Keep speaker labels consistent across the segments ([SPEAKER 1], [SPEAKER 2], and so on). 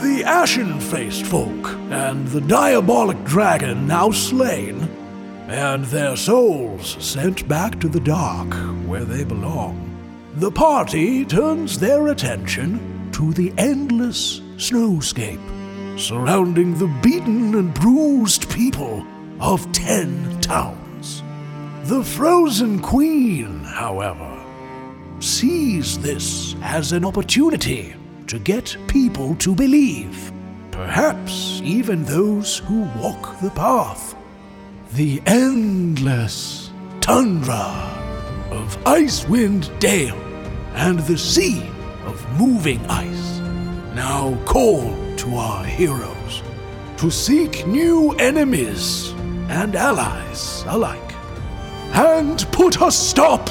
[SPEAKER 1] the ashen faced folk, and the diabolic dragon now slain, and their souls sent back to the dark where they belong. The party turns their attention to the endless snowscape surrounding the beaten and bruised people of ten towns. The frozen queen, however, sees this as an opportunity to get people to believe, perhaps even those who walk the path. The endless tundra of Icewind Dale and the sea of moving ice now call to our heroes to seek new enemies and allies alike and put a stop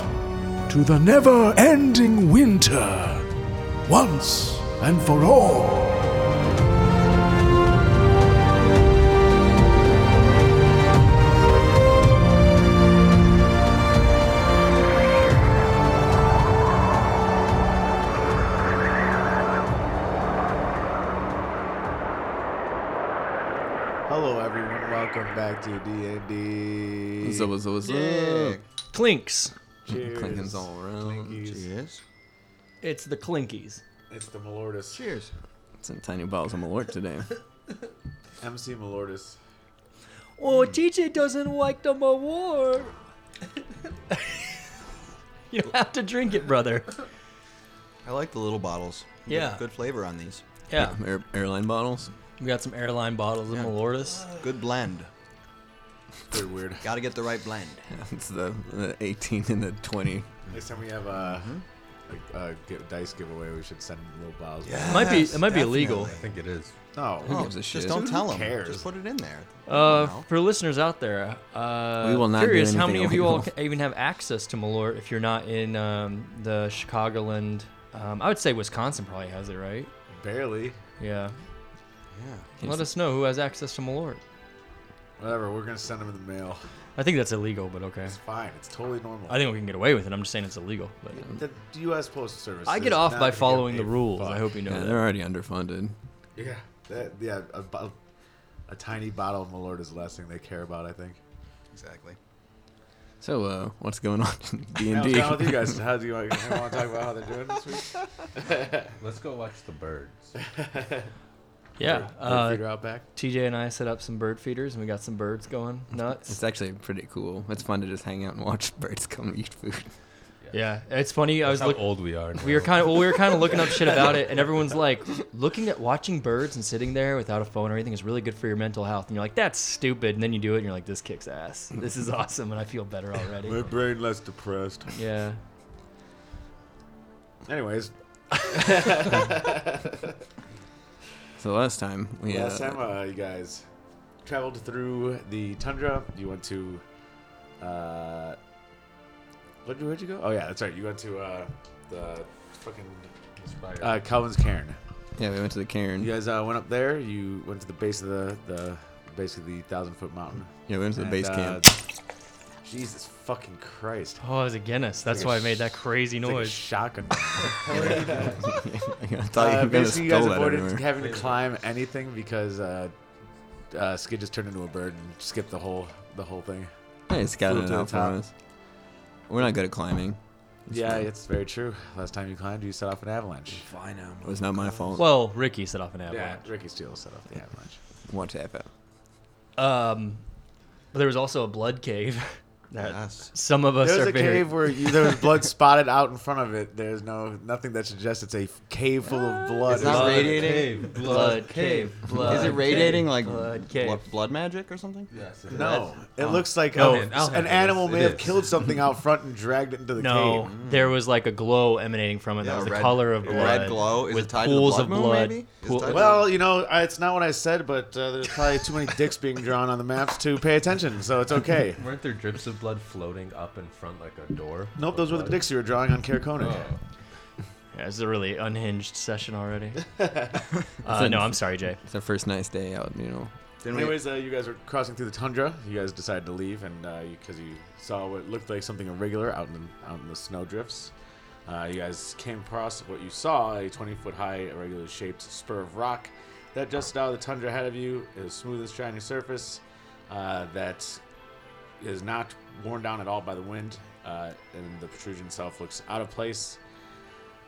[SPEAKER 1] to the never ending winter once and for all.
[SPEAKER 2] Hello, everyone. Welcome back to D and D.
[SPEAKER 3] What's up, what's up, what's
[SPEAKER 2] Yeah.
[SPEAKER 3] up?
[SPEAKER 4] Clinks.
[SPEAKER 3] Clinkins all around.
[SPEAKER 5] Cheers.
[SPEAKER 4] It's the Clinkies.
[SPEAKER 2] It's the Melordis.
[SPEAKER 5] Cheers.
[SPEAKER 3] Some tiny bottles of Malort today.
[SPEAKER 2] MC Melordis.
[SPEAKER 4] Oh, TJ doesn't like the award. you don't have to drink it, brother.
[SPEAKER 5] I like the little bottles. Good-
[SPEAKER 4] Yeah.
[SPEAKER 5] Good, flavor on these.
[SPEAKER 4] Yeah,
[SPEAKER 3] Air, airline bottles.
[SPEAKER 4] we got some airline bottles of Malortis.
[SPEAKER 5] Good blend.
[SPEAKER 2] Pretty weird.
[SPEAKER 5] Got to get the right blend.
[SPEAKER 3] It's the, the 18 and the 20.
[SPEAKER 2] Next time we have a, a, a gi- dice giveaway, we should send little bottles.
[SPEAKER 4] Mm-hmm. It might be. It might be illegal.
[SPEAKER 5] definitely.
[SPEAKER 6] think it is.
[SPEAKER 2] No.
[SPEAKER 3] Who
[SPEAKER 5] Oh,
[SPEAKER 3] gives a
[SPEAKER 5] just
[SPEAKER 3] shit?
[SPEAKER 5] don't
[SPEAKER 2] Who
[SPEAKER 5] tell them.
[SPEAKER 2] cares?
[SPEAKER 5] Just put it in there.
[SPEAKER 4] Uh,
[SPEAKER 5] Wow.
[SPEAKER 4] for listeners out there, uh,
[SPEAKER 3] We will not do
[SPEAKER 4] curious how many
[SPEAKER 3] anything
[SPEAKER 4] of you all
[SPEAKER 3] illegal.
[SPEAKER 4] ca- even have access to Malort if you're not in um, the Chicagoland. Um, I would say Wisconsin probably has it, right?
[SPEAKER 2] Barely.
[SPEAKER 4] Yeah.
[SPEAKER 5] Yeah.
[SPEAKER 4] Let us know who has access to Malort.
[SPEAKER 2] Whatever. We're gonna send them in the mail.
[SPEAKER 4] I think that's illegal, but okay.
[SPEAKER 2] It's fine. It's totally normal.
[SPEAKER 4] I think we can get away with it. I'm just saying it's illegal. But
[SPEAKER 2] the U.S. Postal Service.
[SPEAKER 4] I get
[SPEAKER 2] is
[SPEAKER 4] off
[SPEAKER 2] not
[SPEAKER 4] by
[SPEAKER 2] gonna give
[SPEAKER 4] following the
[SPEAKER 2] a
[SPEAKER 4] rules.
[SPEAKER 2] fuck.
[SPEAKER 4] I hope you know
[SPEAKER 3] Yeah,
[SPEAKER 4] that.
[SPEAKER 3] they're already underfunded.
[SPEAKER 2] Yeah. That, yeah. A, bo- a tiny bottle of Malordis is the last thing they care about. I think.
[SPEAKER 5] Exactly.
[SPEAKER 3] So, uh, what's going on in
[SPEAKER 2] Now,
[SPEAKER 3] D&D?
[SPEAKER 2] down with you guys. How do you want, you want to talk about how they're doing this week?
[SPEAKER 6] Let's go watch the birds.
[SPEAKER 4] Yeah. Uh,
[SPEAKER 2] Figure out back.
[SPEAKER 4] TJ and I set up some bird feeders and we got some birds going nuts.
[SPEAKER 3] It's actually pretty cool. It's fun to just hang out and watch birds come and eat food.
[SPEAKER 4] Yeah. It's funny. I was
[SPEAKER 6] That's how
[SPEAKER 4] looking.
[SPEAKER 6] old we are. Now.
[SPEAKER 4] We were kind of well, we were kind of looking up shit about it, and everyone's like, looking at watching birds and sitting there without a phone or anything is really good for your mental health. And you're like, that's stupid. And then you do it, and you're like, this kicks ass. This is awesome, and I feel better already.
[SPEAKER 2] brain less depressed.
[SPEAKER 4] Yeah.
[SPEAKER 2] Anyways,
[SPEAKER 3] So last time, we
[SPEAKER 2] last
[SPEAKER 3] uh,
[SPEAKER 2] time uh, you guys traveled through the tundra. You went to, uh, where, where'd you go? Oh yeah, that's right. You went to uh, the fucking uh, Calvin's Cairn.
[SPEAKER 3] yeah, we went to the cairn.
[SPEAKER 2] You
[SPEAKER 3] Yeah,
[SPEAKER 2] guys uh, went up there. You went to the base of the the base of the thousand foot mountain.
[SPEAKER 3] we went to the
[SPEAKER 2] And,
[SPEAKER 3] base
[SPEAKER 2] uh,
[SPEAKER 3] camp.
[SPEAKER 2] Jesus fucking Christ!
[SPEAKER 4] Oh, it was a Guinness. That's why I made that crazy
[SPEAKER 2] It's like a
[SPEAKER 4] noise.
[SPEAKER 2] shotgun.
[SPEAKER 3] I thought
[SPEAKER 2] Uh,
[SPEAKER 3] you guys
[SPEAKER 2] basically, you guys
[SPEAKER 3] stole that
[SPEAKER 2] avoided
[SPEAKER 3] everywhere.
[SPEAKER 2] having to climb anything because uh, uh, Skid just turned into a bird and skipped the whole the whole thing.
[SPEAKER 3] I just got
[SPEAKER 2] flew
[SPEAKER 3] it
[SPEAKER 2] to the
[SPEAKER 3] out for
[SPEAKER 2] top.
[SPEAKER 3] us. We're not good at climbing.
[SPEAKER 2] yeah, it's very true. Last time you climbed, you set off an avalanche.
[SPEAKER 5] Fine now.
[SPEAKER 3] It was not my fault.
[SPEAKER 4] Well, Ricky set off an
[SPEAKER 2] Yeah,
[SPEAKER 4] avalanche.
[SPEAKER 2] Ricky Steele set off the avalanche.
[SPEAKER 3] Watch that out.
[SPEAKER 4] Um, but there was also a blood cave. that
[SPEAKER 5] Yes.
[SPEAKER 4] Some of us
[SPEAKER 2] There's
[SPEAKER 4] are
[SPEAKER 2] a
[SPEAKER 4] very
[SPEAKER 2] cave where you, there was blood spotted out in front of it. There's no nothing that suggests it's a f- cave full of blood.
[SPEAKER 5] It's not
[SPEAKER 4] Blood
[SPEAKER 5] radiating.
[SPEAKER 6] Cave,
[SPEAKER 4] blood cave. Blood
[SPEAKER 5] Is it radiating like blood,
[SPEAKER 4] blood cave.
[SPEAKER 5] blood magic or something? Oh.
[SPEAKER 6] Yes.
[SPEAKER 2] no, it looks like
[SPEAKER 6] Go
[SPEAKER 2] a-
[SPEAKER 6] ahead, I'll have
[SPEAKER 2] an
[SPEAKER 6] it.
[SPEAKER 2] animal
[SPEAKER 6] It
[SPEAKER 2] may have
[SPEAKER 6] is.
[SPEAKER 2] killed something out front and dragged it into the
[SPEAKER 4] No,
[SPEAKER 2] cave. Mm.
[SPEAKER 4] there was like a glow emanating from it.
[SPEAKER 5] Yeah,
[SPEAKER 4] that was the
[SPEAKER 5] red-
[SPEAKER 4] color of
[SPEAKER 5] red
[SPEAKER 4] blood.
[SPEAKER 5] glow. Is
[SPEAKER 4] with
[SPEAKER 5] it tied to the
[SPEAKER 4] pools
[SPEAKER 5] blood
[SPEAKER 4] of
[SPEAKER 5] moon,
[SPEAKER 4] blood.
[SPEAKER 5] maybe? Is
[SPEAKER 4] Pool-
[SPEAKER 5] it tied to-
[SPEAKER 2] Well, you know, I- it's not what I said, but uh, there's probably too many dicks being drawn on the maps to pay attention, so it's okay.
[SPEAKER 6] Weren't there drips of blood floating up in front like a door?
[SPEAKER 2] Nope,
[SPEAKER 6] of
[SPEAKER 2] those were the
[SPEAKER 6] blood?
[SPEAKER 2] dicks you were drawing on Caracona.
[SPEAKER 6] Oh.
[SPEAKER 4] yeah, this is a really unhinged session already. uh, no, I'm sorry, Jay.
[SPEAKER 3] It's our first nice day out, you know.
[SPEAKER 5] Didn't we-
[SPEAKER 2] Anyways, uh, you guys were crossing through the tundra. You guys decided to leave, and because uh, you, 'cause you saw what looked like something irregular out in the, out in the snow drifts, uh, you guys came across what you saw—a 20-foot high, irregular-shaped spur of rock that just out of the tundra ahead of you is smooth as shiny surface uh, that is not worn down at all by the wind, uh, and the protrusion itself looks out of place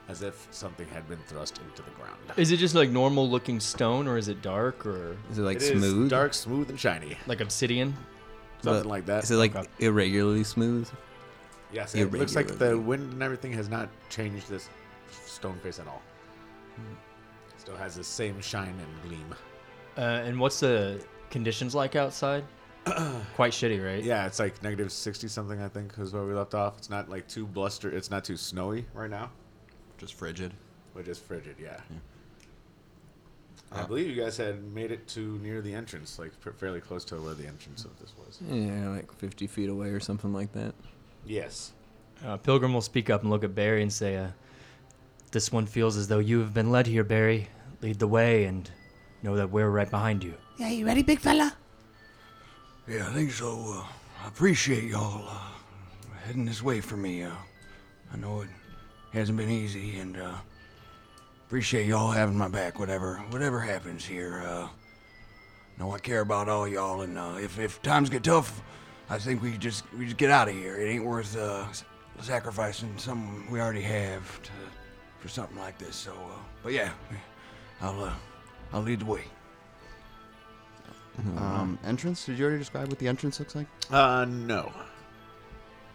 [SPEAKER 2] as if something had been thrust into the ground.
[SPEAKER 4] Is it just like normal looking stone, or is it dark, or
[SPEAKER 3] Is it like
[SPEAKER 2] It is
[SPEAKER 3] smooth?
[SPEAKER 2] dark, smooth, and shiny.
[SPEAKER 4] like obsidian?
[SPEAKER 2] Something like that.
[SPEAKER 3] Is it like
[SPEAKER 4] Okay.
[SPEAKER 3] irregularly smooth?
[SPEAKER 2] yes, it looks like the
[SPEAKER 3] irregularly-
[SPEAKER 2] wind and everything has not changed this stone face at all. Still has the same shine and gleam.
[SPEAKER 4] Uh, and what's the conditions like outside? Quite shitty, right?
[SPEAKER 2] Yeah, it's like negative sixty something. I think is where we left off. It's not like too bluster. It's not too snowy right now,
[SPEAKER 5] Just frigid.
[SPEAKER 2] which is frigid. Yeah. I believe you guys had made it to near the entrance, like fa- fairly close to where the entrance of this was.
[SPEAKER 5] Hmm.
[SPEAKER 3] Yeah, like 50 feet away or something like that.
[SPEAKER 2] Yes.
[SPEAKER 4] Uh, Pilgrim will speak up and look at Barry and say, uh, "This one feels as though you have been led here, Barry. Lead the way, and know that we're right behind you."
[SPEAKER 7] Yeah, you ready, big fella?
[SPEAKER 8] Yeah, I think so. Uh, I appreciate y'all uh, heading this way for me. Uh, I know it hasn't been easy, and uh, appreciate y'all having my back. Whatever, whatever happens here. Uh, know I care about all y'all, and uh, if if times get tough, I think we just we just get out of here. It ain't worth uh, s- sacrificing something we already have to, for something like this. So, uh, but yeah, I'll uh, I'll lead the way.
[SPEAKER 5] Um, entrance? Did you already describe what the entrance looks like?
[SPEAKER 2] Uh, no.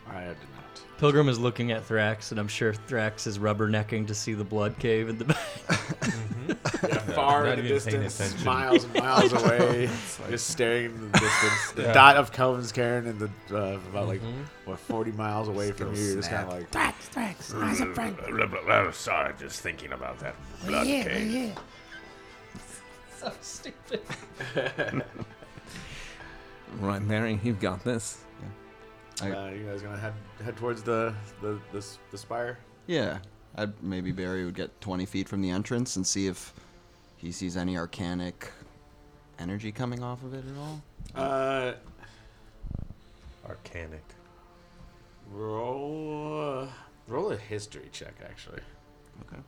[SPEAKER 2] I did not.
[SPEAKER 4] Pilgrim is looking at Thrax, and I'm sure Thrax is rubbernecking to see the blood cave in the back.
[SPEAKER 3] Mm-hmm.
[SPEAKER 2] far
[SPEAKER 6] not
[SPEAKER 2] in the
[SPEAKER 6] even paying
[SPEAKER 2] distance,
[SPEAKER 6] attention.
[SPEAKER 2] miles and miles away, just staring in the distance. The dot of Kelvin's Cairn and the uh, about like
[SPEAKER 5] Mm-hmm.
[SPEAKER 2] what forty miles away from you, just kind of like
[SPEAKER 7] Thrax, Thrax, rise up, Frank.
[SPEAKER 9] I'm sorry, just thinking about that
[SPEAKER 7] We're
[SPEAKER 9] blood
[SPEAKER 7] here, we're
[SPEAKER 9] cave.
[SPEAKER 7] here.
[SPEAKER 4] so stupid.
[SPEAKER 3] Right, Barry, you've got this.
[SPEAKER 2] uh, you guys gonna head head towards the the the, s- the spire.
[SPEAKER 5] Yeah. I'd maybe Barry would get 20 feet from the entrance and see if he sees any arcanic energy coming off of it at all.
[SPEAKER 2] Uh,
[SPEAKER 6] Arcanic.
[SPEAKER 2] roll uh, roll a history check actually,
[SPEAKER 5] Okay.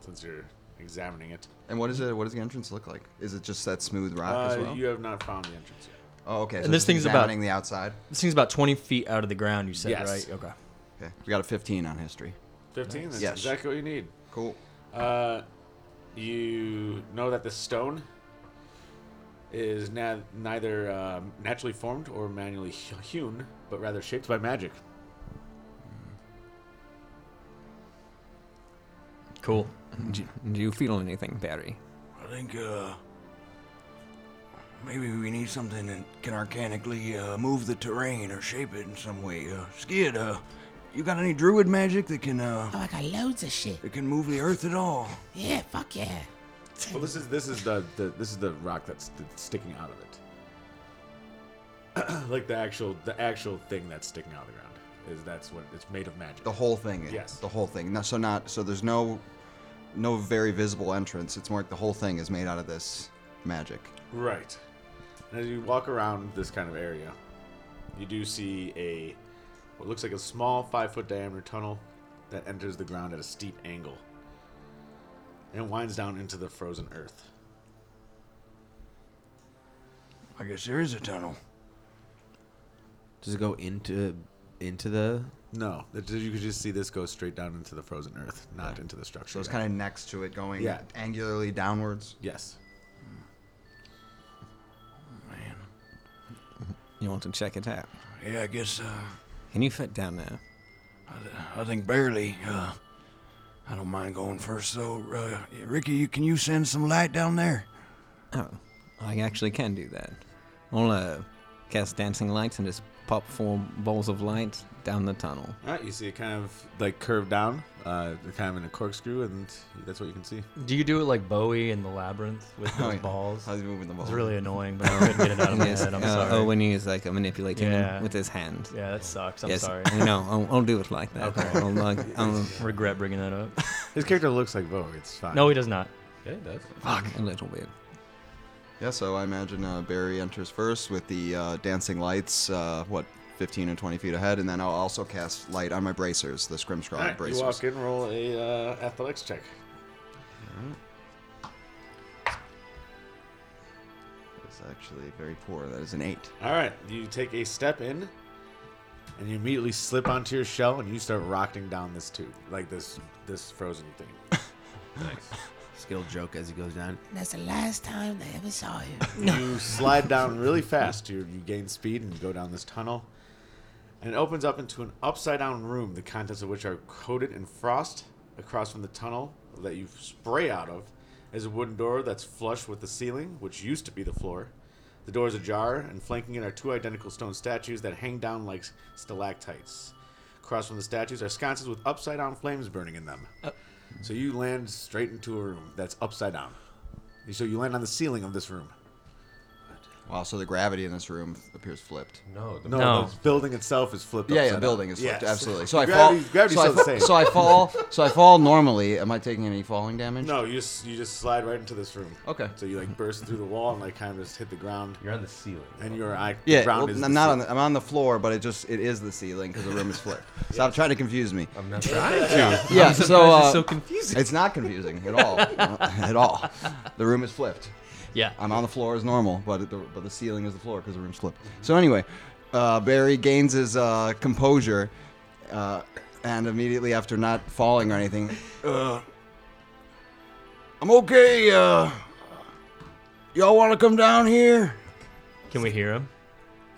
[SPEAKER 2] since you're examining it.
[SPEAKER 5] And what is it? What does the entrance look like? Is it just that smooth rock
[SPEAKER 2] Uh,
[SPEAKER 5] as well?
[SPEAKER 2] You have not found the entrance yet.
[SPEAKER 5] oh, okay.
[SPEAKER 4] And this
[SPEAKER 5] it's
[SPEAKER 4] thing's about-
[SPEAKER 5] examining the outside.
[SPEAKER 4] This thing's about 20 feet out of the ground. You said
[SPEAKER 2] Yes.
[SPEAKER 4] right? Okay.
[SPEAKER 5] Okay. We got a 15 on history.
[SPEAKER 2] Fifteen. That's
[SPEAKER 5] Yes.
[SPEAKER 2] exactly what you need.
[SPEAKER 5] Cool.
[SPEAKER 2] Uh, you know that the stone is na- neither um naturally formed or manually he- hewn, but rather shaped by magic.
[SPEAKER 4] Cool.
[SPEAKER 3] Do you, do you feel anything, Barry?
[SPEAKER 8] I think uh, maybe we need something that can arcanically uh, move the terrain or shape it in some way. Uh, Skid, uh, you got any druid magic that can uh,
[SPEAKER 7] Oh, I got loads of shit.
[SPEAKER 8] that can move the earth at all?
[SPEAKER 7] Yeah, fuck yeah.
[SPEAKER 2] Well, this is this is the, the this is the rock that's, that's sticking out of it, like the actual the actual thing that's sticking out of the ground is that's what it's made of magic.
[SPEAKER 5] The whole thing.
[SPEAKER 2] Yes.
[SPEAKER 5] The whole thing. No, so not. So there's no, no very visible entrance. It's more like the whole thing is made out of this magic.
[SPEAKER 2] Right. And as you walk around this kind of area, you do see a what looks like a small five foot diameter tunnel that enters the ground at a steep angle. And it winds down into the frozen earth.
[SPEAKER 8] I guess there is a tunnel.
[SPEAKER 10] Does it go into into the?
[SPEAKER 2] No, it- you could just see this go straight down into the frozen earth, not into the structure.
[SPEAKER 5] So it's kind of next to it, going
[SPEAKER 2] Yeah.
[SPEAKER 5] angularly downwards.
[SPEAKER 2] yes.
[SPEAKER 3] You want to check it out?
[SPEAKER 8] Yeah, I guess uh,
[SPEAKER 3] Can you fit down there?
[SPEAKER 8] I, th- I think barely. Uh, I don't mind going first though. Uh, Ricky, you, can you send some light down there?
[SPEAKER 3] Oh, I actually can do that. I'll uh, cast dancing lights and just pop four balls of light down the tunnel.
[SPEAKER 2] Alright, you see it kind of like curved down, uh, kind of in a corkscrew, and that's what you can see.
[SPEAKER 4] Do you do it like Bowie in the labyrinth with
[SPEAKER 5] Oh,
[SPEAKER 4] those
[SPEAKER 5] yeah.
[SPEAKER 4] balls?
[SPEAKER 5] How's he moving the ball?
[SPEAKER 4] It's really annoying, but I couldn't get it out of my
[SPEAKER 3] Yes,
[SPEAKER 4] head. I'm
[SPEAKER 3] uh,
[SPEAKER 4] sorry.
[SPEAKER 3] Oh, when he is like uh, manipulating
[SPEAKER 4] Yeah.
[SPEAKER 3] him with his hand.
[SPEAKER 4] yeah, that sucks. I'm
[SPEAKER 3] yes,
[SPEAKER 4] sorry.
[SPEAKER 3] no, I'll, I'll do it like that. I'll, like, I'll,
[SPEAKER 4] Regret bringing that up.
[SPEAKER 2] His character looks like Vogue, it's fine.
[SPEAKER 4] No, he does not.
[SPEAKER 6] Yeah, it does.
[SPEAKER 3] a little bit.
[SPEAKER 5] Yeah, so I imagine uh, Barry enters first with the uh, dancing lights, uh, what, 15 and 20 feet ahead, and then I'll also cast light on my bracers, the Scrimscrawl
[SPEAKER 2] Alright, you
[SPEAKER 5] bracers.
[SPEAKER 2] walk in, roll a uh, athletics check.
[SPEAKER 5] is actually very poor. That is an eight.
[SPEAKER 2] All right, you take a step in, and you immediately slip onto your shell, and you start rocketing down this tube, like this this frozen thing.
[SPEAKER 10] Nice. Skill joke as he goes down.
[SPEAKER 7] That's the last time I ever saw you. Uh,
[SPEAKER 2] You slide down really fast. You, you gain speed and go down this tunnel. And it opens up into an upside down room, the contents of which are coated in frost. Across from the tunnel that you spray out of is a wooden door that's flush with the ceiling, which used to be the floor. The door is ajar, and flanking it are two identical stone statues that hang down like stalactites. Across from the statues are sconces with upside down flames burning in them. So you land straight into a room that's upside down. So you land on the ceiling of this room.
[SPEAKER 5] Wow, so the gravity in this room appears flipped.
[SPEAKER 6] No, the
[SPEAKER 2] No,
[SPEAKER 6] no.
[SPEAKER 2] the building itself is flipped.
[SPEAKER 5] Yeah,
[SPEAKER 2] upside
[SPEAKER 5] yeah,
[SPEAKER 2] down.
[SPEAKER 5] building is flipped.
[SPEAKER 2] Yes.
[SPEAKER 5] Absolutely. So I
[SPEAKER 2] Gravity-
[SPEAKER 5] fall.
[SPEAKER 2] Gravity's
[SPEAKER 5] so, I
[SPEAKER 2] still the
[SPEAKER 5] fa-
[SPEAKER 2] same.
[SPEAKER 5] so I fall. So I fall normally. Am I taking any falling damage?
[SPEAKER 2] No, you just you just slide right into this room.
[SPEAKER 5] Okay.
[SPEAKER 2] So you like burst through the wall and like kind of just hit the ground,
[SPEAKER 6] You're on the ceiling.
[SPEAKER 2] and your eye the
[SPEAKER 5] Yeah,
[SPEAKER 2] ground
[SPEAKER 5] well,
[SPEAKER 2] is
[SPEAKER 5] I'm not on. The, I'm on the floor, but it just it is the ceiling because the room is flipped. Stop trying to confuse me.
[SPEAKER 6] I'm not trying.
[SPEAKER 5] yeah, so
[SPEAKER 3] it's
[SPEAKER 5] uh,
[SPEAKER 3] so confusing.
[SPEAKER 5] It's not confusing at all, at all. The room is flipped.
[SPEAKER 4] Yeah.
[SPEAKER 5] I'm on the floor as normal, but the, but the ceiling is the floor because the room's flipped. So anyway, uh, Barry gains his uh, composure, uh, and immediately after not falling or anything,
[SPEAKER 8] Uh, I'm okay. Uh, y'all want to come down here?
[SPEAKER 4] Can we hear him?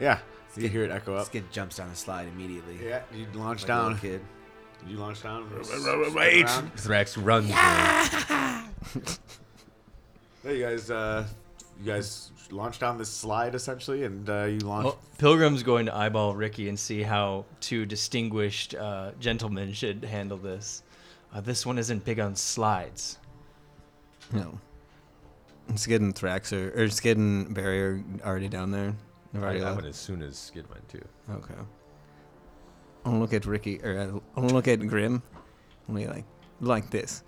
[SPEAKER 2] Yeah. You hear it echo up.
[SPEAKER 10] This kid jumps down the slide immediately.
[SPEAKER 2] Yeah. You launch
[SPEAKER 10] Like a little
[SPEAKER 2] down.
[SPEAKER 10] Kid.
[SPEAKER 2] You launch down.
[SPEAKER 9] Wait.
[SPEAKER 2] around.
[SPEAKER 6] Thrax runs.
[SPEAKER 2] There you guys. Uh, you guys launch down this slide essentially, and uh, you launch.
[SPEAKER 4] Well, Pilgrim's going to eyeball Ricky and see how two distinguished uh, gentlemen should handle this. Uh, this one isn't big on slides.
[SPEAKER 3] No. Skid and Thrax are, or Skid and Barry are already down there. They've
[SPEAKER 6] I
[SPEAKER 3] already
[SPEAKER 6] got
[SPEAKER 3] left.
[SPEAKER 6] one as soon as Skid went too.
[SPEAKER 3] Okay. I'll look at Ricky, or I'll- I'll look at Grim, and be like, like this,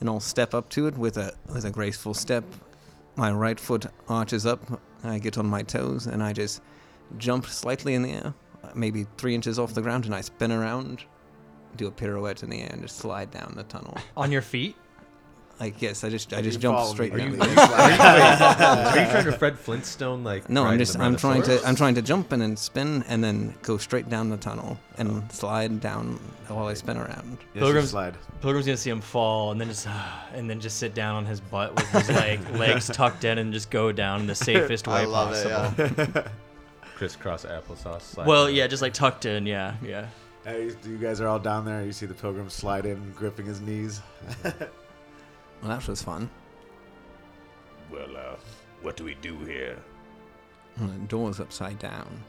[SPEAKER 3] and I'll step up to it with a with a graceful step. My right foot arches up. I get on my toes, and I just jump slightly in the air, maybe three inches off the ground, and I spin around, do a pirouette in the air, and just slide down the tunnel.
[SPEAKER 4] On your feet?
[SPEAKER 3] Like yes, I just I just
[SPEAKER 2] you
[SPEAKER 3] jump
[SPEAKER 2] following
[SPEAKER 3] straight
[SPEAKER 2] me? Are
[SPEAKER 3] down.
[SPEAKER 2] you-
[SPEAKER 3] the air.
[SPEAKER 6] Are you trying to Fred Flintstone like?
[SPEAKER 3] No, I'm
[SPEAKER 6] ride
[SPEAKER 3] just
[SPEAKER 6] the
[SPEAKER 3] I'm trying to
[SPEAKER 6] Brontosaurus?
[SPEAKER 3] I'm trying to jump and then spin and then go straight down the tunnel and slide down while I spin around.
[SPEAKER 2] Yes, you
[SPEAKER 4] Pilgrim's-
[SPEAKER 2] slide.
[SPEAKER 4] Pilgrim's gonna see him fall and then just and then just sit down on his butt with his like legs tucked in and just go down in the safest way possible.
[SPEAKER 6] crisscross applesauce. slide
[SPEAKER 4] Well,
[SPEAKER 6] down.
[SPEAKER 4] yeah, just like tucked in, Oh, yeah, yeah.
[SPEAKER 2] Hey, You guys are all down there. You see the pilgrim slide in, gripping his knees.
[SPEAKER 3] Well, that was fun.
[SPEAKER 9] Well, uh, what do we do here?
[SPEAKER 3] Well, Hmm, the door's upside down.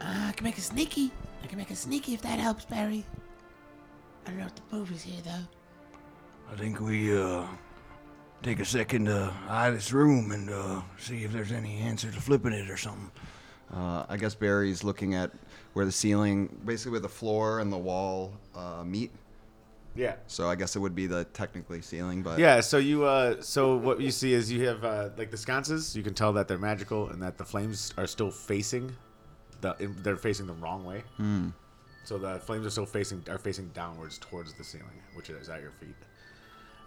[SPEAKER 7] Uh, I can make a sneaky. I can make a sneaky if that helps, Barry. I don't know if the movie's here though.
[SPEAKER 8] I think we uh take a second to eye this room and uh, see if there's any answer to flipping it or something.
[SPEAKER 5] uh, I guess Barry's looking at where the ceiling, basically where the floor and the wall uh, meet.
[SPEAKER 2] Yeah.
[SPEAKER 5] So I guess it would be the technically ceiling, but
[SPEAKER 2] Yeah, so you uh so what you see is you have uh like the sconces, you can tell that they're magical and that the flames are still facing the in- they're facing the wrong way. So the flames are still facing are facing downwards towards the ceiling, which is at your feet.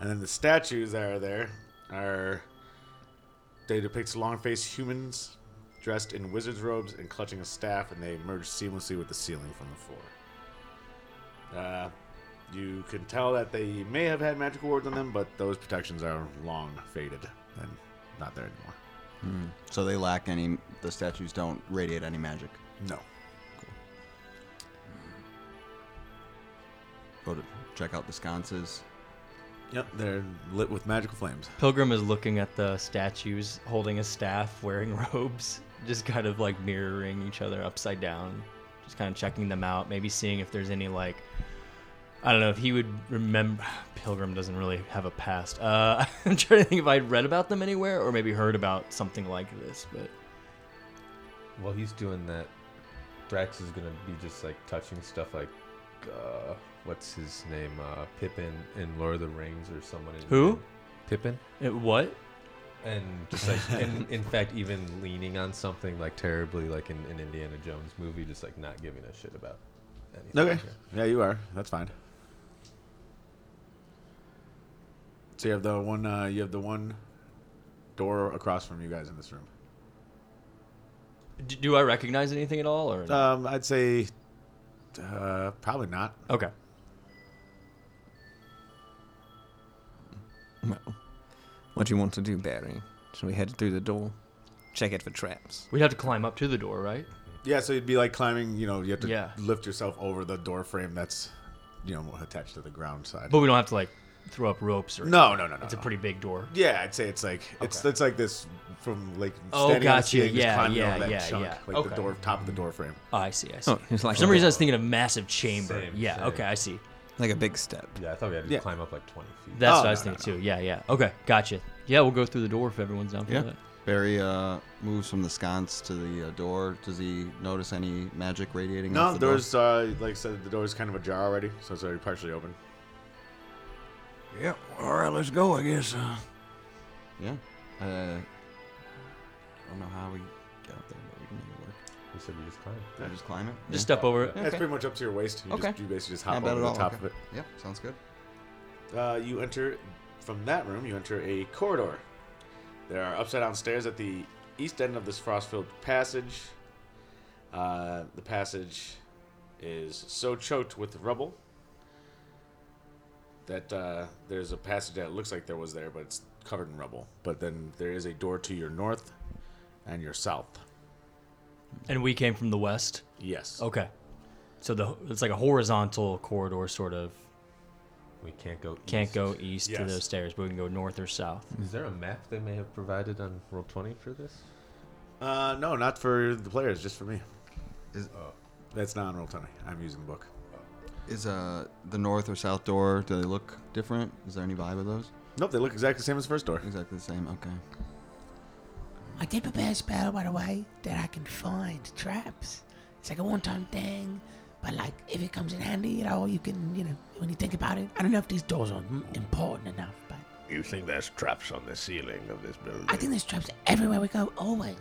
[SPEAKER 2] And then the statues that are there are they depict long-faced humans dressed in wizard's robes and clutching a staff and they merge seamlessly with the ceiling from the floor. Uh you can tell that they may have had magic wards on them, but those protections are long faded and not there anymore.
[SPEAKER 5] Hmm. so they lack any. The statues don't radiate any magic.
[SPEAKER 2] No.
[SPEAKER 5] Go to check out the sconces.
[SPEAKER 2] Yep, they're lit with magical flames.
[SPEAKER 4] Pilgrim is looking at the statues holding a staff, wearing robes, just kind of like mirroring each other upside down, just kind of checking them out, maybe seeing if there's any like I don't know if he would remember Pilgrim doesn't really have a past. Uh, I'm trying to think if I'd read about them anywhere or maybe heard about something like this, but
[SPEAKER 6] While he's doing that, Thrax is gonna be just like touching stuff like, uh, what's his name? Uh, Pippin in Lord of the Rings or someone. In
[SPEAKER 4] Who?
[SPEAKER 6] Pippin.
[SPEAKER 4] it, what?
[SPEAKER 6] And just like, in, in fact, even leaning on something like terribly, like in an Indiana Jones movie, just like not giving a shit about anything.
[SPEAKER 2] Okay. Yeah, you are. That's fine. So you have the one. Uh, you have the one door across from you guys in this room.
[SPEAKER 4] D- do I recognize anything at all? Or
[SPEAKER 2] Um, I'd say uh, probably not.
[SPEAKER 4] Okay.
[SPEAKER 3] Well, what do you want to do, Barry? Shall we head through the door? Check it for traps.
[SPEAKER 4] We'd have to climb up to the door, right?
[SPEAKER 2] Yeah, so you'd be like climbing. You know, you have to
[SPEAKER 4] Yeah.
[SPEAKER 2] lift yourself over the door frame that's you know attached to the ground side.
[SPEAKER 4] But we don't have to like throw up ropes or.
[SPEAKER 2] No, no, no, no,
[SPEAKER 4] It's a
[SPEAKER 2] no.
[SPEAKER 4] pretty big door.
[SPEAKER 2] Yeah, I'd say it's like it's it's like this from like
[SPEAKER 4] Oh,
[SPEAKER 2] standing on the
[SPEAKER 4] gotcha.
[SPEAKER 2] ceiling, just
[SPEAKER 4] Yeah,
[SPEAKER 2] climbing
[SPEAKER 4] yeah,
[SPEAKER 2] over that
[SPEAKER 4] yeah,
[SPEAKER 2] chunk,
[SPEAKER 4] yeah.
[SPEAKER 2] like the
[SPEAKER 4] Okay.
[SPEAKER 2] door top of the door frame.
[SPEAKER 4] Oh, I see. I see.
[SPEAKER 3] Oh, it's like
[SPEAKER 4] For some
[SPEAKER 3] a-
[SPEAKER 4] reason, I was thinking of massive chamber. yeah.
[SPEAKER 6] same.
[SPEAKER 4] Okay, I see.
[SPEAKER 3] Like a big step.
[SPEAKER 6] Yeah, I thought we had to
[SPEAKER 2] Yeah.
[SPEAKER 6] climb up like 20 feet.
[SPEAKER 4] That's
[SPEAKER 2] Oh,
[SPEAKER 4] what
[SPEAKER 2] no,
[SPEAKER 4] I was
[SPEAKER 2] no,
[SPEAKER 4] thinking too. Yeah, yeah. Okay, gotcha. Yeah, we'll go through the door if everyone's down for
[SPEAKER 5] Yeah.
[SPEAKER 4] that.
[SPEAKER 5] Barry uh, moves from the sconce to the uh, door. Does he notice any magic radiating?
[SPEAKER 2] No,
[SPEAKER 5] off the
[SPEAKER 2] door's uh, like I said, the door's kind of ajar already, so it's already partially open.
[SPEAKER 8] Yep. All right, let's go. I guess. Uh,
[SPEAKER 5] Door? Yeah. Uh, I don't know how we get up there, but we can make it work.
[SPEAKER 6] We said we just climbed.
[SPEAKER 5] Can we just climb it.
[SPEAKER 4] Just step over it.
[SPEAKER 2] That's pretty much up to your waist. You,
[SPEAKER 5] Okay.
[SPEAKER 2] just, you basically just
[SPEAKER 5] Not
[SPEAKER 2] hop
[SPEAKER 5] bad
[SPEAKER 2] over
[SPEAKER 5] at
[SPEAKER 2] the
[SPEAKER 5] all,
[SPEAKER 2] top
[SPEAKER 5] okay.
[SPEAKER 2] of it.
[SPEAKER 5] Yeah. Yep. Sounds good.
[SPEAKER 2] Uh, you enter from that room. You enter a corridor. There are upside down stairs at the east end of this frost-filled passage. Uh, the passage is so choked with rubble that uh, there's a passage that looks like there was there, but it's covered in rubble. But then there is a door to your north and your south.
[SPEAKER 4] And we came from the west.
[SPEAKER 2] Yes.
[SPEAKER 4] Okay. So the it's like a horizontal corridor, sort of.
[SPEAKER 6] We can't go.
[SPEAKER 4] Can't
[SPEAKER 6] east.
[SPEAKER 4] go east to
[SPEAKER 2] Yes.
[SPEAKER 4] those stairs, but we can go north or south.
[SPEAKER 6] Is there a map they may have provided on roll 20 for this?
[SPEAKER 2] Uh, no, not for the players, just for me.
[SPEAKER 5] Is-
[SPEAKER 2] That's not on roll twenty. I'm using the book.
[SPEAKER 5] Is uh the north or south door? Do they look different? Is there any vibe of those?
[SPEAKER 2] Nope, they look exactly the same as the first door.
[SPEAKER 5] Exactly the same. Okay.
[SPEAKER 7] I did prepare a spell, by the way, that I can find traps. It's like a one-time thing, but like if it comes in handy at all, you can, you know, when you think about it. I don't know if these doors are m- important enough, but
[SPEAKER 9] You think there's traps on the ceiling of this building?
[SPEAKER 7] I think there's traps everywhere we go, always,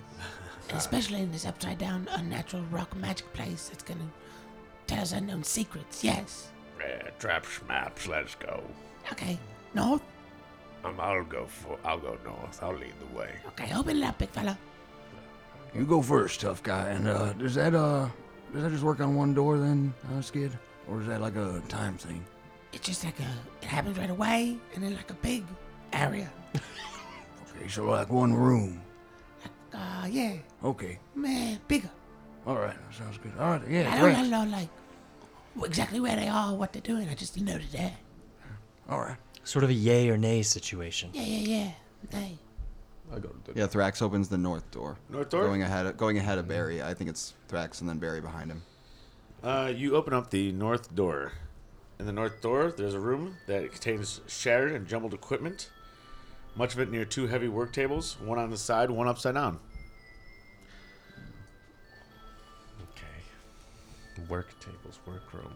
[SPEAKER 7] and especially in this upside-down, unnatural rock magic place that's gonna tell us unknown secrets. Yes.
[SPEAKER 9] Yeah, traps, maps. Let's go.
[SPEAKER 7] Okay. North.
[SPEAKER 9] Um, I'll go for. I'll go north. I'll lead the way.
[SPEAKER 7] Okay. Open it up, big fella.
[SPEAKER 8] you go first, tough guy. And uh, does that uh, does that just work on one door then, uh, Skid? Or is that like a time thing?
[SPEAKER 7] It's just like a. It happens right away, and then like a big area.
[SPEAKER 8] Okay, so like one room.
[SPEAKER 7] Uh, yeah.
[SPEAKER 8] Okay.
[SPEAKER 7] Man, bigger.
[SPEAKER 8] All right. That sounds good. All right.
[SPEAKER 7] I
[SPEAKER 8] Yeah.
[SPEAKER 7] don't
[SPEAKER 8] Great.
[SPEAKER 7] know, like exactly where they are, what they're doing. I just know they're there.
[SPEAKER 8] All right.
[SPEAKER 4] Sort of a yay or nay situation.
[SPEAKER 7] Yeah, yeah, yeah. Hey,
[SPEAKER 6] I go to the.
[SPEAKER 5] Yeah. Thrax opens the north door.
[SPEAKER 2] North door? Hmm.
[SPEAKER 5] Going ahead. Of, going ahead of Barry. I think it's Thrax and then Barry behind him.
[SPEAKER 2] Uh, you open up the north door. In the north door, there's a room that contains shattered and jumbled equipment. Much of it near two heavy work tables, one on the side, one upside down.
[SPEAKER 6] Okay. Work tables, workroom.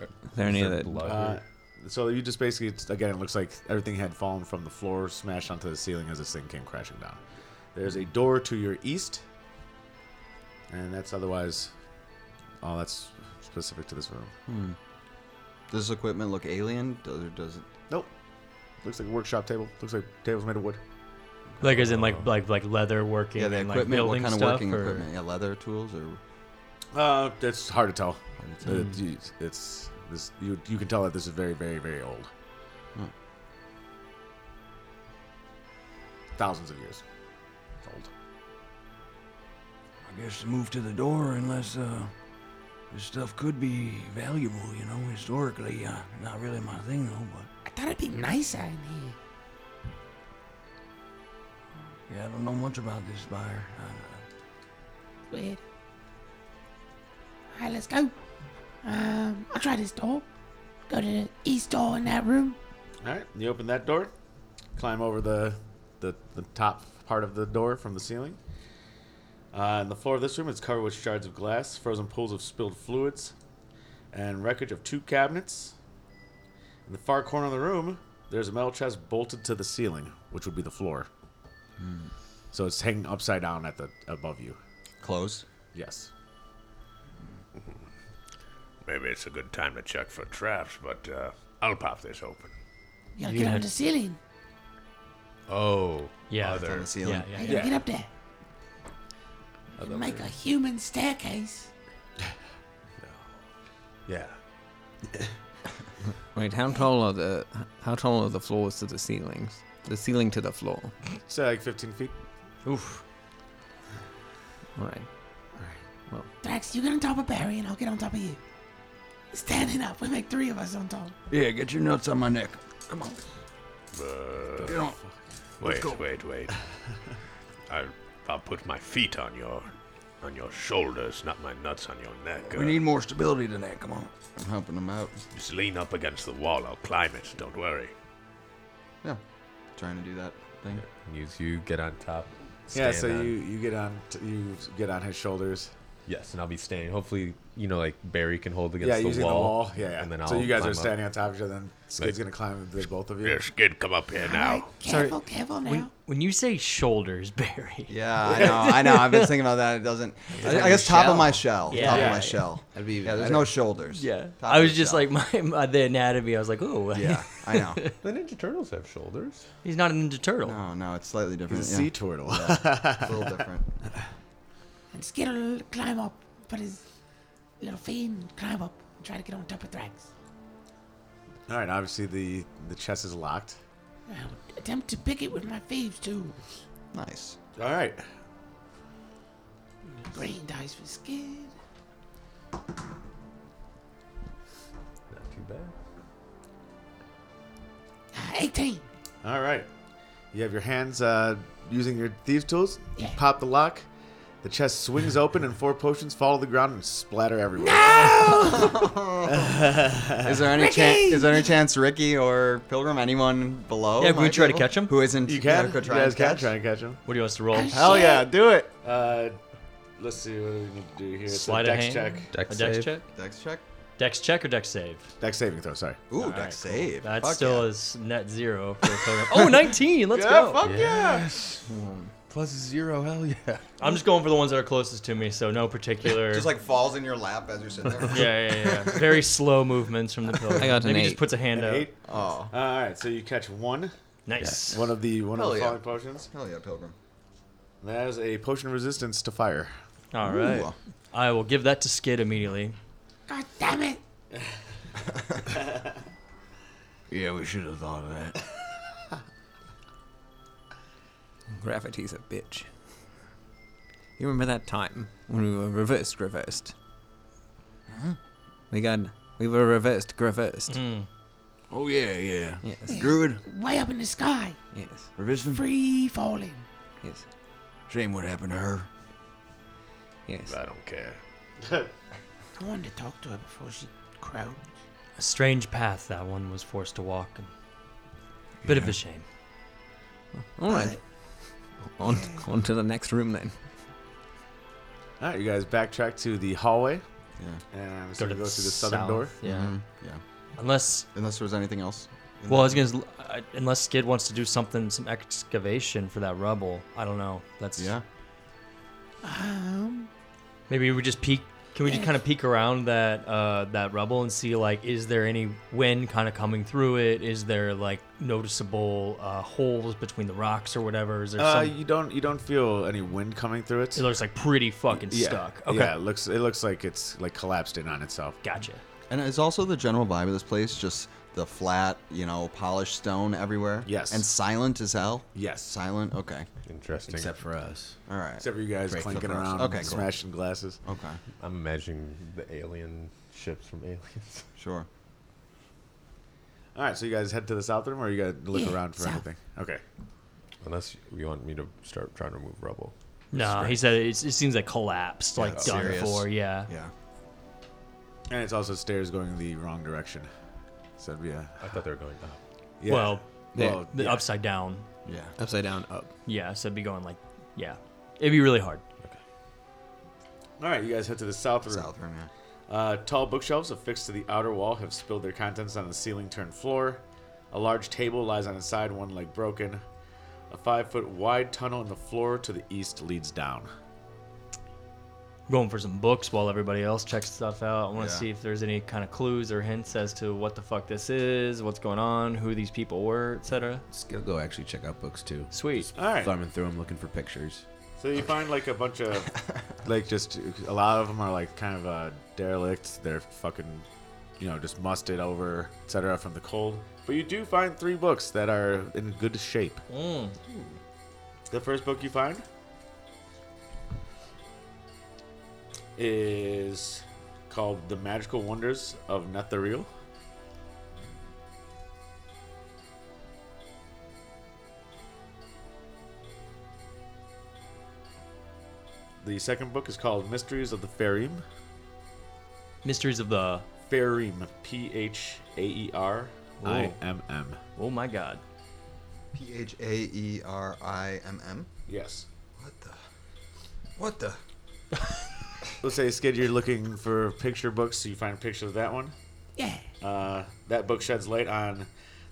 [SPEAKER 3] Is there any
[SPEAKER 6] Is there
[SPEAKER 3] other
[SPEAKER 6] Hmm. blood
[SPEAKER 2] Uh,
[SPEAKER 6] here?
[SPEAKER 2] so you just basically, it's- again, it looks like everything had fallen from the floor, smashed onto the ceiling as this thing came crashing down. There's a door to your east, and that's otherwise, oh, that's specific to this room.
[SPEAKER 5] Does this equipment look alien? Does or does it?
[SPEAKER 2] Nope. Looks like a workshop table. Looks like tables made of wood.
[SPEAKER 4] Like as in
[SPEAKER 6] Oh.
[SPEAKER 4] like like like leather working.
[SPEAKER 5] Yeah, the
[SPEAKER 4] and,
[SPEAKER 5] equipment.
[SPEAKER 4] Like
[SPEAKER 5] what
[SPEAKER 4] building
[SPEAKER 5] kind of
[SPEAKER 4] stuff,
[SPEAKER 5] working
[SPEAKER 4] or-
[SPEAKER 5] equipment? Yeah, leather tools or
[SPEAKER 2] Uh, that's hard to tell. Uh, you- it's this. You you can tell that this is very very very old.
[SPEAKER 5] Hmm.
[SPEAKER 2] Thousands of years. It's old.
[SPEAKER 8] I guess move to the door unless uh, this stuff could be valuable, you know, historically. Uh, not really my thing though, but
[SPEAKER 7] I thought it'd be nicer in here.
[SPEAKER 8] yeah, I don't know much about this buyer. Uh,
[SPEAKER 7] It's Weird. All right, let's go. Um, I'll try this door. Go to the east door in that room.
[SPEAKER 2] All right. You open that door, climb over the the, the top part of the door from the ceiling. Uh, and the floor of this room is covered with shards of glass, frozen pools of spilled fluids, and wreckage of two cabinets. In the far corner of the room, there's a metal chest bolted to the ceiling, which would be the floor. So it's hanging upside down at the above you.
[SPEAKER 5] clothes?
[SPEAKER 2] Yes.
[SPEAKER 9] Maybe it's a good time to check for traps, but uh, I'll pop this open.
[SPEAKER 7] You gotta
[SPEAKER 4] You
[SPEAKER 7] get
[SPEAKER 4] had-
[SPEAKER 7] on the ceiling.
[SPEAKER 6] Oh.
[SPEAKER 4] Yeah.
[SPEAKER 6] Other.
[SPEAKER 5] on the ceiling.
[SPEAKER 4] Yeah,
[SPEAKER 7] How
[SPEAKER 4] yeah.
[SPEAKER 7] you get up there?
[SPEAKER 6] Other
[SPEAKER 7] You make a
[SPEAKER 6] way.
[SPEAKER 7] human staircase.
[SPEAKER 6] Yeah.
[SPEAKER 3] Wait, how tall are the how tall are the floors to the ceilings? The ceiling to the floor.
[SPEAKER 2] Say like 15 feet.
[SPEAKER 4] Oof.
[SPEAKER 3] All right.
[SPEAKER 8] Uh,
[SPEAKER 7] Drax, you get on top of Barry and I'll get on top of you. Standing up, we make three of us on top.
[SPEAKER 8] Yeah, get your nuts on my neck. Come on.
[SPEAKER 9] Uh,
[SPEAKER 8] Get on.
[SPEAKER 9] wait,
[SPEAKER 8] go.
[SPEAKER 9] wait, wait. I, I'll put my feet on your, on your shoulders, not my nuts on your neck.
[SPEAKER 8] We
[SPEAKER 9] Uh,
[SPEAKER 8] need more stability than that. Come on.
[SPEAKER 5] I'm helping him out.
[SPEAKER 9] Just lean up against the wall. I'll climb it. Don't worry.
[SPEAKER 5] Trying to do that thing.
[SPEAKER 6] Use you. Get on top.
[SPEAKER 2] yeah,
[SPEAKER 6] stand
[SPEAKER 2] so
[SPEAKER 6] on-
[SPEAKER 2] you you get on t- you get on his shoulders.
[SPEAKER 6] Yes, and I'll be standing. Hopefully, you know, like Barry can hold against
[SPEAKER 2] yeah,
[SPEAKER 6] the,
[SPEAKER 2] using
[SPEAKER 6] wall,
[SPEAKER 2] the wall. Yeah, yeah.
[SPEAKER 6] And then I'll
[SPEAKER 2] so you guys
[SPEAKER 6] climb
[SPEAKER 2] are
[SPEAKER 6] up.
[SPEAKER 2] standing on top of each other. Then Skid's
[SPEAKER 9] Like-
[SPEAKER 2] gonna climb the both of you.
[SPEAKER 9] Here, Skid, come up here
[SPEAKER 7] All right,
[SPEAKER 9] now.
[SPEAKER 7] careful, careful now.
[SPEAKER 4] When, when you say shoulders, Barry.
[SPEAKER 5] Yeah, I know. I know. I've been thinking about that. It doesn't. I, I guess top of my shell.
[SPEAKER 4] Yeah.
[SPEAKER 5] Top of
[SPEAKER 4] Yeah,
[SPEAKER 5] my
[SPEAKER 4] yeah.
[SPEAKER 5] shell.
[SPEAKER 10] That'd be
[SPEAKER 5] Yeah, there's
[SPEAKER 10] better.
[SPEAKER 5] no shoulders.
[SPEAKER 4] Yeah.
[SPEAKER 5] Top
[SPEAKER 4] I
[SPEAKER 5] of
[SPEAKER 4] was
[SPEAKER 5] the
[SPEAKER 4] just
[SPEAKER 5] shell.
[SPEAKER 4] like my, my the anatomy. I was like, oh,
[SPEAKER 5] Yeah, I know.
[SPEAKER 6] The Ninja Turtles have shoulders.
[SPEAKER 4] he's not a ninja turtle.
[SPEAKER 5] No, no, it's slightly different.
[SPEAKER 2] He's a
[SPEAKER 5] yeah.
[SPEAKER 2] sea turtle.
[SPEAKER 5] a little different.
[SPEAKER 7] And Skid will climb up, put his little feet and climb up and try to get on top of Drax.
[SPEAKER 2] All right. Obviously, the the chest is locked.
[SPEAKER 7] I would attempt to pick it with my thieves too.
[SPEAKER 5] Nice.
[SPEAKER 2] All right.
[SPEAKER 7] Green dice for Skid.
[SPEAKER 6] Not too bad.
[SPEAKER 7] Ah, 18.
[SPEAKER 2] All right. You have your hands uh, using your thieves' tools. You
[SPEAKER 7] Yeah.
[SPEAKER 2] pop the lock. The chest swings open, and four potions fall to the ground and splatter everywhere.
[SPEAKER 5] Is there any chance? Is there any chance Ricky or Pilgrim, anyone below?
[SPEAKER 4] Yeah, can we
[SPEAKER 5] might be
[SPEAKER 4] try to
[SPEAKER 5] able-
[SPEAKER 4] catch him?
[SPEAKER 5] Who isn't?
[SPEAKER 2] You can.
[SPEAKER 5] who
[SPEAKER 2] You
[SPEAKER 5] could try
[SPEAKER 2] guys
[SPEAKER 5] and
[SPEAKER 2] can
[SPEAKER 5] catch? Oh,
[SPEAKER 2] try and catch them.
[SPEAKER 4] What do you want us to roll?
[SPEAKER 7] Gosh.
[SPEAKER 2] Oh, Hell yeah, do it. Uh, let's see what do we need to do here. It's
[SPEAKER 4] Sleight
[SPEAKER 2] a
[SPEAKER 4] of
[SPEAKER 2] dex
[SPEAKER 4] hand.
[SPEAKER 2] check.
[SPEAKER 6] Dex
[SPEAKER 4] a dex
[SPEAKER 6] save.
[SPEAKER 4] check.
[SPEAKER 5] Dex check.
[SPEAKER 4] Dex check or dex save.
[SPEAKER 2] Dex saving throw. Sorry.
[SPEAKER 5] Ooh, dex save.
[SPEAKER 4] That
[SPEAKER 5] Fuck
[SPEAKER 4] still
[SPEAKER 5] yeah.
[SPEAKER 4] is net zero for a total. oh, 19. Let's go.
[SPEAKER 6] Yes. Plus zero. Hell yeah.
[SPEAKER 4] I'm just going for the ones that are closest to me, so no particular.
[SPEAKER 5] Just like falls in your lap as you're sitting there.
[SPEAKER 4] yeah, yeah, yeah. Very slow movements from the pillar.
[SPEAKER 3] I got an
[SPEAKER 4] Maybe he just
[SPEAKER 3] eight.
[SPEAKER 4] puts a hand
[SPEAKER 2] An
[SPEAKER 4] out.
[SPEAKER 2] eight.
[SPEAKER 5] oh,
[SPEAKER 2] All right, so you catch one,
[SPEAKER 4] Nice.
[SPEAKER 2] one of the one
[SPEAKER 5] Hell
[SPEAKER 2] of the
[SPEAKER 5] yeah.
[SPEAKER 2] falling potions.
[SPEAKER 5] hell yeah, Pilgrim.
[SPEAKER 2] That is a potion of resistance to fire.
[SPEAKER 4] All right.
[SPEAKER 5] Ooh.
[SPEAKER 4] I will give that to Skid immediately.
[SPEAKER 7] God damn it.
[SPEAKER 8] Yeah, we should have thought of that.
[SPEAKER 3] Gravity's a bitch. You remember that time when we were reversed, reversed? We got we were reversed, reversed.
[SPEAKER 8] Mm. Oh yeah, yeah.
[SPEAKER 3] Yes,
[SPEAKER 8] Druid,
[SPEAKER 7] Way up in the sky.
[SPEAKER 3] yes,
[SPEAKER 8] Revision.
[SPEAKER 7] Free falling.
[SPEAKER 3] yes,
[SPEAKER 8] Shame what happened to her.
[SPEAKER 3] yes.
[SPEAKER 9] I don't care.
[SPEAKER 7] I wanted to talk to her before she crowed.
[SPEAKER 4] A strange path that one was forced to walk. And bit of a shame.
[SPEAKER 3] All right. On, on to the next room then.
[SPEAKER 2] All right, you guys backtrack to the hallway.
[SPEAKER 5] Yeah.
[SPEAKER 2] And I'm
[SPEAKER 4] Go
[SPEAKER 2] going
[SPEAKER 4] to
[SPEAKER 2] to go
[SPEAKER 4] the
[SPEAKER 2] through the southern
[SPEAKER 4] south,
[SPEAKER 2] door.
[SPEAKER 4] Yeah.
[SPEAKER 6] Mm-hmm.
[SPEAKER 5] Mhm, Yeah.
[SPEAKER 4] Unless,
[SPEAKER 5] Unless there was anything else. in
[SPEAKER 4] well, I
[SPEAKER 5] that
[SPEAKER 4] was gonna, uh, unless Skid wants to do something, some excavation for that rubble. I don't know. That's
[SPEAKER 5] Yeah.
[SPEAKER 7] Um,
[SPEAKER 4] Maybe we just peek. Can we just kind of peek around that uh, that rubble and see like is there any wind kind of coming through it? Is there like noticeable uh, holes between the rocks or whatever? Is there
[SPEAKER 2] Uh,
[SPEAKER 4] some?
[SPEAKER 2] you don't you don't feel any wind coming through it.
[SPEAKER 4] It looks like pretty fucking
[SPEAKER 2] yeah,
[SPEAKER 4] stuck. Okay,
[SPEAKER 2] Yeah, it looks it looks like it's like collapsed in on itself.
[SPEAKER 4] gotcha.
[SPEAKER 5] And it's also the general vibe of this place, just the flat, you know, polished stone everywhere.
[SPEAKER 2] Yes.
[SPEAKER 5] And silent as hell.
[SPEAKER 2] Yes.
[SPEAKER 5] Silent. Okay.
[SPEAKER 6] Interesting.
[SPEAKER 10] Except for us.
[SPEAKER 5] All right.
[SPEAKER 2] Except for you guys
[SPEAKER 5] Great.
[SPEAKER 2] clinking
[SPEAKER 5] Except for us.
[SPEAKER 2] around,
[SPEAKER 5] Okay,
[SPEAKER 2] and
[SPEAKER 5] cool.
[SPEAKER 2] smashing glasses.
[SPEAKER 5] okay.
[SPEAKER 6] I'm imagining the alien ships from Aliens.
[SPEAKER 5] Sure.
[SPEAKER 2] All right, so you guys head to the south room, or you guys look
[SPEAKER 7] Yeah,
[SPEAKER 2] around for
[SPEAKER 7] south.
[SPEAKER 2] anything. Okay.
[SPEAKER 6] Unless you want me to start trying to remove rubble.
[SPEAKER 4] No, he said it, it seems like collapsed, like done
[SPEAKER 5] serious.
[SPEAKER 4] for. Yeah.
[SPEAKER 5] Yeah.
[SPEAKER 2] And it's also stairs going the wrong direction. So it'd be a
[SPEAKER 6] I thought they were going up.
[SPEAKER 2] yeah.
[SPEAKER 4] Well,
[SPEAKER 2] well,
[SPEAKER 4] the
[SPEAKER 2] yeah.
[SPEAKER 4] upside down.
[SPEAKER 5] Yeah.
[SPEAKER 3] Upside down, up.
[SPEAKER 4] Yeah, so it'd be going like, yeah, it'd be really hard.
[SPEAKER 2] All right, you guys head to the south room.
[SPEAKER 5] South room. Yeah.
[SPEAKER 2] Uh, tall bookshelves affixed to the outer wall have spilled their contents on the ceiling turned floor. A large table lies on its side, one leg broken. A five foot wide tunnel in the floor to the east leads down.
[SPEAKER 4] going for some books while everybody else checks stuff out. I want to
[SPEAKER 6] Yeah.
[SPEAKER 4] see if there's any kind of clues or hints as to what the fuck this is, what's going on, who these people were, etc.
[SPEAKER 10] Skill go actually check out books too.
[SPEAKER 4] Sweet.
[SPEAKER 2] All right.
[SPEAKER 10] Thumbing through them looking for pictures.
[SPEAKER 2] So you find like a bunch of, like just a lot of them are like kind of uh, derelict. They're fucking, you know, just musted over, etc. From the cold. But you do find three books that are in good shape.
[SPEAKER 4] Mm.
[SPEAKER 2] The first book you find is called "The Magical Wonders of Not the Real." The second book is called Mysteries of the Farim.
[SPEAKER 4] Mysteries of the.
[SPEAKER 2] Farim, P H A E R I M M.
[SPEAKER 4] Oh my God.
[SPEAKER 5] P H A E R I M M.
[SPEAKER 2] Yes.
[SPEAKER 5] What the? What the?
[SPEAKER 2] Let's say, Skid, you're looking for picture books, so you find a picture of that one.
[SPEAKER 7] Yeah.
[SPEAKER 2] Uh, that book sheds light on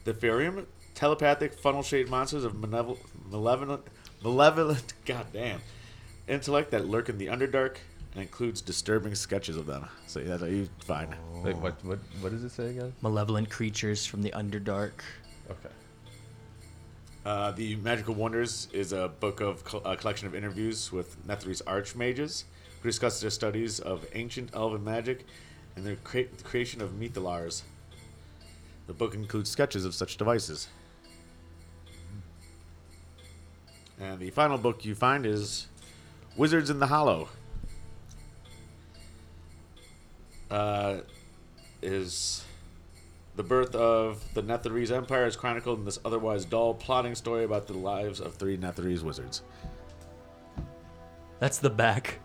[SPEAKER 2] the Ferium, telepathic funnel shaped monsters of malevol- malevolent, malevolent, goddamn, intellect that lurk in the Underdark and includes disturbing sketches of them. So that's what you find.
[SPEAKER 6] Wait, what, what, what does it say again?
[SPEAKER 4] Malevolent creatures from the Underdark.
[SPEAKER 6] Okay.
[SPEAKER 2] Uh, the Magical Wonders is a book of col- a collection of interviews with Netherese archmages who discuss their studies of ancient elven magic and their cre- the creation of Mythalars. The book includes sketches of such devices. And the final book you find is Wizards in the Hollow. Uh, is the birth of the Netherese Empire is chronicled in this otherwise dull, plotting story about the lives of three Netherese wizards.
[SPEAKER 4] That's the back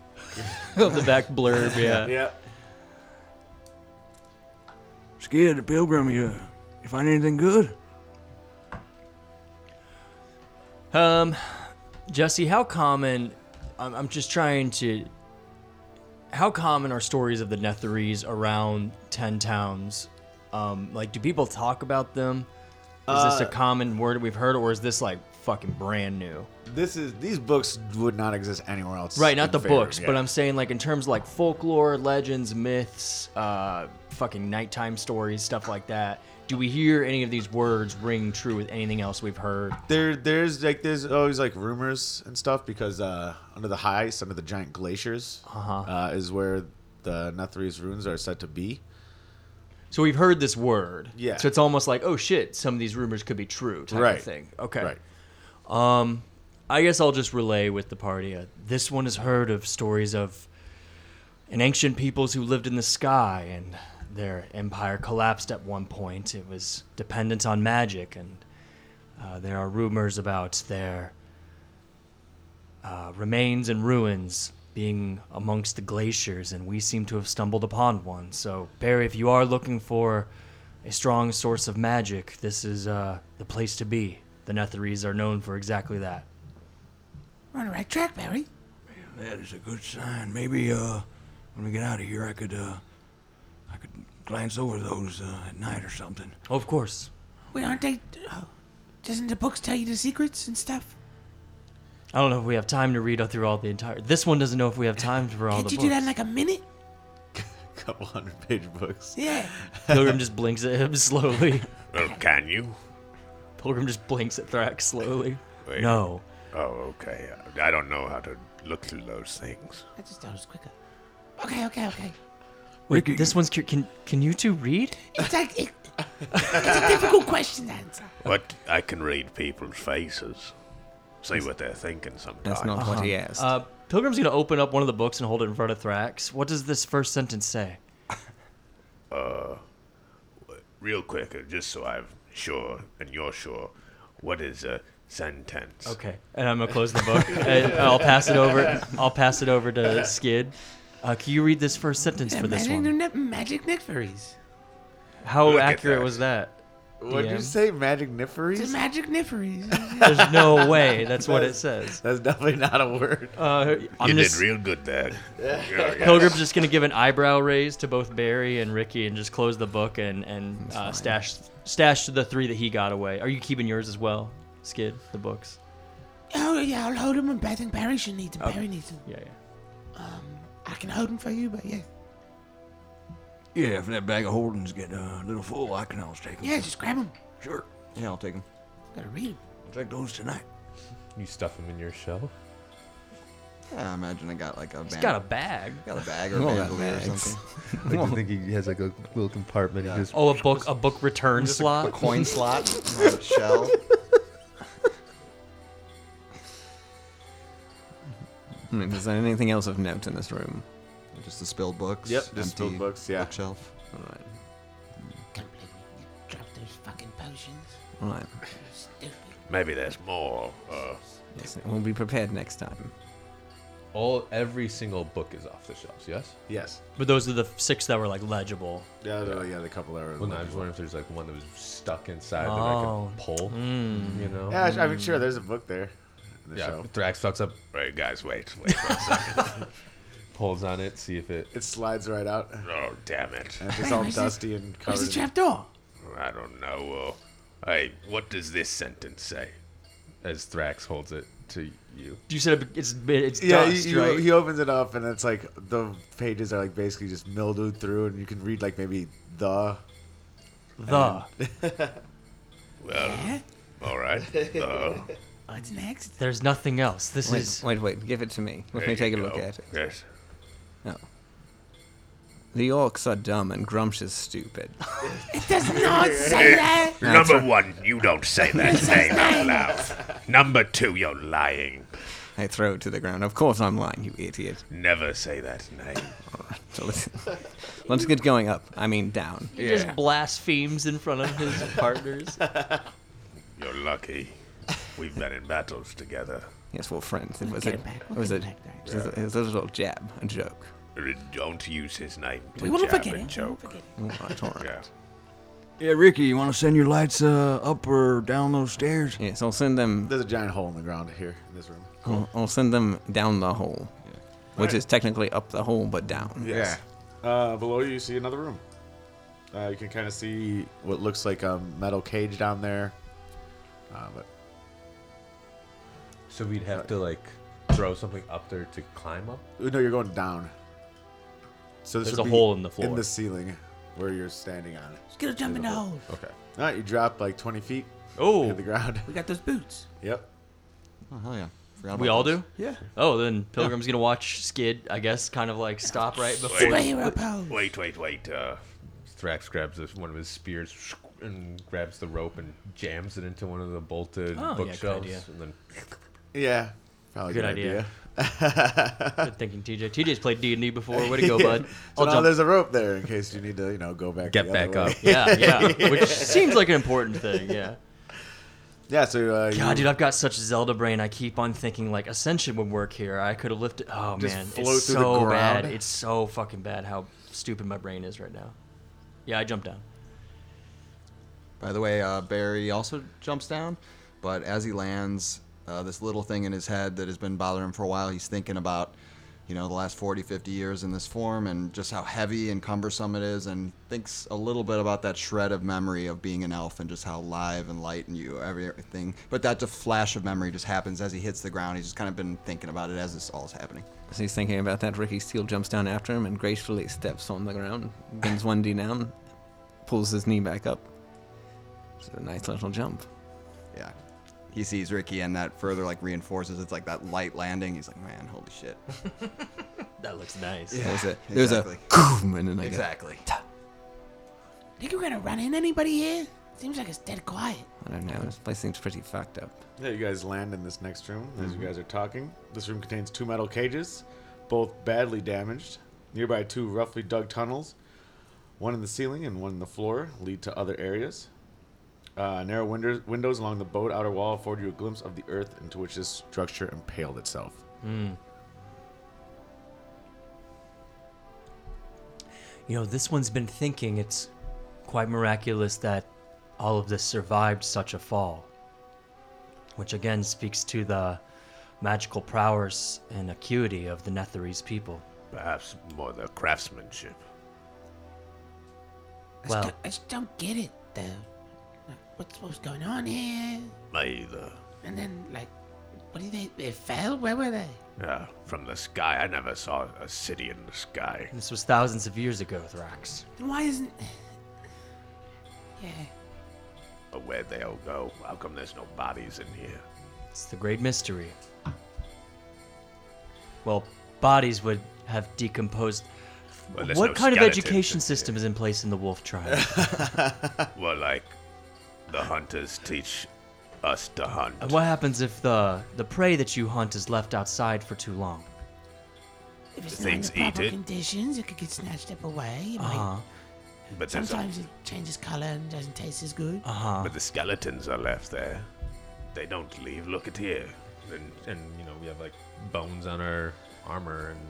[SPEAKER 4] of the back blurb. Yeah.
[SPEAKER 2] Yeah.
[SPEAKER 8] Skid, the pilgrim, you, you find anything good?
[SPEAKER 4] Um, Jesse, how common? I'm, I'm just trying to. How common are stories of the Netherese around ten towns? Um, like, do people talk about them? Is this a common word we've heard, or is this like fucking brand new?
[SPEAKER 2] This is these books would not exist anywhere else.
[SPEAKER 4] Right, not
[SPEAKER 2] in Faerun,
[SPEAKER 4] the books,
[SPEAKER 2] yeah.
[SPEAKER 4] but I'm saying like in terms of like folklore, legends, myths, uh, fucking nighttime stories, stuff like that. Do we hear any of these words ring true with anything else we've heard?
[SPEAKER 2] there there's like there's always like rumors and stuff because uh under the ice, under the giant glaciers,
[SPEAKER 4] Uh-huh.
[SPEAKER 2] uh, is where the Netherese runes are said to be.
[SPEAKER 4] So we've heard this word.
[SPEAKER 2] Yeah.
[SPEAKER 4] So it's almost like, oh shit, some of these rumors could be true type
[SPEAKER 2] Right.
[SPEAKER 4] of thing. Okay.
[SPEAKER 2] Right.
[SPEAKER 4] Um, I guess I'll just relay with the party. Uh, this one has heard of stories of an ancient peoples who lived in the sky and their empire collapsed at one point. It was dependent on magic, and uh, there are rumors about their uh, remains and ruins being amongst the glaciers, and we seem to have stumbled upon one. So, Barry, if you are looking for a strong source of magic, this is uh, the place to be. The Netherese are known for exactly that.
[SPEAKER 7] We're on the right track, Barry.
[SPEAKER 8] That is a good sign. Maybe uh, when we get out of here, I could uh, I could glance over those uh, at night or something.
[SPEAKER 4] Oh, of course.
[SPEAKER 7] Wait, aren't they? Oh, doesn't the books tell you the secrets and stuff?
[SPEAKER 4] I don't know if we have time to read through all the entire. This one doesn't know if we have time for all
[SPEAKER 7] Can't
[SPEAKER 4] the
[SPEAKER 7] you
[SPEAKER 4] books.
[SPEAKER 7] do that in like a minute?
[SPEAKER 2] Couple hundred page books.
[SPEAKER 7] Yeah.
[SPEAKER 4] Pilgrim just blinks at him slowly.
[SPEAKER 9] Well, can you?
[SPEAKER 4] Pilgrim just blinks at Thrax slowly.
[SPEAKER 9] Wait.
[SPEAKER 4] No.
[SPEAKER 9] Oh, okay. I don't know how to look through those things.
[SPEAKER 7] I just thought it was quicker. Okay, okay, okay.
[SPEAKER 4] Wait, this one's cu- can can you two read?
[SPEAKER 7] It's like it, it's a difficult question to answer.
[SPEAKER 9] What? I can read people's faces. See what they're thinking sometimes.
[SPEAKER 3] That's not what he asked.
[SPEAKER 4] Uh, Pilgrim's gonna open up one of the books and hold it in front of Thrax. What does this first sentence say?
[SPEAKER 9] uh, Real quick, uh, just so I'm sure and you're sure, what is a sentence?
[SPEAKER 4] Okay, and I'm gonna close the book. and I'll pass it over. I'll pass it over to Skid. Uh, can you read this first sentence for this
[SPEAKER 7] magic,
[SPEAKER 4] one?
[SPEAKER 7] Ne- magic neck fairies.
[SPEAKER 4] How
[SPEAKER 9] Look at
[SPEAKER 4] accurate
[SPEAKER 9] that.
[SPEAKER 4] was that?
[SPEAKER 2] What did
[SPEAKER 4] DM?
[SPEAKER 2] you say, Magic
[SPEAKER 7] The
[SPEAKER 2] Niferes?
[SPEAKER 7] magic neck fairies.
[SPEAKER 4] There's no way. That's what it says.
[SPEAKER 2] That's definitely not a word.
[SPEAKER 4] Uh,
[SPEAKER 9] You
[SPEAKER 4] I'm
[SPEAKER 9] did
[SPEAKER 4] just,
[SPEAKER 9] real good there. Yeah, yeah.
[SPEAKER 4] Pilgrim's just gonna give an eyebrow raise to both Barry and Ricky and just close the book and and uh, stash stash the three that he got away. Are you keeping yours as well, Skid? The books. Oh.
[SPEAKER 7] oh yeah, I'll hold them. And I think Barry should need them. Barry needs them.
[SPEAKER 4] Yeah, yeah.
[SPEAKER 7] Um, I can hold them for you, but yeah.
[SPEAKER 8] Yeah, if that bag of holdings get uh, a little full, I can always take them.
[SPEAKER 7] Yeah, just grab them.
[SPEAKER 8] Sure.
[SPEAKER 5] Yeah, I'll take them.
[SPEAKER 7] Gotta read them.
[SPEAKER 8] I'll take those tonight.
[SPEAKER 6] You stuff them in your shell.
[SPEAKER 5] Yeah, I imagine I got like a.
[SPEAKER 4] He's got a bag.
[SPEAKER 5] got a bag or a
[SPEAKER 3] Oh, that
[SPEAKER 5] bandolier or
[SPEAKER 3] bags.
[SPEAKER 5] something.
[SPEAKER 6] Like, you think he has like a little compartment. He just
[SPEAKER 4] Oh, a book, a book return slot.
[SPEAKER 5] A coin slot, a shell.
[SPEAKER 3] Hmm, Is there anything else of note in this room?
[SPEAKER 5] Just the spilled books.
[SPEAKER 2] Yep, just spilled
[SPEAKER 5] empty
[SPEAKER 2] books, yeah.
[SPEAKER 5] Bookshelf.
[SPEAKER 3] All right.
[SPEAKER 7] Can't believe you dropped those fucking potions.
[SPEAKER 3] All right.
[SPEAKER 7] Stupid.
[SPEAKER 9] Maybe there's more. Uh,
[SPEAKER 3] Yes, we'll be prepared next time.
[SPEAKER 6] all every single book is off the shelves. Yes.
[SPEAKER 2] Yes.
[SPEAKER 4] But those are the six that were like legible.
[SPEAKER 2] Yeah, no, yeah, the couple that were.
[SPEAKER 6] Well, no, I was wondering if there's like one that was stuck inside
[SPEAKER 4] Oh. Hmm.
[SPEAKER 6] that I could pull. You know.
[SPEAKER 2] yeah, I mean, sure, there's a book there. in The
[SPEAKER 6] Yeah,
[SPEAKER 2] shelf.
[SPEAKER 6] Thrax fucks up,
[SPEAKER 9] wait, guys, wait, wait. for a sec.
[SPEAKER 6] pulls on it, see if it.
[SPEAKER 2] It slides right out.
[SPEAKER 9] oh, damn it!
[SPEAKER 2] And it's all
[SPEAKER 7] where's the-
[SPEAKER 2] dusty and covered.
[SPEAKER 7] Where's the
[SPEAKER 2] in-
[SPEAKER 7] oh, trapdoor?
[SPEAKER 9] I don't know. Uh, hey, what does this sentence say?
[SPEAKER 6] As Thrax holds it to you,
[SPEAKER 4] You said it- it's it's
[SPEAKER 2] Yeah,
[SPEAKER 4] dust,
[SPEAKER 2] you, you-
[SPEAKER 4] right?
[SPEAKER 2] he opens it up and it's like the pages are like basically just mildewed through, and you can read like maybe the.
[SPEAKER 4] the
[SPEAKER 9] Well, all right. Uh,
[SPEAKER 7] What's next?
[SPEAKER 4] there's nothing else. This
[SPEAKER 3] Wait,
[SPEAKER 4] is
[SPEAKER 3] wait, wait. Give it to me. Let
[SPEAKER 9] there
[SPEAKER 3] me take a
[SPEAKER 9] you
[SPEAKER 3] look
[SPEAKER 9] go.
[SPEAKER 3] at it.
[SPEAKER 9] Yes.
[SPEAKER 3] No. The orcs are dumb and Grumsh is stupid.
[SPEAKER 7] It does not say that.
[SPEAKER 9] Eh, Number one, you don't say that name out loud. Number two, you're lying.
[SPEAKER 3] I throw it to the ground. Of course I'm lying, you idiot.
[SPEAKER 9] Never say that name.
[SPEAKER 3] So let's, let's get going up. I mean down.
[SPEAKER 4] he just blasphemes in front of his partners.
[SPEAKER 9] You're lucky. We've been in battles together.
[SPEAKER 3] Yes, we're friends. It was a,
[SPEAKER 7] get it back.
[SPEAKER 3] it
[SPEAKER 7] We'll
[SPEAKER 3] was a,
[SPEAKER 7] get
[SPEAKER 3] it
[SPEAKER 7] it back
[SPEAKER 3] was a, it was a little jab, a joke.
[SPEAKER 9] Don't use his name. to
[SPEAKER 7] We won't
[SPEAKER 9] jab
[SPEAKER 7] forget
[SPEAKER 9] and
[SPEAKER 7] it. We won't
[SPEAKER 9] Joke.
[SPEAKER 7] forget it.
[SPEAKER 3] All right, Oh, all right.
[SPEAKER 9] Yeah.
[SPEAKER 8] Yeah, Ricky, you want to send your lights uh, up or down those stairs?
[SPEAKER 3] Yes, I'll send them.
[SPEAKER 2] There's a giant hole in the ground here in this room.
[SPEAKER 3] I'll, I'll send them down the hole, which is technically up the hole but down.
[SPEAKER 2] Yeah. Uh, below you, you see another room. Uh, you can kind of see what looks like a metal cage down there. Uh, but
[SPEAKER 6] so we'd have to like throw something up there to climb up.
[SPEAKER 2] Uh, no, you're going down. So this
[SPEAKER 4] There's
[SPEAKER 2] would be
[SPEAKER 4] a hole in the floor.
[SPEAKER 2] in the ceiling where you're standing on.
[SPEAKER 7] Let's get a jump in the hole.
[SPEAKER 6] Okay.
[SPEAKER 2] All right, you drop like 20 feet.
[SPEAKER 4] Oh,
[SPEAKER 2] hit the ground.
[SPEAKER 7] We got those boots.
[SPEAKER 2] yep.
[SPEAKER 5] Oh hell yeah! Forgot
[SPEAKER 4] we
[SPEAKER 5] about
[SPEAKER 4] all
[SPEAKER 5] those.
[SPEAKER 4] do. Yeah. Oh, then Pilgrim's gonna watch Skid. I guess kind of like stop right before.
[SPEAKER 9] Wait,
[SPEAKER 7] Superhero pose.
[SPEAKER 9] wait, wait, wait. Uh,
[SPEAKER 6] Thrax grabs this, one of his spears and grabs the rope and jams it into one of the bolted
[SPEAKER 4] Oh, yeah, good
[SPEAKER 6] bookshelves,
[SPEAKER 4] idea.
[SPEAKER 6] and then
[SPEAKER 2] Yeah. Probably a
[SPEAKER 4] Good
[SPEAKER 2] good
[SPEAKER 4] idea.
[SPEAKER 2] idea.
[SPEAKER 4] Good thinking, TJ. TJ's played D and D before. Way to go, bud.
[SPEAKER 2] So
[SPEAKER 4] I'll
[SPEAKER 2] now
[SPEAKER 4] jump.
[SPEAKER 2] there's a rope there in case you need to, you know, go back.
[SPEAKER 6] get
[SPEAKER 2] the
[SPEAKER 6] back
[SPEAKER 2] other way.
[SPEAKER 6] up.
[SPEAKER 4] Yeah, yeah. Which seems like an important thing. Yeah.
[SPEAKER 2] Yeah. So uh,
[SPEAKER 4] God,
[SPEAKER 2] you
[SPEAKER 4] dude, I've got such Zelda brain. I keep on thinking like Ascension would work here. I could have lifted. Oh
[SPEAKER 2] Just
[SPEAKER 4] man,
[SPEAKER 2] float
[SPEAKER 4] it's
[SPEAKER 2] through the
[SPEAKER 4] so bad.
[SPEAKER 2] ground?
[SPEAKER 4] It's so fucking bad how stupid my brain is right now. Yeah, I jumped down.
[SPEAKER 5] By the way, uh, Barry also jumps down, but as he lands, uh, this little thing in his head that has been bothering him for a while, he's thinking about, you know, the last 40, 50 years in this form and just how heavy and cumbersome it is, and thinks a little bit about that shred of memory of being an elf and just how live and light and you everything. But that just flash of memory just happens as he hits the ground. He's just kind of been thinking about it as this all is happening.
[SPEAKER 3] As he's thinking about that, Ricky Steele jumps down after him and gracefully steps on the ground, bends 1D down, pulls his knee back up. It's a nice little jump.
[SPEAKER 5] Yeah. He sees Ricky, and that further like reinforces it's like that light landing. He's like, man, holy shit.
[SPEAKER 4] That looks nice.
[SPEAKER 3] There's a, there's a, and then I go,
[SPEAKER 5] Exactly.
[SPEAKER 7] Think we're gonna run in anybody here? Seems like it's dead quiet.
[SPEAKER 3] I don't know, this place seems pretty fucked up.
[SPEAKER 2] Yeah, you guys land in this next room as
[SPEAKER 4] Mm-hmm.
[SPEAKER 2] you guys are talking. This room contains two metal cages, both badly damaged. Nearby, two roughly dug tunnels, one in the ceiling and one in the floor, lead to other areas. Uh, narrow windows, windows along the boat outer wall afford you a glimpse of the earth into which this structure impaled itself.
[SPEAKER 4] Hmm. You know, this one's been thinking it's quite miraculous that all of this survived such a fall. Which again speaks to the magical prowess and acuity of the Netherese people.
[SPEAKER 9] perhaps more the craftsmanship.
[SPEAKER 7] I just,
[SPEAKER 4] Well-
[SPEAKER 7] don't- I just don't get it though. Like, what's what's going on here?
[SPEAKER 9] May the
[SPEAKER 7] And then like, What do you think? They fell? Where were they?
[SPEAKER 9] Uh, from the sky. I never saw a city in the sky.
[SPEAKER 4] This was thousands of years ago, Thrax.
[SPEAKER 7] Then why isn't. Yeah.
[SPEAKER 9] But where'd they all go? How come there's no bodies in here?
[SPEAKER 4] It's the great mystery. Well, bodies would have decomposed.
[SPEAKER 9] Well, there's
[SPEAKER 4] what
[SPEAKER 9] no
[SPEAKER 4] kind of
[SPEAKER 9] skeletons
[SPEAKER 4] education
[SPEAKER 9] in
[SPEAKER 4] system is in place in the Wolf Tribe?
[SPEAKER 9] Well, like, the hunters teach us to hunt.
[SPEAKER 4] And what happens if the the prey that you hunt is left outside for too long?
[SPEAKER 7] If it's
[SPEAKER 9] Things
[SPEAKER 7] not in the
[SPEAKER 9] eat
[SPEAKER 7] proper
[SPEAKER 9] it.
[SPEAKER 7] conditions, it could get snatched up away. It
[SPEAKER 2] Uh-huh,
[SPEAKER 4] Uh
[SPEAKER 9] Uh-huh.
[SPEAKER 4] huh.
[SPEAKER 7] might,
[SPEAKER 9] But, since
[SPEAKER 7] sometimes it changes color and doesn't taste as good.
[SPEAKER 4] Uh
[SPEAKER 2] uh-huh.
[SPEAKER 4] huh.
[SPEAKER 9] but the skeletons are left there. They don't leave. Look at here.
[SPEAKER 6] And, and you know we have like bones on our armor and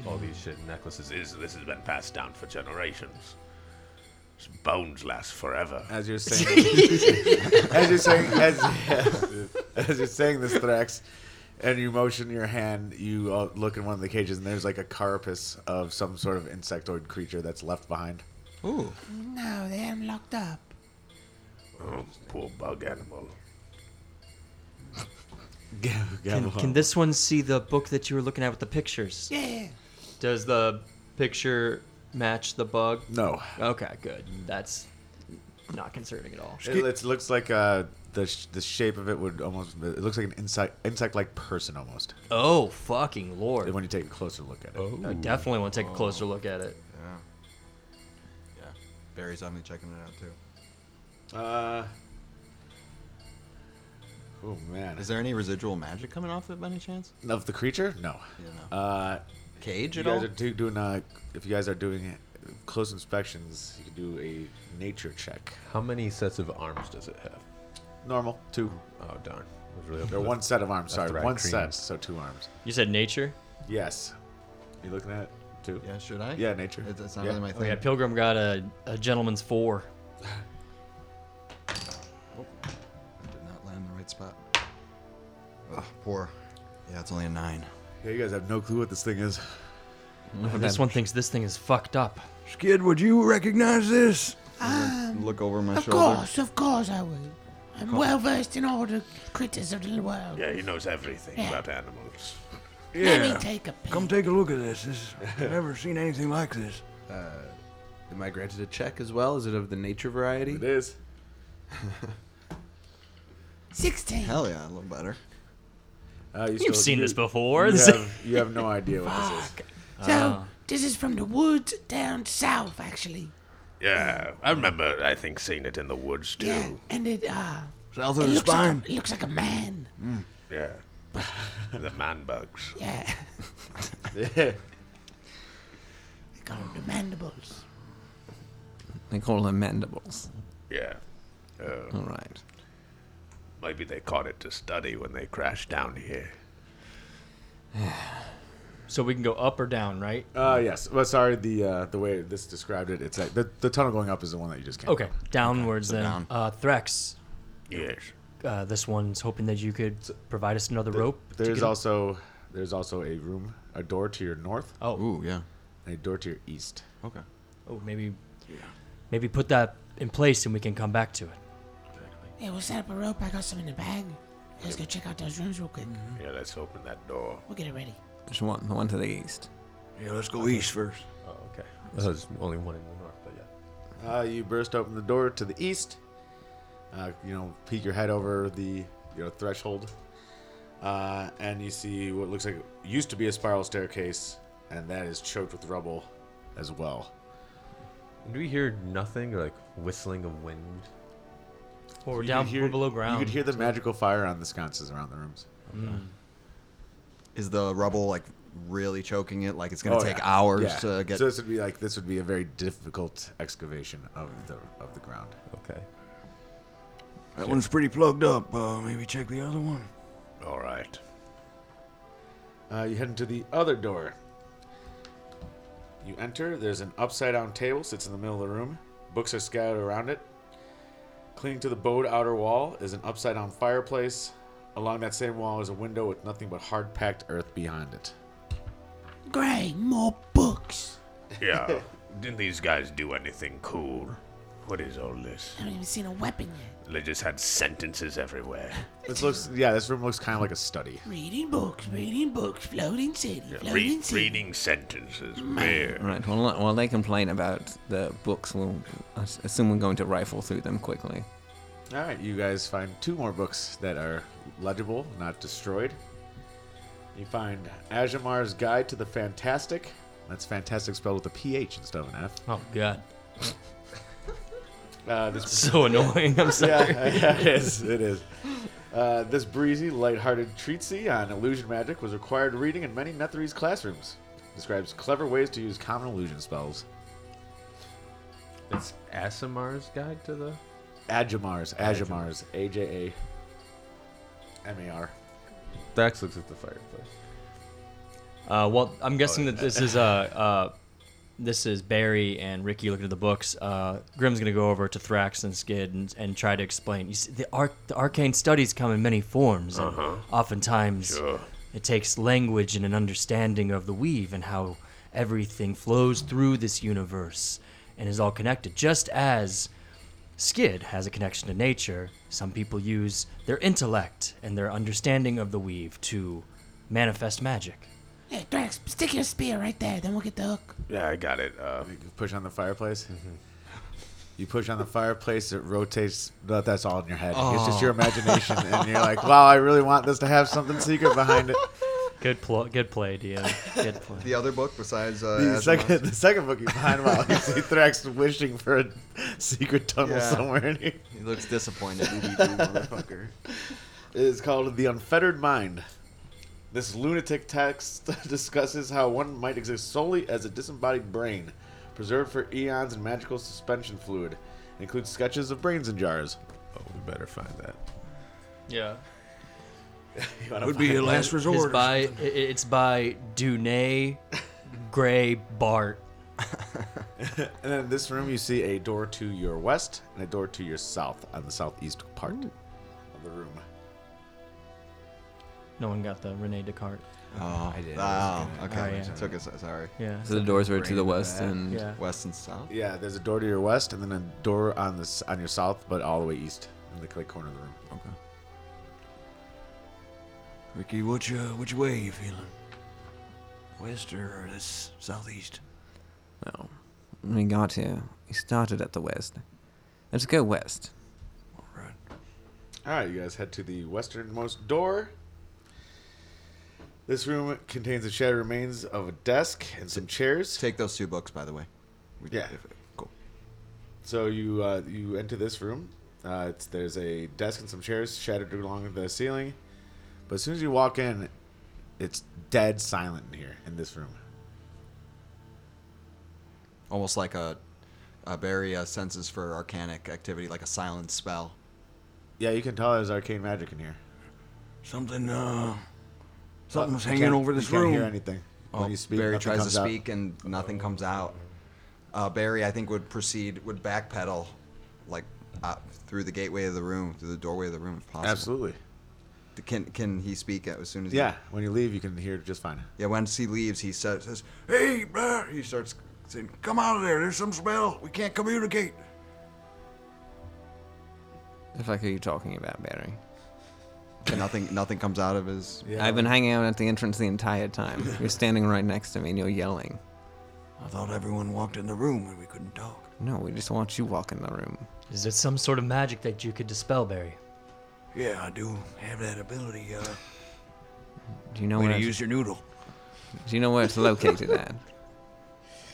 [SPEAKER 9] Mm-hmm.
[SPEAKER 6] all these shit and necklaces.
[SPEAKER 9] This, is, this has been passed down for generations. These bones last forever.
[SPEAKER 2] As you're saying, as you're saying, as, as you're saying this, Thrax, and you motion your hand, you uh, look in one of the cages, and there's like a carapace of some sort of insectoid creature that's left behind.
[SPEAKER 3] Ooh.
[SPEAKER 7] No, they had them locked up.
[SPEAKER 9] Oh, poor bug animal.
[SPEAKER 4] Can, can this one see the book that you were looking at with the pictures?
[SPEAKER 7] Yeah.
[SPEAKER 4] Does the picture match the bug?
[SPEAKER 2] No,
[SPEAKER 4] Okay, good. That's not concerning at all.
[SPEAKER 2] it, it looks like uh, the sh- the shape of it would almost. It looks like an insect insect like person almost
[SPEAKER 4] Oh, fucking lord.
[SPEAKER 2] when you take a closer look at it.
[SPEAKER 4] I definitely want to take a closer look at it.
[SPEAKER 5] Yeah. Yeah. Barry's on me checking it out too.
[SPEAKER 2] Uh, oh man,
[SPEAKER 5] Is there any residual magic coming off it by any chance?
[SPEAKER 2] of the creature? No.
[SPEAKER 5] Yeah, no.
[SPEAKER 2] Uh,
[SPEAKER 5] Cage
[SPEAKER 2] you
[SPEAKER 5] at
[SPEAKER 2] guys
[SPEAKER 5] all?
[SPEAKER 2] are do, doing uh, if you guys are doing close inspections, you can do a nature check.
[SPEAKER 6] How many sets of arms does it have?
[SPEAKER 2] Normal two
[SPEAKER 6] Oh darn! I was really hoping
[SPEAKER 2] or
[SPEAKER 6] that-
[SPEAKER 2] one set of arms.
[SPEAKER 6] That's
[SPEAKER 2] Sorry,
[SPEAKER 6] right,
[SPEAKER 2] one
[SPEAKER 6] cream.
[SPEAKER 2] set, so two arms.
[SPEAKER 4] You said nature?
[SPEAKER 2] Yes. You looking at two?
[SPEAKER 5] Yeah, should I?
[SPEAKER 2] Yeah, nature.
[SPEAKER 5] It- That's not
[SPEAKER 2] Yeah.
[SPEAKER 5] really my
[SPEAKER 4] Oh, yeah,
[SPEAKER 5] thing.
[SPEAKER 4] Pilgrim got a, a gentleman's four.
[SPEAKER 5] I did not land in the right spot. Ugh, poor. Yeah, it's only a nine.
[SPEAKER 2] Yeah, you guys have no clue what this thing is. Oh,
[SPEAKER 4] this one thinks this thing is fucked up.
[SPEAKER 8] Skid, would you recognize this?
[SPEAKER 7] Um,
[SPEAKER 5] Look over my
[SPEAKER 7] Of
[SPEAKER 5] shoulder.
[SPEAKER 7] course, of course I would. I'm well versed in all the critters of the world.
[SPEAKER 9] Yeah, he knows everything about animals.
[SPEAKER 7] Let me take a peek.
[SPEAKER 8] Come take a look at this. this I've never seen anything like this.
[SPEAKER 5] Uh,
[SPEAKER 10] Am I granted a check as well? Is it of the nature variety?
[SPEAKER 2] It is.
[SPEAKER 7] 16.
[SPEAKER 5] Hell yeah, a little better.
[SPEAKER 2] Uh, you
[SPEAKER 4] You've seen this before.
[SPEAKER 2] You have, you have no idea what this is. Ah.
[SPEAKER 7] So, this is from the woods down south, actually.
[SPEAKER 9] Yeah, I remember, I think, seeing it in the woods, too.
[SPEAKER 7] Yeah, and it, uh,
[SPEAKER 8] South
[SPEAKER 7] it
[SPEAKER 8] of the
[SPEAKER 7] looks,
[SPEAKER 8] spine.
[SPEAKER 7] like a, it looks like a man.
[SPEAKER 9] Mm. Yeah. the man bugs.
[SPEAKER 7] Yeah. they call him the mandibles.
[SPEAKER 3] They call them mandibles.
[SPEAKER 9] Yeah. Uh,
[SPEAKER 6] Mm-hmm.
[SPEAKER 3] All right.
[SPEAKER 9] maybe they caught it to study when they crashed down here.
[SPEAKER 4] So we can go up or down, right?
[SPEAKER 2] Uh, yes. Well, sorry. The uh, the way this described it, it's like the, the tunnel going up is the one that you just came.
[SPEAKER 4] Okay, downwards then.
[SPEAKER 5] down.
[SPEAKER 4] Uh, Threx,
[SPEAKER 9] Yes.
[SPEAKER 4] uh, this one's hoping that you could provide us another rope. to
[SPEAKER 2] There's
[SPEAKER 4] get up.
[SPEAKER 2] also there's also a room, a door to your north,
[SPEAKER 5] Ooh, yeah.
[SPEAKER 2] and a door to your east.
[SPEAKER 5] Okay.
[SPEAKER 4] Oh, maybe, maybe put that in place and we can come back to it.
[SPEAKER 7] Yeah, we'll set up a rope. I got some in the bag. Let's go check out those rooms real quick.
[SPEAKER 9] Yeah, let's open that door.
[SPEAKER 7] Mm-hmm. We'll get it ready.
[SPEAKER 3] There's one, the one to the east.
[SPEAKER 8] Yeah, let's go east first.
[SPEAKER 6] Oh okay. There's only one in the north, but yeah.
[SPEAKER 2] Uh, you burst open the door to the east. Uh, you know, peek your head over the you know threshold, uh, and you see what looks like used to be a spiral staircase, and that is choked with rubble, as well.
[SPEAKER 6] Do we hear nothing or like whistling of wind?
[SPEAKER 4] Or we're
[SPEAKER 2] You
[SPEAKER 4] down,
[SPEAKER 2] could hear-
[SPEAKER 4] we're below
[SPEAKER 2] You
[SPEAKER 4] ground.
[SPEAKER 2] could hear the magical fire on the sconces around the rooms.
[SPEAKER 5] Is the rubble like really choking it? Like it's gonna
[SPEAKER 2] Oh,
[SPEAKER 5] take
[SPEAKER 2] yeah.
[SPEAKER 5] hours
[SPEAKER 2] Yeah.
[SPEAKER 5] to get.
[SPEAKER 2] So this would be like this would be a very difficult excavation of the of the ground.
[SPEAKER 6] Okay.
[SPEAKER 8] That one's pretty plugged up. Uh, maybe check the other one.
[SPEAKER 9] All right.
[SPEAKER 2] Uh, you head into the other door. You enter. There's an upside down table sits in the middle of the room. Books are scattered around it. Clinging to the bowed outer wall is an upside down fireplace. Along that same wall is a window with nothing but hard packed earth behind it.
[SPEAKER 7] Great, more books.
[SPEAKER 9] Yeah. Didn't these guys do anything cool? What is all this?
[SPEAKER 7] I haven't even seen a weapon yet.
[SPEAKER 9] They just had sentences everywhere.
[SPEAKER 2] This looks, yeah, this room looks kind of like a study.
[SPEAKER 7] Reading books, reading books, floating city, floating
[SPEAKER 9] Re-
[SPEAKER 7] city.
[SPEAKER 9] reading sentences. Weird.
[SPEAKER 3] Right. Well, li- while they complain about the books, we'll I s- assume we're going to rifle through them quickly.
[SPEAKER 2] All right, you guys find two more books that are legible, not destroyed. You find Ajamar's Guide to the Fantastic. That's fantastic spelled with a PH instead of an F.
[SPEAKER 4] Oh god,
[SPEAKER 2] Uh, this
[SPEAKER 4] so annoying. I'm sorry.
[SPEAKER 2] Yeah, yeah, it is. It is. Uh, this breezy, lighthearted treatise on illusion magic was required reading in many Netherese classrooms. Describes clever ways to use common illusion spells.
[SPEAKER 6] It's Asimar's guide to the.
[SPEAKER 2] Ajamar's, Ajamar's, A J A M A R.
[SPEAKER 6] Drax looks at the fireplace.
[SPEAKER 4] Uh, well, I'm guessing that this is uh, uh, this is Barry and Ricky looking at the books. Uh, Grim's gonna go over to Thrax and Skid and, and try to explain. You see, the, arc, the arcane studies come in many forms, and oftentimes
[SPEAKER 9] Sure.
[SPEAKER 4] it takes language and an understanding of the weave and how everything flows through this universe and is all connected. Just as Skid has a connection to nature. Some people use their intellect and their understanding of the weave to manifest magic.
[SPEAKER 7] Hey, Drax, stick your spear right there, then we'll get the hook.
[SPEAKER 9] Yeah, I got it. Uh,
[SPEAKER 2] You push on the fireplace.
[SPEAKER 6] Mm-hmm.
[SPEAKER 2] You push on the fireplace, it rotates. No, that's all in your head. It's
[SPEAKER 6] Oh.
[SPEAKER 2] just your imagination, and you're like, "Wow, I really want this to have something secret behind it."
[SPEAKER 4] Good pl- good play, DM. Good play.
[SPEAKER 5] The other book besides uh,
[SPEAKER 2] The
[SPEAKER 5] Asimar's-
[SPEAKER 2] second, the second book you find while you see Thrax wishing for a secret tunnel
[SPEAKER 5] Yeah.
[SPEAKER 2] somewhere in here.
[SPEAKER 5] He looks disappointed. Ooby-doo, motherfucker.
[SPEAKER 2] It is called The Unfettered Mind. This lunatic text discusses how one might exist solely as a disembodied brain, preserved for eons in magical suspension fluid. It includes sketches of brains in jars.
[SPEAKER 6] Oh, we better find that.
[SPEAKER 4] Yeah.
[SPEAKER 2] You wanna
[SPEAKER 8] Would be
[SPEAKER 2] find
[SPEAKER 8] your
[SPEAKER 2] that?
[SPEAKER 8] last resort.
[SPEAKER 4] It's
[SPEAKER 8] or
[SPEAKER 4] by i- it's by Dunay Gray Bart.
[SPEAKER 2] And then in this room, you see a door to your west and a door to your south on the southeast part of the room.
[SPEAKER 4] No one got the Rene Descartes.
[SPEAKER 5] Oh,
[SPEAKER 10] I did.
[SPEAKER 5] Wow. Okay.
[SPEAKER 4] Oh, yeah.
[SPEAKER 5] Took us. Sorry.
[SPEAKER 4] Yeah.
[SPEAKER 3] So the doors are to the west
[SPEAKER 10] back.
[SPEAKER 3] and
[SPEAKER 4] Yeah.
[SPEAKER 5] West and South.
[SPEAKER 2] Yeah, there's a door to your west and then a door on this on your south, but all the way east in the like, corner of the room.
[SPEAKER 8] Ricky, which uh, which way you feeling? West or this southeast?
[SPEAKER 3] Well, when we got here, we started at the west. Let's go west.
[SPEAKER 2] All right, you guys head to the westernmost door. This room contains the shattered remains of a desk and some chairs.
[SPEAKER 5] Take those two books, by the way. We-
[SPEAKER 2] Yeah.
[SPEAKER 5] if- cool.
[SPEAKER 2] So you uh, you enter this room. Uh, it's, there's a desk and some chairs shattered along the ceiling. But as soon as you walk in, it's dead silent in here in this room.
[SPEAKER 5] Almost like a, a Barry uh, senses for arcanic activity, like a silent spell.
[SPEAKER 2] Yeah, you can tell there's arcane magic in here.
[SPEAKER 8] Something uh, something's
[SPEAKER 2] You
[SPEAKER 8] hanging
[SPEAKER 2] can't-
[SPEAKER 8] over this
[SPEAKER 2] you
[SPEAKER 8] room.
[SPEAKER 2] Can't hear anything.
[SPEAKER 5] Oh,
[SPEAKER 2] when you speak,
[SPEAKER 5] Barry
[SPEAKER 2] nothing
[SPEAKER 5] tries to
[SPEAKER 2] comes out.
[SPEAKER 5] speak and nothing comes out. Uh, Barry, I think, would proceed, would backpedal, like uh, through the gateway of the room, through the doorway of the room, if possible.
[SPEAKER 2] Absolutely.
[SPEAKER 5] Can can he speak as soon as? he-
[SPEAKER 2] Yeah, when you leave, you can hear just fine.
[SPEAKER 5] yeah. Once he leaves, he says, says
[SPEAKER 8] Hey, brother, he starts saying, "Come out of there! There's some smell. We can't communicate."
[SPEAKER 3] The fuck are you talking about, Barry?
[SPEAKER 5] nothing. Nothing comes out of his.
[SPEAKER 3] I've been hanging out at the entrance the entire time. You're standing right next to me and you're yelling.
[SPEAKER 8] I thought everyone walked in the room and we couldn't talk.
[SPEAKER 3] No, we just watched you walk in the room.
[SPEAKER 4] Is it some sort of magic that you could dispel, Barry?
[SPEAKER 8] Yeah, I do have that ability. Uh,
[SPEAKER 3] Do you know
[SPEAKER 8] way
[SPEAKER 3] where?
[SPEAKER 8] to
[SPEAKER 3] it's-
[SPEAKER 8] use your noodle.
[SPEAKER 3] do you know where it's located at?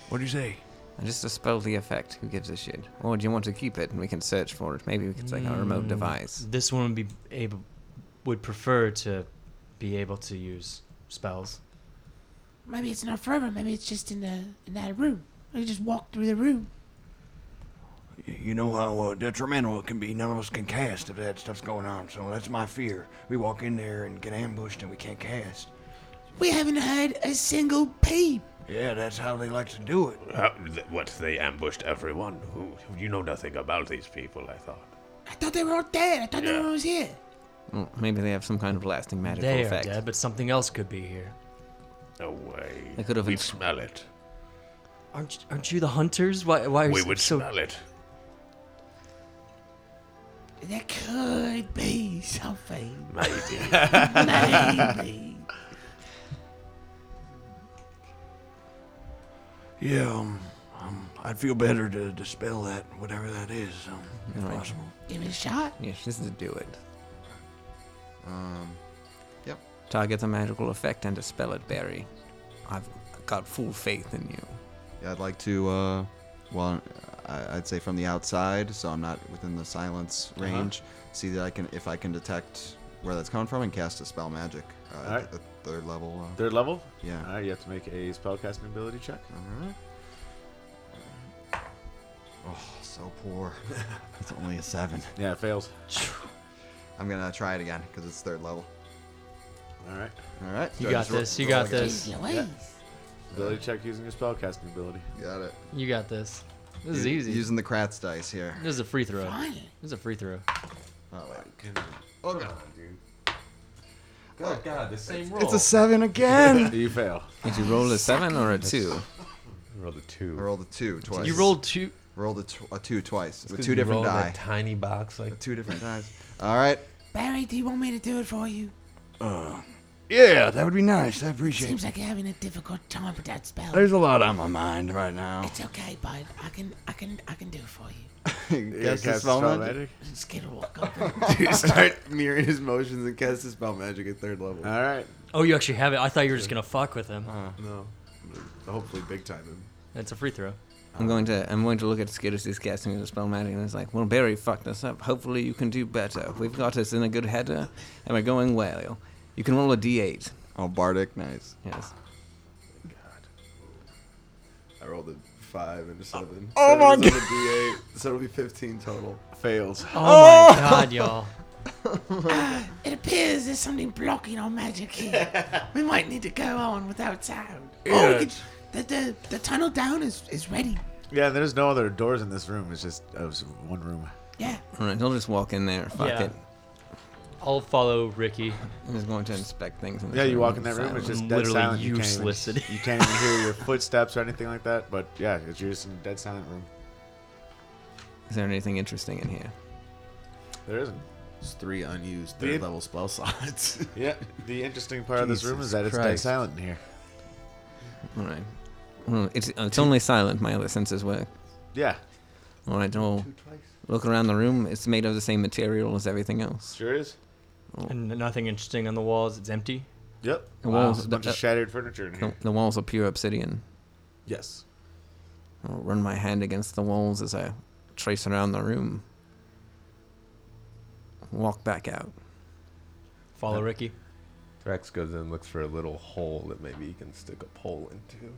[SPEAKER 8] What do you say?
[SPEAKER 3] I just dispelled the effect. Who gives a shit? Or do you want to keep it and we can search for it? Maybe it's like a
[SPEAKER 8] Hmm.
[SPEAKER 4] Mm.
[SPEAKER 3] remote device.
[SPEAKER 4] This one would be able would prefer to be able to use spells.
[SPEAKER 7] Maybe it's not forever, maybe it's just in the in that room. We just walk through the room.
[SPEAKER 8] Y- You know how uh, detrimental it can be. None of us can cast if that stuff's going on. So that's my fear. We walk in there and get ambushed and we can't cast.
[SPEAKER 7] We haven't heard a single peep.
[SPEAKER 8] Yeah, that's how they like to do it.
[SPEAKER 9] how, th- what they ambushed everyone. Who you know nothing about these people? I thought.
[SPEAKER 7] I thought they were all dead. I thought
[SPEAKER 9] Yeah.
[SPEAKER 7] no one was here.
[SPEAKER 3] Well, maybe they have some kind of lasting magical
[SPEAKER 4] They
[SPEAKER 3] effect.
[SPEAKER 4] are dead, but something else could be here.
[SPEAKER 9] No way.
[SPEAKER 3] They could have
[SPEAKER 9] We
[SPEAKER 3] ins-
[SPEAKER 9] smell it.
[SPEAKER 4] Aren't aren't you the hunters? Why why are
[SPEAKER 9] We
[SPEAKER 4] you
[SPEAKER 9] would
[SPEAKER 4] so
[SPEAKER 9] smell it.
[SPEAKER 7] There could be something.
[SPEAKER 9] Maybe.
[SPEAKER 7] Maybe.
[SPEAKER 8] Yeah, um, um, I'd feel better to dispel that, whatever that is, um, if
[SPEAKER 3] Alright.
[SPEAKER 8] possible.
[SPEAKER 7] Give it a shot.
[SPEAKER 3] Yes, this is do it.
[SPEAKER 5] Um,
[SPEAKER 3] Target the magical effect and dispel it, Barry. I've got full faith in you.
[SPEAKER 5] yeah, I'd like to. Uh, well, I, I'd say from the outside, so I'm not within the silence
[SPEAKER 2] Uh-huh.
[SPEAKER 5] range. See that I can, if I can detect where that's coming from, and cast a spell magic uh, at
[SPEAKER 2] Alright.
[SPEAKER 5] the third level. Uh,
[SPEAKER 2] Third level?
[SPEAKER 5] yeah. Mm-hmm.
[SPEAKER 2] All right, you have to make a spellcasting ability check.
[SPEAKER 5] Alright. Oh, so poor. It's only a seven.
[SPEAKER 2] Yeah, it fails.
[SPEAKER 5] I'm gonna try it again because it's third level.
[SPEAKER 2] All right.
[SPEAKER 5] All right.
[SPEAKER 4] You
[SPEAKER 5] Do Oh, I
[SPEAKER 4] got
[SPEAKER 5] just ro-
[SPEAKER 4] this, you
[SPEAKER 5] roll
[SPEAKER 4] got
[SPEAKER 5] again?
[SPEAKER 4] this.
[SPEAKER 7] Louise.
[SPEAKER 2] Ability check using your spellcasting ability.
[SPEAKER 5] Got it.
[SPEAKER 4] You got this. This is
[SPEAKER 5] U-
[SPEAKER 4] easy.
[SPEAKER 5] Using the Kratz dice here.
[SPEAKER 4] This is a free throw. This
[SPEAKER 7] Finally.
[SPEAKER 4] is a free throw.
[SPEAKER 5] Oh wait. Oh god.
[SPEAKER 6] Oh god, the same roll.
[SPEAKER 5] It's a seven again.
[SPEAKER 2] You fail.
[SPEAKER 3] Did you roll a seven or a two?
[SPEAKER 6] roll the two.
[SPEAKER 5] I rolled a two twice.
[SPEAKER 4] You rolled two.
[SPEAKER 5] Rolled a, tw- a two twice with
[SPEAKER 6] 'Cause
[SPEAKER 5] two
[SPEAKER 6] you
[SPEAKER 5] different
[SPEAKER 6] roll
[SPEAKER 5] die.
[SPEAKER 6] That tiny box like.
[SPEAKER 5] With two different dice. All right.
[SPEAKER 7] Barry, do you want me to do it for you?
[SPEAKER 8] Uh, Yeah, that would be nice. I appreciate
[SPEAKER 7] Seems
[SPEAKER 8] it.
[SPEAKER 7] like you're having a difficult time with that spell.
[SPEAKER 8] There's a lot on my mind right now.
[SPEAKER 7] It's okay, bud. I can, I can, I can do it for you.
[SPEAKER 5] cast
[SPEAKER 2] Yeah,
[SPEAKER 5] the spell magic.
[SPEAKER 7] Skittle walk over.
[SPEAKER 10] You start mirroring his motions and cast a spell magic at third level.
[SPEAKER 2] All right.
[SPEAKER 4] Oh, you actually have it. I thought you were just gonna fuck with him.
[SPEAKER 3] Uh-huh.
[SPEAKER 10] no. Hopefully, big time him.
[SPEAKER 4] That's a free throw.
[SPEAKER 3] I'm going to I'm going to look at Skittis is casting the spell magic and it's like, well Barry fucked us up. Hopefully you can do better. We've got us in a good header and we're going well. You can roll a D eight.
[SPEAKER 5] Oh, bardic, nice.
[SPEAKER 3] Yes.
[SPEAKER 10] I rolled a five and a seven. Oh my god! D8, so it'll be fifteen total.
[SPEAKER 2] Fails.
[SPEAKER 4] Oh, my god, y'all.
[SPEAKER 7] It appears there's something blocking our magic here. we might need to go on without sound. Oh, we could, the, the, the tunnel down is, is ready.
[SPEAKER 2] Yeah, there's no other doors in this room. It's just uh, it was one room.
[SPEAKER 7] Yeah.
[SPEAKER 3] Alright, I'll just walk in there. Fuck
[SPEAKER 4] Yeah.
[SPEAKER 3] it.
[SPEAKER 4] I'll follow Ricky.
[SPEAKER 3] I'm just going to inspect things in this
[SPEAKER 2] Yeah, you walk in
[SPEAKER 3] and
[SPEAKER 2] that room. It's
[SPEAKER 3] silence.
[SPEAKER 2] just dead
[SPEAKER 4] Literally
[SPEAKER 2] silent. You
[SPEAKER 4] useless
[SPEAKER 2] Can't
[SPEAKER 4] it
[SPEAKER 2] even, you can't even hear your footsteps or anything like that. But yeah, it's you're just in a dead silent room.
[SPEAKER 3] Is there anything interesting in here?
[SPEAKER 2] There isn't.
[SPEAKER 10] It's three unused
[SPEAKER 2] Dude.
[SPEAKER 10] third level spell slots.
[SPEAKER 2] Yeah. The interesting part of this room
[SPEAKER 10] Jesus
[SPEAKER 2] is that it's dead
[SPEAKER 10] Christ.
[SPEAKER 2] silent in here.
[SPEAKER 3] Alright. Well, it's uh, it's only silent, my other senses work.
[SPEAKER 2] Yeah,
[SPEAKER 3] Alright, I'll look around the room. It's made of the same material as everything else.
[SPEAKER 2] sure is.
[SPEAKER 4] And nothing interesting on the walls. It's empty.
[SPEAKER 2] Yep.
[SPEAKER 3] Oh. The
[SPEAKER 2] Wow,
[SPEAKER 3] walls-
[SPEAKER 2] there's a bunch
[SPEAKER 3] uh,
[SPEAKER 2] of shattered furniture in
[SPEAKER 3] The,
[SPEAKER 2] here.
[SPEAKER 3] the walls are pure obsidian.
[SPEAKER 10] yes.
[SPEAKER 3] I'll run my hand against the walls as I trace around the room. Walk back out.
[SPEAKER 4] Follow Ricky.
[SPEAKER 6] Drax goes in and looks for a little hole that maybe he can stick a pole into.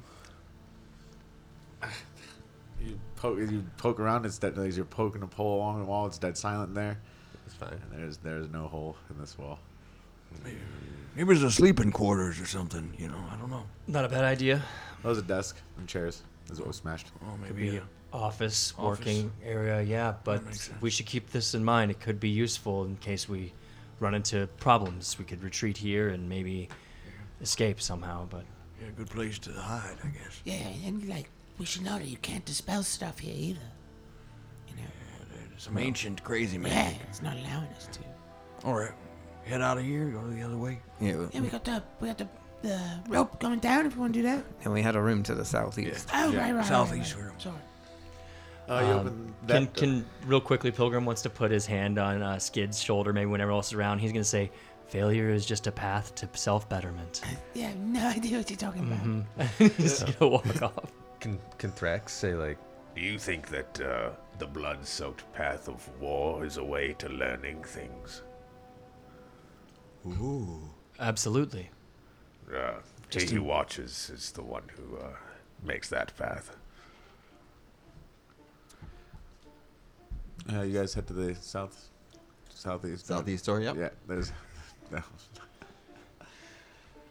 [SPEAKER 2] You poke, you poke around. It's dead. You're poking a pole along the wall. It's dead silent in there.
[SPEAKER 6] It's fine.
[SPEAKER 2] And there's there's no hole in this wall.
[SPEAKER 8] Maybe it's a sleeping quarters or something, you know, I don't know.
[SPEAKER 4] Not a bad idea.
[SPEAKER 2] That was a desk and chairs. Is what was smashed.
[SPEAKER 5] Oh,
[SPEAKER 8] Well, maybe, uh,
[SPEAKER 4] Office, working area, yeah. But
[SPEAKER 8] makes sense.
[SPEAKER 4] we should keep this in mind. It could be useful in case we run into problems. We could retreat here and maybe escape somehow. But
[SPEAKER 8] yeah, good place to hide, I guess.
[SPEAKER 7] Yeah, and like, we should know that you can't dispel stuff here either. You know?
[SPEAKER 8] Some ancient crazy
[SPEAKER 7] Yeah,
[SPEAKER 8] magic.
[SPEAKER 7] it's not allowing us to.
[SPEAKER 8] All right, head out of here, go the other way.
[SPEAKER 3] Yeah,
[SPEAKER 7] Yeah, we got the, we got the, the rope going down if you want to do that.
[SPEAKER 3] and we had a room to the southeast.
[SPEAKER 7] Oh, right, right, right.
[SPEAKER 8] Southeast
[SPEAKER 7] right,
[SPEAKER 8] room.
[SPEAKER 7] right. Sorry.
[SPEAKER 2] Uh, you open
[SPEAKER 4] Um, can,
[SPEAKER 2] that.
[SPEAKER 4] can real quickly, Pilgrim wants to put his hand on uh, Skid's shoulder. Maybe whenever else is around, he's gonna say, "Failure is just a path to self-betterment."
[SPEAKER 7] Yeah, no idea what you're talking about.
[SPEAKER 4] He's gonna walk off.
[SPEAKER 6] Can can Thrax say like
[SPEAKER 9] Do you think that uh, the blood soaked path of war is a way to learning things?
[SPEAKER 4] Absolutely.
[SPEAKER 9] Uh, he who watches is the one who uh, makes that path.
[SPEAKER 2] uh, you guys head to the south, southeast. door.
[SPEAKER 5] Southeast door. Yep.
[SPEAKER 2] Yeah. There's. no.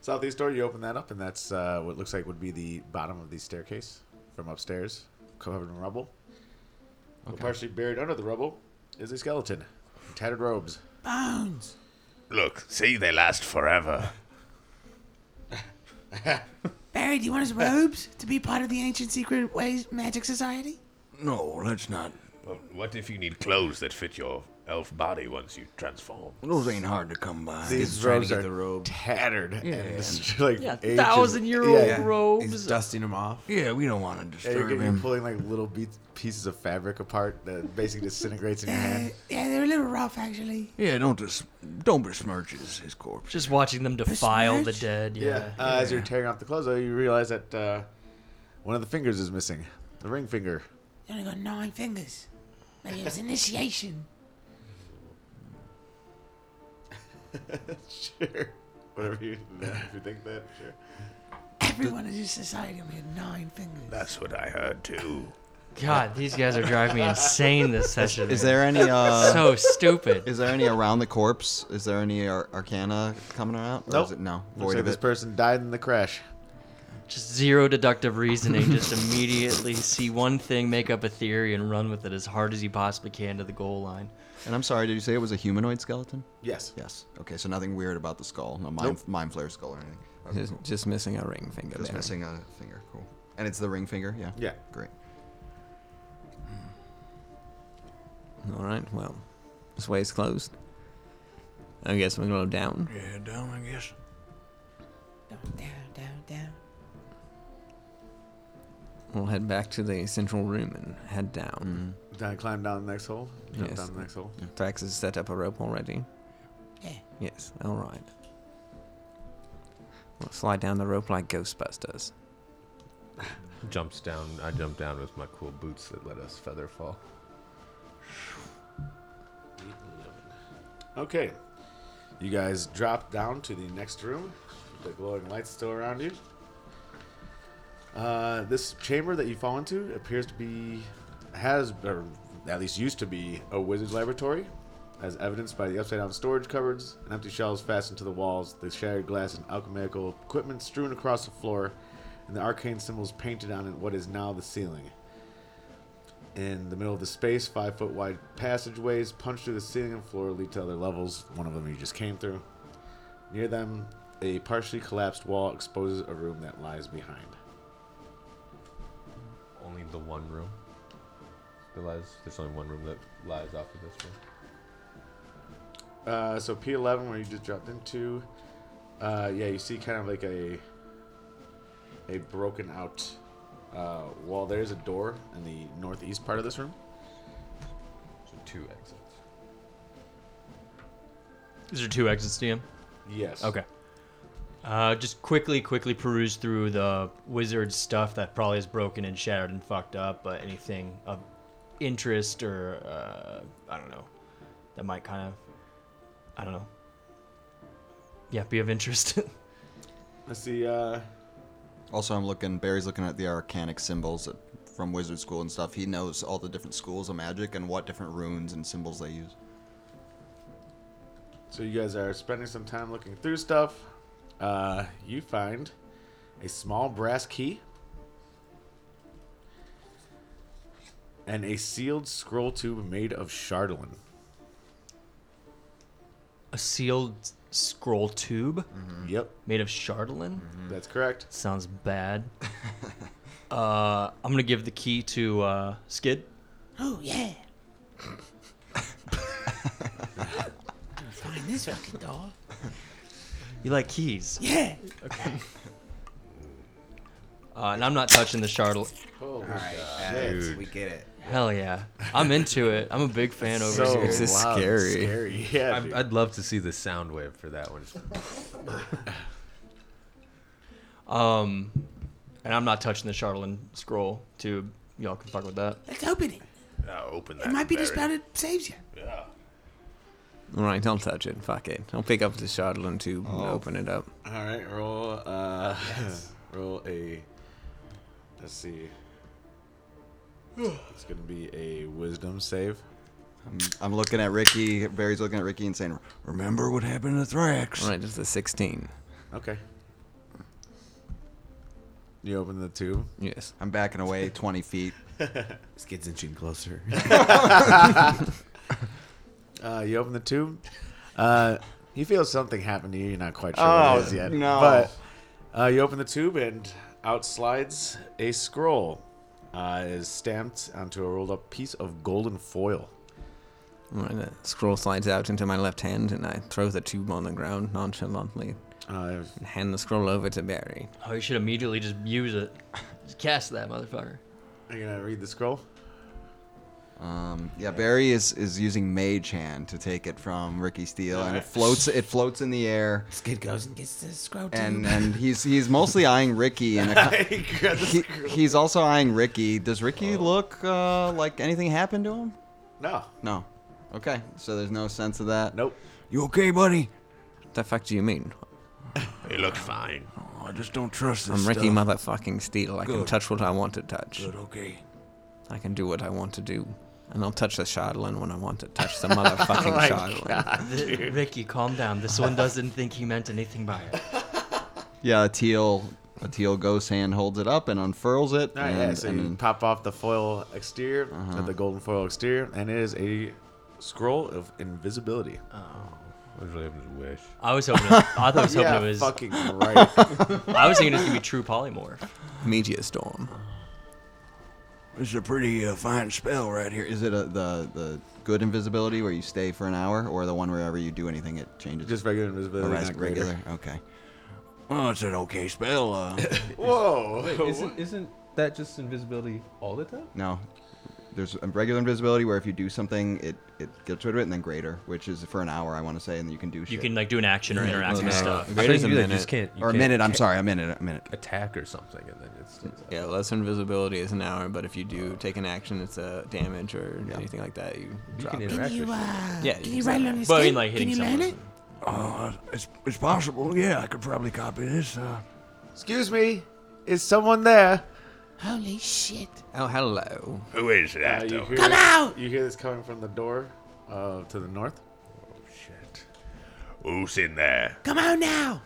[SPEAKER 2] Southeast door. You open that up, and that's uh, what looks like would be the bottom of the staircase from upstairs, covered in rubble. But Partially buried under the rubble is a skeleton, in tattered robes.
[SPEAKER 7] Bones.
[SPEAKER 9] Look, see, they last forever.
[SPEAKER 7] Barry, do you want his robes to be part of the ancient secret ways magic society?
[SPEAKER 8] No, let's not.
[SPEAKER 9] Well, what if you need clothes that fit your elf body once you transform.
[SPEAKER 8] Those ain't hard to come by.
[SPEAKER 2] These
[SPEAKER 8] Just trying
[SPEAKER 2] robes
[SPEAKER 8] to get
[SPEAKER 2] are
[SPEAKER 8] the robe.
[SPEAKER 2] tattered. Yeah, and it's
[SPEAKER 8] Yeah.
[SPEAKER 2] like
[SPEAKER 4] Yeah,
[SPEAKER 2] ages-
[SPEAKER 4] thousand-year-old
[SPEAKER 2] yeah.
[SPEAKER 4] robes.
[SPEAKER 10] He's dusting them off.
[SPEAKER 8] Yeah, we don't want to
[SPEAKER 2] Yeah, you're,
[SPEAKER 8] disturb
[SPEAKER 2] getting- you're
[SPEAKER 8] him.
[SPEAKER 2] pulling like little beats, pieces of fabric apart that basically disintegrates in your hand.
[SPEAKER 7] Yeah, they're a little rough, actually.
[SPEAKER 8] Yeah, don't dis- don't besmirch his, his corpse.
[SPEAKER 4] Just watching them defile the
[SPEAKER 7] match?
[SPEAKER 4] dead. Yeah.
[SPEAKER 2] Yeah. Uh, As you're tearing off the clothes, though, you realize that uh, one of the fingers is missing. The ring finger.
[SPEAKER 7] You only got nine fingers. Maybe it was initiation.
[SPEAKER 2] sure. Whatever you, if you think that, sure.
[SPEAKER 7] Everyone in this society only had nine fingers.
[SPEAKER 9] That's what I heard too.
[SPEAKER 4] God, these guys are driving me insane this session.
[SPEAKER 5] Is there any uh,
[SPEAKER 4] so stupid?
[SPEAKER 5] is there any around the corpse? Is there any ar- arcana coming out? Or
[SPEAKER 2] Nope.
[SPEAKER 5] Is it, no.
[SPEAKER 2] Looks
[SPEAKER 5] Void
[SPEAKER 2] like
[SPEAKER 5] of
[SPEAKER 2] this
[SPEAKER 5] it.
[SPEAKER 2] person died in the crash.
[SPEAKER 4] Just zero deductive reasoning. Just immediately see one thing, make up a theory, and run with it as hard as you possibly can to the goal line.
[SPEAKER 5] and I'm sorry, did you say it was a humanoid skeleton?
[SPEAKER 2] Yes.
[SPEAKER 5] Yes. Okay, so nothing weird about the skull. No mind, mind flare skull or anything. Okay,
[SPEAKER 3] Just,
[SPEAKER 5] cool.
[SPEAKER 3] just missing a ring finger
[SPEAKER 5] Just
[SPEAKER 3] there.
[SPEAKER 5] missing a finger. Cool. And it's the ring finger. Yeah.
[SPEAKER 2] Yeah.
[SPEAKER 5] Great.
[SPEAKER 3] All right, well, this way's closed. I guess we're going to go down.
[SPEAKER 8] Yeah, down, I guess.
[SPEAKER 7] Down, down, down.
[SPEAKER 3] We'll head back to the central room and head down.
[SPEAKER 2] Then I climbed down the next hole. Jumped
[SPEAKER 3] Yes.
[SPEAKER 2] Mm. down the next hole.
[SPEAKER 3] Thrax has set up a rope already.
[SPEAKER 7] Yeah.
[SPEAKER 3] Yes, all right. We'll slide down the rope like Ghostbusters.
[SPEAKER 6] Jumps down. I jump down with my cool boots that let us feather fall.
[SPEAKER 2] Okay. You guys drop down to the next room. The glowing lights still around you. Uh, this chamber that you fall into appears to be, has, or at least used to be, a wizard's laboratory, as evidenced by the upside down storage cupboards and empty shelves fastened to the walls, the shattered glass and alchemical equipment strewn across the floor, and the arcane symbols painted on what is now the ceiling. In the middle of the space, five foot wide passageways punch through the ceiling and floor lead to other levels, one of them you just came through. Near them, a partially collapsed wall exposes a room that lies behind.
[SPEAKER 6] Only the one room. That lies. There's only one room that lies off of this room.
[SPEAKER 2] Uh, so P11, where you just dropped into, uh, yeah, you see kind of like a a broken out uh, wall. There's a door in the northeast part of this room.
[SPEAKER 6] So two exits.
[SPEAKER 4] Is there two exits to him?
[SPEAKER 2] Yes.
[SPEAKER 4] Okay. Uh, just quickly, quickly peruse through the wizard stuff that probably is broken and shattered and fucked up, but anything of interest or uh, I don't know that might kind of I don't know. Yeah, be of interest.
[SPEAKER 2] Let's see. Uh,
[SPEAKER 5] Also, I'm looking. Barry's looking at the arcanic symbols that- from wizard school and stuff. He knows all the different schools of magic and what different runes and symbols they use.
[SPEAKER 2] So you guys are spending some time looking through stuff. Uh, you find a small brass key and a sealed scroll tube made of chardolin.
[SPEAKER 4] A sealed scroll tube
[SPEAKER 2] Mm-hmm. Yep, Mm-hmm.
[SPEAKER 4] made of chardolin.
[SPEAKER 2] that's correct.
[SPEAKER 4] Sounds bad. uh, I'm gonna give the key to uh, Skid.
[SPEAKER 7] Oh, yeah. I'm gonna find this fucking door.
[SPEAKER 4] You like keys?
[SPEAKER 7] Yeah.
[SPEAKER 4] Uh, and I'm not touching the chardolin.
[SPEAKER 2] Holy
[SPEAKER 11] We get it.
[SPEAKER 4] Hell yeah. I'm into it. I'm a big fan over
[SPEAKER 2] So
[SPEAKER 4] here.
[SPEAKER 3] This is
[SPEAKER 2] loud and
[SPEAKER 3] scary.
[SPEAKER 2] Scary, yeah.
[SPEAKER 6] I'm,
[SPEAKER 2] dude.
[SPEAKER 6] I'd love to see the sound wave for that one.
[SPEAKER 4] Um, and I'm not touching the Charlatan scroll tube. Y'all can fuck with that.
[SPEAKER 7] Let's open it.
[SPEAKER 9] Uh, open that.
[SPEAKER 7] It might be the
[SPEAKER 9] Barry.
[SPEAKER 7] spell that saves you.
[SPEAKER 9] Yeah.
[SPEAKER 3] All right, I'll touch it. Fuck it. I'll pick up the Shardlin tube
[SPEAKER 2] Oh.
[SPEAKER 3] and open it up.
[SPEAKER 2] All right, roll. Uh, roll a. Let's see. It's gonna be a wisdom save.
[SPEAKER 5] I'm looking at Ricky. Barry's looking at Ricky and saying,
[SPEAKER 8] Remember what happened to Thrax?
[SPEAKER 3] All right, it's a 16.
[SPEAKER 2] Okay. You open the tube.
[SPEAKER 3] Yes.
[SPEAKER 5] "I'm backing away 20 feet."
[SPEAKER 11] Skid's inching closer.
[SPEAKER 2] Uh, you open the tube. Uh, you feel something happen to you. You're not quite sure what it
[SPEAKER 4] Oh,
[SPEAKER 2] is yet. No. But uh, you open the tube and out slides a scroll. Uh, it is stamped onto a rolled up piece of golden foil.
[SPEAKER 3] And the scroll slides out into my left hand, and I throw the tube on the ground nonchalantly
[SPEAKER 2] Uh,
[SPEAKER 3] and hand the scroll over to Barry.
[SPEAKER 4] Oh, you should immediately just use it. Just cast that motherfucker.
[SPEAKER 2] Are you gonna read the scroll?
[SPEAKER 5] Um, yeah, Barry is, is using Mage Hand to take it from Ricky Steele, and it floats. It floats in the air. Skid goes and
[SPEAKER 7] Gets the
[SPEAKER 2] "Oh,
[SPEAKER 7] scroll
[SPEAKER 5] and and he's he's mostly eyeing Ricky, and a co- he- he's also eyeing Ricky. Does
[SPEAKER 2] Oh.
[SPEAKER 5] Ricky look uh, like anything happened to him?
[SPEAKER 2] No.
[SPEAKER 5] No. Okay, so there's no sense of that.
[SPEAKER 2] Nope.
[SPEAKER 5] You okay, buddy?
[SPEAKER 3] The fuck do you mean?
[SPEAKER 9] It looks fine.
[SPEAKER 8] Oh, I just don't trust this
[SPEAKER 3] I'm Ricky
[SPEAKER 8] stuff.
[SPEAKER 3] motherfucking Steele. I can
[SPEAKER 8] Good.
[SPEAKER 3] touch what I want to touch.
[SPEAKER 8] Good, okay.
[SPEAKER 3] I can do what I want to do. And I'll touch the Shardlin when I want to touch the motherfucking
[SPEAKER 4] Oh my
[SPEAKER 8] Oh
[SPEAKER 3] Shardlin.
[SPEAKER 4] Th- Ricky, calm down. This one doesn't think he meant anything by it.
[SPEAKER 5] Yeah, a teal a teal ghost hand holds it up and unfurls it.
[SPEAKER 2] All right,
[SPEAKER 5] and,
[SPEAKER 2] Ah, yeah, so you
[SPEAKER 5] and-
[SPEAKER 2] pop off the foil exterior,
[SPEAKER 5] Uh-huh.
[SPEAKER 2] of the golden foil exterior, and it is a scroll of invisibility. Oh.
[SPEAKER 6] I was really hoping to wish.
[SPEAKER 4] I was hoping. It, I thought I was hoping
[SPEAKER 2] yeah,
[SPEAKER 4] it was
[SPEAKER 2] fucking right.
[SPEAKER 4] I was thinking it's gonna be true polymorph.
[SPEAKER 3] Meteor storm.
[SPEAKER 5] This is a pretty uh, fine spell right here. Is it a, the the good invisibility where you stay for an hour, or the one wherever you do anything it changes?
[SPEAKER 2] Just regular
[SPEAKER 5] Or
[SPEAKER 2] invisibility,
[SPEAKER 5] that's
[SPEAKER 2] not greater.
[SPEAKER 5] regular. Okay.
[SPEAKER 8] Well, it's an okay spell. Uh,
[SPEAKER 2] Whoa!
[SPEAKER 6] Wait, isn't, isn't that just invisibility all the time?
[SPEAKER 5] No, there's a regular invisibility where if you do something, it it gets rid of it, and then greater, which is for an hour, I want to say, and you can do shit.
[SPEAKER 4] You can like do an action or interact with stuff.
[SPEAKER 6] I thought you could, like, just can't. you
[SPEAKER 5] or a
[SPEAKER 6] can't
[SPEAKER 5] minute. I'm
[SPEAKER 6] ca-
[SPEAKER 5] sorry, a minute, a minute.
[SPEAKER 6] Attack or something, and then it's. it's-
[SPEAKER 3] Yeah, lesser invisibility is an hour, but if you
[SPEAKER 8] Uh.
[SPEAKER 3] do take an action, it's a damage or anything like that. You,
[SPEAKER 6] You
[SPEAKER 3] drop
[SPEAKER 6] can
[SPEAKER 3] it.
[SPEAKER 6] interact.
[SPEAKER 7] You,
[SPEAKER 6] with shit.
[SPEAKER 7] uh,
[SPEAKER 3] Yeah,
[SPEAKER 7] can
[SPEAKER 3] you
[SPEAKER 7] you
[SPEAKER 3] can
[SPEAKER 7] write
[SPEAKER 3] say
[SPEAKER 7] it on the
[SPEAKER 4] But I mean,
[SPEAKER 7] skin?
[SPEAKER 4] like,
[SPEAKER 7] Can
[SPEAKER 4] hitting
[SPEAKER 7] you learn
[SPEAKER 4] someone
[SPEAKER 7] it?
[SPEAKER 8] uh, it's, it's possible. Yeah, I could probably copy this. Uh,
[SPEAKER 2] Excuse me, is someone there?
[SPEAKER 7] Holy shit.
[SPEAKER 3] Oh, hello.
[SPEAKER 9] Who is that,
[SPEAKER 2] Uh, you
[SPEAKER 9] though?
[SPEAKER 2] hear
[SPEAKER 7] Come
[SPEAKER 2] this-
[SPEAKER 7] out!
[SPEAKER 2] You hear this coming from the door uh, to the north?
[SPEAKER 9] Shit. Who's in there
[SPEAKER 7] Come out now!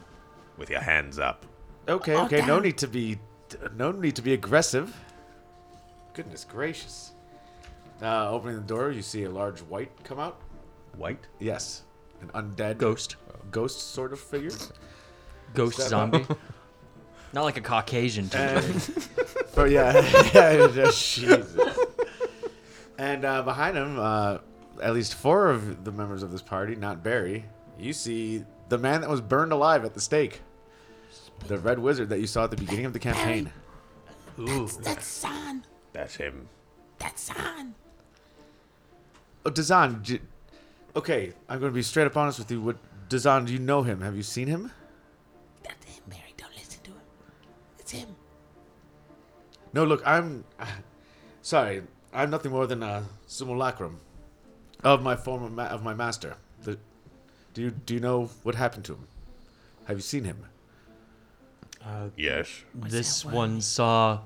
[SPEAKER 9] with your hands up?
[SPEAKER 2] Okay,
[SPEAKER 7] Oh,
[SPEAKER 2] okay. No
[SPEAKER 7] damn.
[SPEAKER 2] need to be, no need to be aggressive. Goodness gracious! Uh, opening the door, you see a large white come out.
[SPEAKER 6] White.
[SPEAKER 2] Yes, an undead
[SPEAKER 4] Ghost.
[SPEAKER 2] ghost sort of figure.
[SPEAKER 4] Ghost
[SPEAKER 2] Step
[SPEAKER 4] zombie. Not like a
[SPEAKER 3] Uh,
[SPEAKER 4] Caucasian dude.
[SPEAKER 2] Oh yeah, yeah, Jesus. And uh, behind him, uh, at least four of the members of this party, not Barry. You see the man that was burned alive at the stake, the red wizard that you saw at the beginning of the campaign.
[SPEAKER 7] That's San.
[SPEAKER 9] That's him.
[SPEAKER 7] That's San.
[SPEAKER 2] Oh, Dazan. j okay, I'm going to be straight up honest with you. What Dazan? Do you know him? Have you seen him?
[SPEAKER 7] That's him, Mary. Don't listen to him. It's him.
[SPEAKER 2] No. Look, I'm sorry. I'm nothing more than a simulacrum of my former ma- of my master. The, do you do you know what happened to him? Have you seen him?
[SPEAKER 9] Yes.
[SPEAKER 4] Uh, this one saw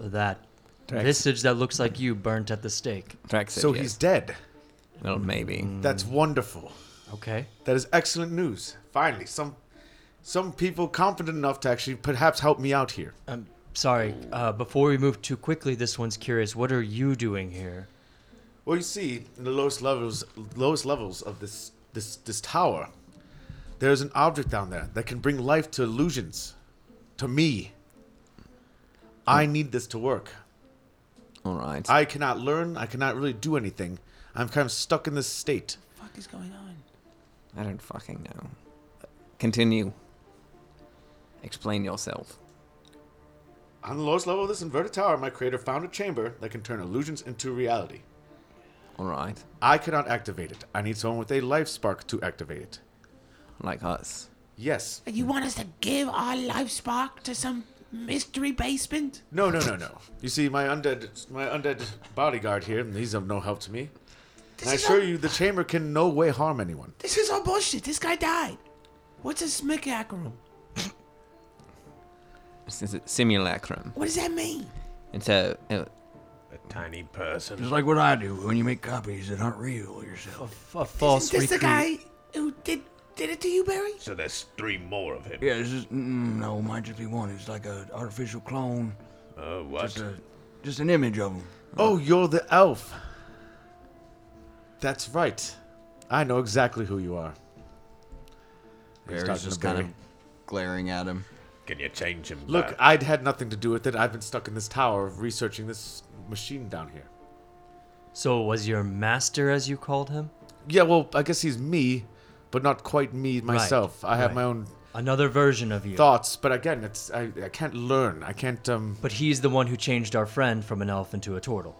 [SPEAKER 4] that visage that looks like you burnt at the stake.
[SPEAKER 3] Drax said
[SPEAKER 2] So
[SPEAKER 3] yes.
[SPEAKER 2] he's dead.
[SPEAKER 3] Well, maybe.
[SPEAKER 2] That's wonderful.
[SPEAKER 4] Mm. Okay.
[SPEAKER 2] That is excellent news. Finally, some some people competent enough to actually perhaps help me out here.
[SPEAKER 4] I'm sorry. Uh, before we move too quickly, this one's curious. What are you doing here?
[SPEAKER 2] Well, you see, in the lowest levels, lowest levels of this this this tower, there is an object down there that can bring life to illusions. To me, I need this to work.
[SPEAKER 3] Hmm. All right.
[SPEAKER 2] I cannot learn. I cannot really do anything. I'm kind of stuck in this state.
[SPEAKER 7] fuck is going on?
[SPEAKER 3] I don't fucking know. Continue. Explain yourself.
[SPEAKER 2] On the lowest level of this inverted tower, my creator found a chamber that can turn illusions into reality.
[SPEAKER 3] All right.
[SPEAKER 2] I cannot activate it. I need someone with a life spark to activate it.
[SPEAKER 3] Like us.
[SPEAKER 2] Yes.
[SPEAKER 7] Like, you want us to give our life spark to some mystery basement?
[SPEAKER 2] No, no, no, no. You see, my undead, my undead bodyguard here, and he's of no help to me. And I
[SPEAKER 7] is
[SPEAKER 2] assure
[SPEAKER 7] all-
[SPEAKER 2] you, the chamber can no way harm anyone.
[SPEAKER 7] This is all bullshit. This guy died. What's a smickacrum?
[SPEAKER 3] This is a simulacrum.
[SPEAKER 7] What does that mean?
[SPEAKER 3] It's a. a
[SPEAKER 9] A tiny person.
[SPEAKER 8] just like what I do when you make copies that aren't real yourself.
[SPEAKER 4] A false
[SPEAKER 7] Isn't this the
[SPEAKER 4] recruit.
[SPEAKER 7] guy who did did it to you, Barry?
[SPEAKER 9] So there's three more of him.
[SPEAKER 8] Yeah, this is mm, no, might just be one. It's like an artificial clone.
[SPEAKER 9] Oh,
[SPEAKER 8] Just
[SPEAKER 9] what?
[SPEAKER 8] a, just an image of him.
[SPEAKER 2] Oh, you're the elf. That's right. I know exactly who you are. He's talking
[SPEAKER 5] Barry's just
[SPEAKER 2] to Barry.
[SPEAKER 5] kind of glaring at him. Uh,
[SPEAKER 9] Can you change him?
[SPEAKER 2] Look,
[SPEAKER 9] back?
[SPEAKER 2] I'd had nothing to do with it. I've been stuck in this tower researching this machine down here.
[SPEAKER 4] So was your master, as you called him?
[SPEAKER 2] Yeah, well, I guess he's me, but not quite me
[SPEAKER 4] Right,
[SPEAKER 2] myself. I have
[SPEAKER 4] right.
[SPEAKER 2] my own
[SPEAKER 4] another version of you
[SPEAKER 2] thoughts, but again, it's I, I can't learn. I can't. um
[SPEAKER 4] But he's the one who changed our friend from an elf into a turtle.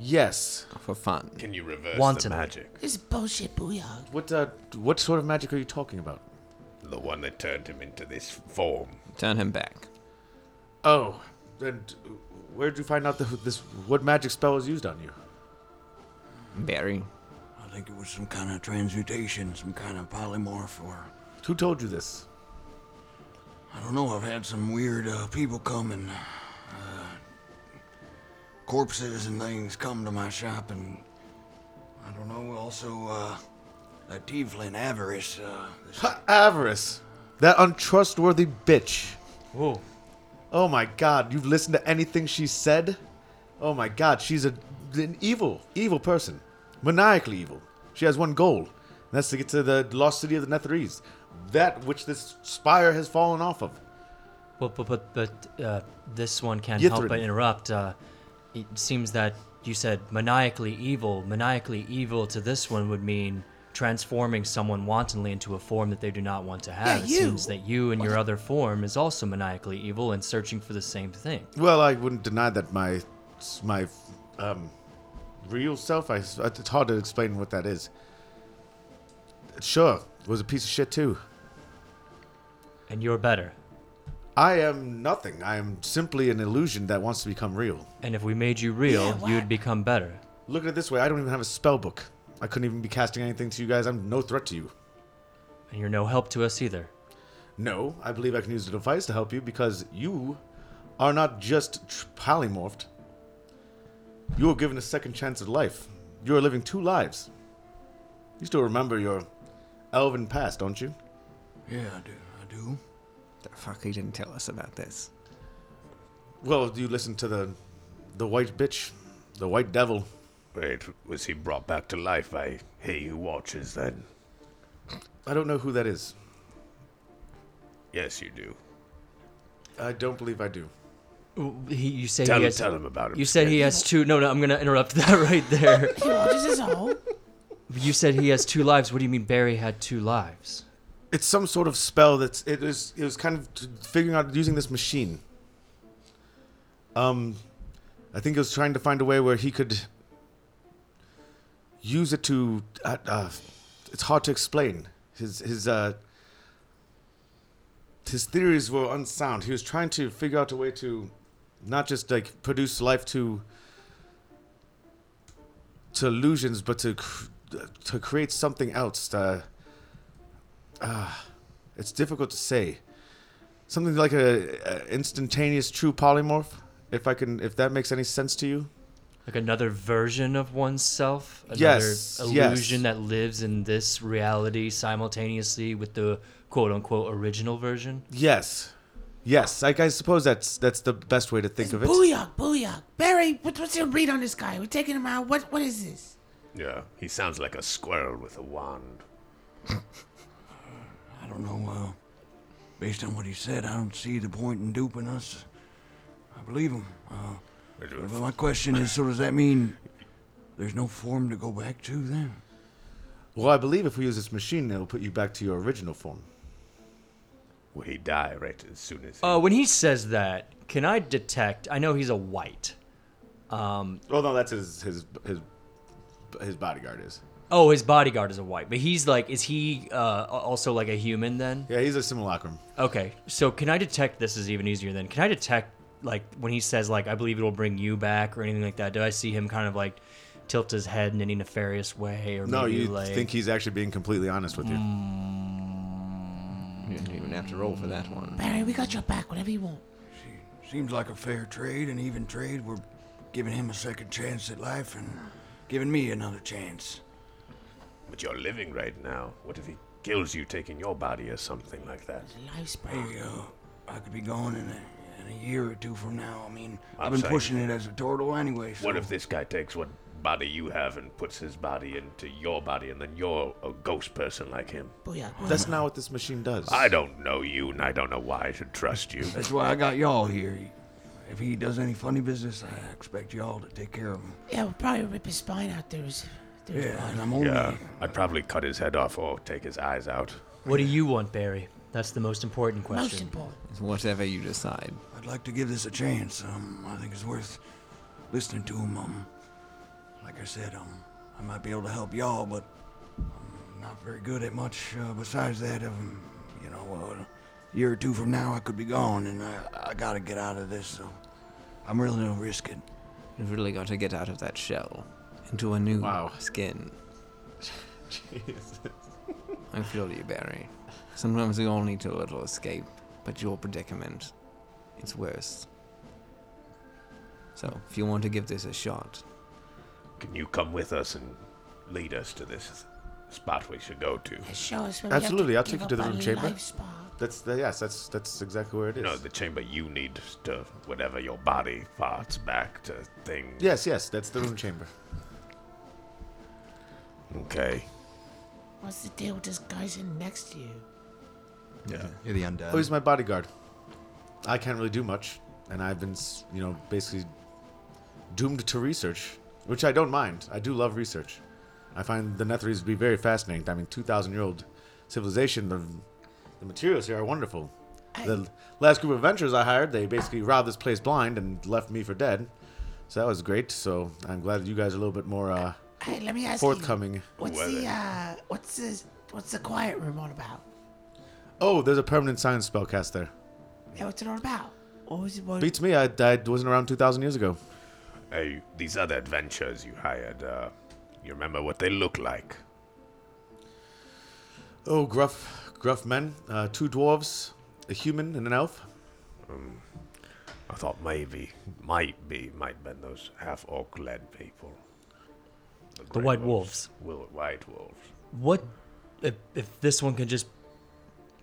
[SPEAKER 2] Yes.
[SPEAKER 3] For fun.
[SPEAKER 9] Can you reverse
[SPEAKER 4] Wanton.
[SPEAKER 9] the magic?
[SPEAKER 7] This is bullshit, booyah.
[SPEAKER 2] What uh, what sort of magic are you talking about?
[SPEAKER 9] The one that turned him into this form.
[SPEAKER 3] Turn him back.
[SPEAKER 2] Oh, and where did you find out the, this? What magic spell was used on you?
[SPEAKER 3] Barry.
[SPEAKER 8] I think it was some kind of transmutation, some kind of polymorph, or
[SPEAKER 2] Who told you this?
[SPEAKER 8] I don't know. I've had some weird uh, people come and uh, corpses and things come to my shop, and I don't know. Also, uh, that tiefling avarice. Uh, this-
[SPEAKER 2] Avarice, that untrustworthy bitch.
[SPEAKER 4] Whoa.
[SPEAKER 2] Oh my God! You've listened to anything she said? Oh my God! She's a, an evil, evil person, maniacally evil. She has one goal, and that's to get to the lost city of the Netherese, that which this spire has fallen off of.
[SPEAKER 4] But but but, but uh, this one can't help but
[SPEAKER 2] Yithrin.
[SPEAKER 4] interrupt. Uh, it seems that you said maniacally evil. Maniacally evil to this one would mean transforming someone wantonly into a form that they do not want to have.
[SPEAKER 7] Yeah,
[SPEAKER 4] it
[SPEAKER 7] you.
[SPEAKER 4] seems that you and your other form is also maniacally evil and searching for the same thing.
[SPEAKER 2] Well, I wouldn't deny that my my um, real self. I it's hard to explain what that is. Sure, was a piece of shit too.
[SPEAKER 4] And you're better.
[SPEAKER 2] I am nothing. I am simply an illusion that wants to become real.
[SPEAKER 4] And if we made you real, you'd become better.
[SPEAKER 2] Look at it this way: I don't even have a spell book. I couldn't even be casting anything to you guys. I'm no threat to you.
[SPEAKER 4] And you're no help to us either.
[SPEAKER 2] No, I believe I can use the device to help you because you are not just tr- polymorphed. You are given a second chance at life. You are living two lives. You still remember your elven past, don't you?
[SPEAKER 8] yeah, I do. I do.
[SPEAKER 3] The fuck, he didn't tell us about this.
[SPEAKER 2] Well, you listen to the the white bitch, the white devil.
[SPEAKER 9] Wait, was he brought back to life by he who watches then?
[SPEAKER 2] I don't know who that is.
[SPEAKER 9] Yes, you do.
[SPEAKER 2] I don't believe I do.
[SPEAKER 4] He, you say
[SPEAKER 9] Tell
[SPEAKER 4] he
[SPEAKER 9] him-
[SPEAKER 4] has,
[SPEAKER 9] tell him about him,
[SPEAKER 4] You said he has two. No, no, I'm gonna interrupt that right there.
[SPEAKER 7] He watches his all.
[SPEAKER 4] you said he has two lives. What do you mean Barry had two lives?
[SPEAKER 2] It's some sort of spell that's it was it was kind of t- figuring out using this machine. Um, I think it was trying to find a way where he could use it to. Uh, uh, it's hard to explain. His his uh, his theories were unsound. He was trying to figure out a way to not just like produce life to to illusions, but to cr- to create something else. Uh, uh, it's difficult to say. Something like a, a instantaneous true polymorph, if I can, if that makes any sense to you.
[SPEAKER 4] Like another version of oneself, another
[SPEAKER 2] Yes, yes.
[SPEAKER 4] illusion that lives in this reality simultaneously with the quote unquote original version.
[SPEAKER 2] Yes, yes. I, I suppose that's that's the best way to think of it.
[SPEAKER 7] Booyah, booyah. Barry, what, what's your read on this guy? We're taking him out. What What is this?
[SPEAKER 9] Yeah, he sounds like a squirrel with a wand.
[SPEAKER 8] I don't know. Uh, based on what he said, I don't see the point in duping us. I believe him. Uh, but my question is: So does that mean there's no form to go back to then?
[SPEAKER 2] Well, I believe if we use this machine, it'll put you back to your original form.
[SPEAKER 9] Will he die right as soon as?
[SPEAKER 4] Uh, when he says that, can I detect? I know he's a white. Um,
[SPEAKER 2] Well, no, that's his his his his bodyguard is.
[SPEAKER 4] oh, his bodyguard is a white, but he's like, is he uh, also like a human then?
[SPEAKER 2] Yeah, he's a simulacrum.
[SPEAKER 4] Okay, so can I detect? This is even easier then. Can I detect like when he says like I believe it'll bring you back or anything like that? Do I see him kind of like tilt his head in any nefarious way or
[SPEAKER 2] No,
[SPEAKER 4] maybe
[SPEAKER 2] you
[SPEAKER 4] like
[SPEAKER 2] think he's actually being completely honest with you.
[SPEAKER 4] Mm.
[SPEAKER 3] You didn't even have to roll for that one.
[SPEAKER 7] Barry, we got your back, whatever you want.
[SPEAKER 8] Seems like a fair trade, an even trade. We're giving him a second chance at life and giving me another chance.
[SPEAKER 9] But you're living right now. What if he kills you, taking your body or something like that?
[SPEAKER 7] Life spark.
[SPEAKER 8] Hey, uh, I could be gone in a, in a year or two from now. I mean,
[SPEAKER 9] I'm
[SPEAKER 8] i have been
[SPEAKER 9] saying-
[SPEAKER 8] pushing it as a turtle anyway. So
[SPEAKER 9] What if this guy takes what body you have and puts his body into your body, and then you're a ghost person like him?
[SPEAKER 7] Booyah, booyah.
[SPEAKER 2] That's not what this machine does.
[SPEAKER 9] I don't know you, and I don't know why I should trust you.
[SPEAKER 8] That's why I got y'all here. if he does any funny business, I expect y'all to take care of him.
[SPEAKER 7] Yeah, we'll probably rip his spine out through his. Through his
[SPEAKER 8] Yeah,
[SPEAKER 7] body.
[SPEAKER 8] and I'm only.
[SPEAKER 9] Yeah, I'd probably cut his head off or take his eyes out.
[SPEAKER 4] What do you want, Barry? That's the most important question.
[SPEAKER 7] Most important.
[SPEAKER 3] It's whatever you decide.
[SPEAKER 8] I'd like to give this a chance. Um, I think it's worth listening to him. Um, like I said, um, I might be able to help y'all, but I'm not very good at much uh, besides that. Um, you know, uh, a year or two from now, I could be gone, and I, I gotta get out of this. So I'm really gonna risk it.
[SPEAKER 3] You've really got to get out of that shell into a new
[SPEAKER 2] Wow.
[SPEAKER 3] skin. I feel you, Barry. Sometimes we all need a little escape, but your predicament, it's worse. So, if you want to give this a shot,
[SPEAKER 9] Can you come with us and lead us to this spot we should go to?
[SPEAKER 7] Yeah, Show us where Oh, we
[SPEAKER 2] Absolutely, I'll
[SPEAKER 7] have to
[SPEAKER 2] take
[SPEAKER 7] give
[SPEAKER 2] you to the
[SPEAKER 7] up
[SPEAKER 2] room
[SPEAKER 7] our
[SPEAKER 2] chamber.
[SPEAKER 7] life spa.
[SPEAKER 2] That's the, yes, that's that's exactly where it is.
[SPEAKER 9] No, the chamber you need to whatever your body farts back to thing.
[SPEAKER 2] yes, yes, that's the room chamber.
[SPEAKER 9] Okay.
[SPEAKER 7] What's the deal with this guy sitting next to you?
[SPEAKER 5] You're the undead.
[SPEAKER 2] Oh, he's my bodyguard. I can't really do much, and I've been, s- you know, basically doomed to research, which I don't mind. I do love research. I find the Netherese to be very fascinating. I mean, 2,000 year old civilization, the, the materials here are wonderful. The last group of adventurers I hired, they basically robbed this place blind and left me for dead. So that was great. So I'm glad you guys are a little bit more uh,
[SPEAKER 7] Hey, let me ask
[SPEAKER 2] forthcoming.
[SPEAKER 7] you. What's
[SPEAKER 9] Well,
[SPEAKER 7] the
[SPEAKER 9] then.
[SPEAKER 7] uh, what's the what's the quiet room all about?
[SPEAKER 2] Oh, there's a permanent science spell cast there.
[SPEAKER 7] Yeah, what's it all about? What was it? What,
[SPEAKER 2] Beats me. I, I wasn't around 2,000 years ago.
[SPEAKER 9] Hey, these other adventurers you hired, uh, you remember what they look like?
[SPEAKER 2] Oh, gruff, gruff men. Uh, two dwarves, a human, and an elf.
[SPEAKER 9] I thought maybe, might be, might have been those half orc led people.
[SPEAKER 4] The
[SPEAKER 9] grey
[SPEAKER 4] White Wolves.
[SPEAKER 9] Will White Wolves.
[SPEAKER 4] What, if, if this one could just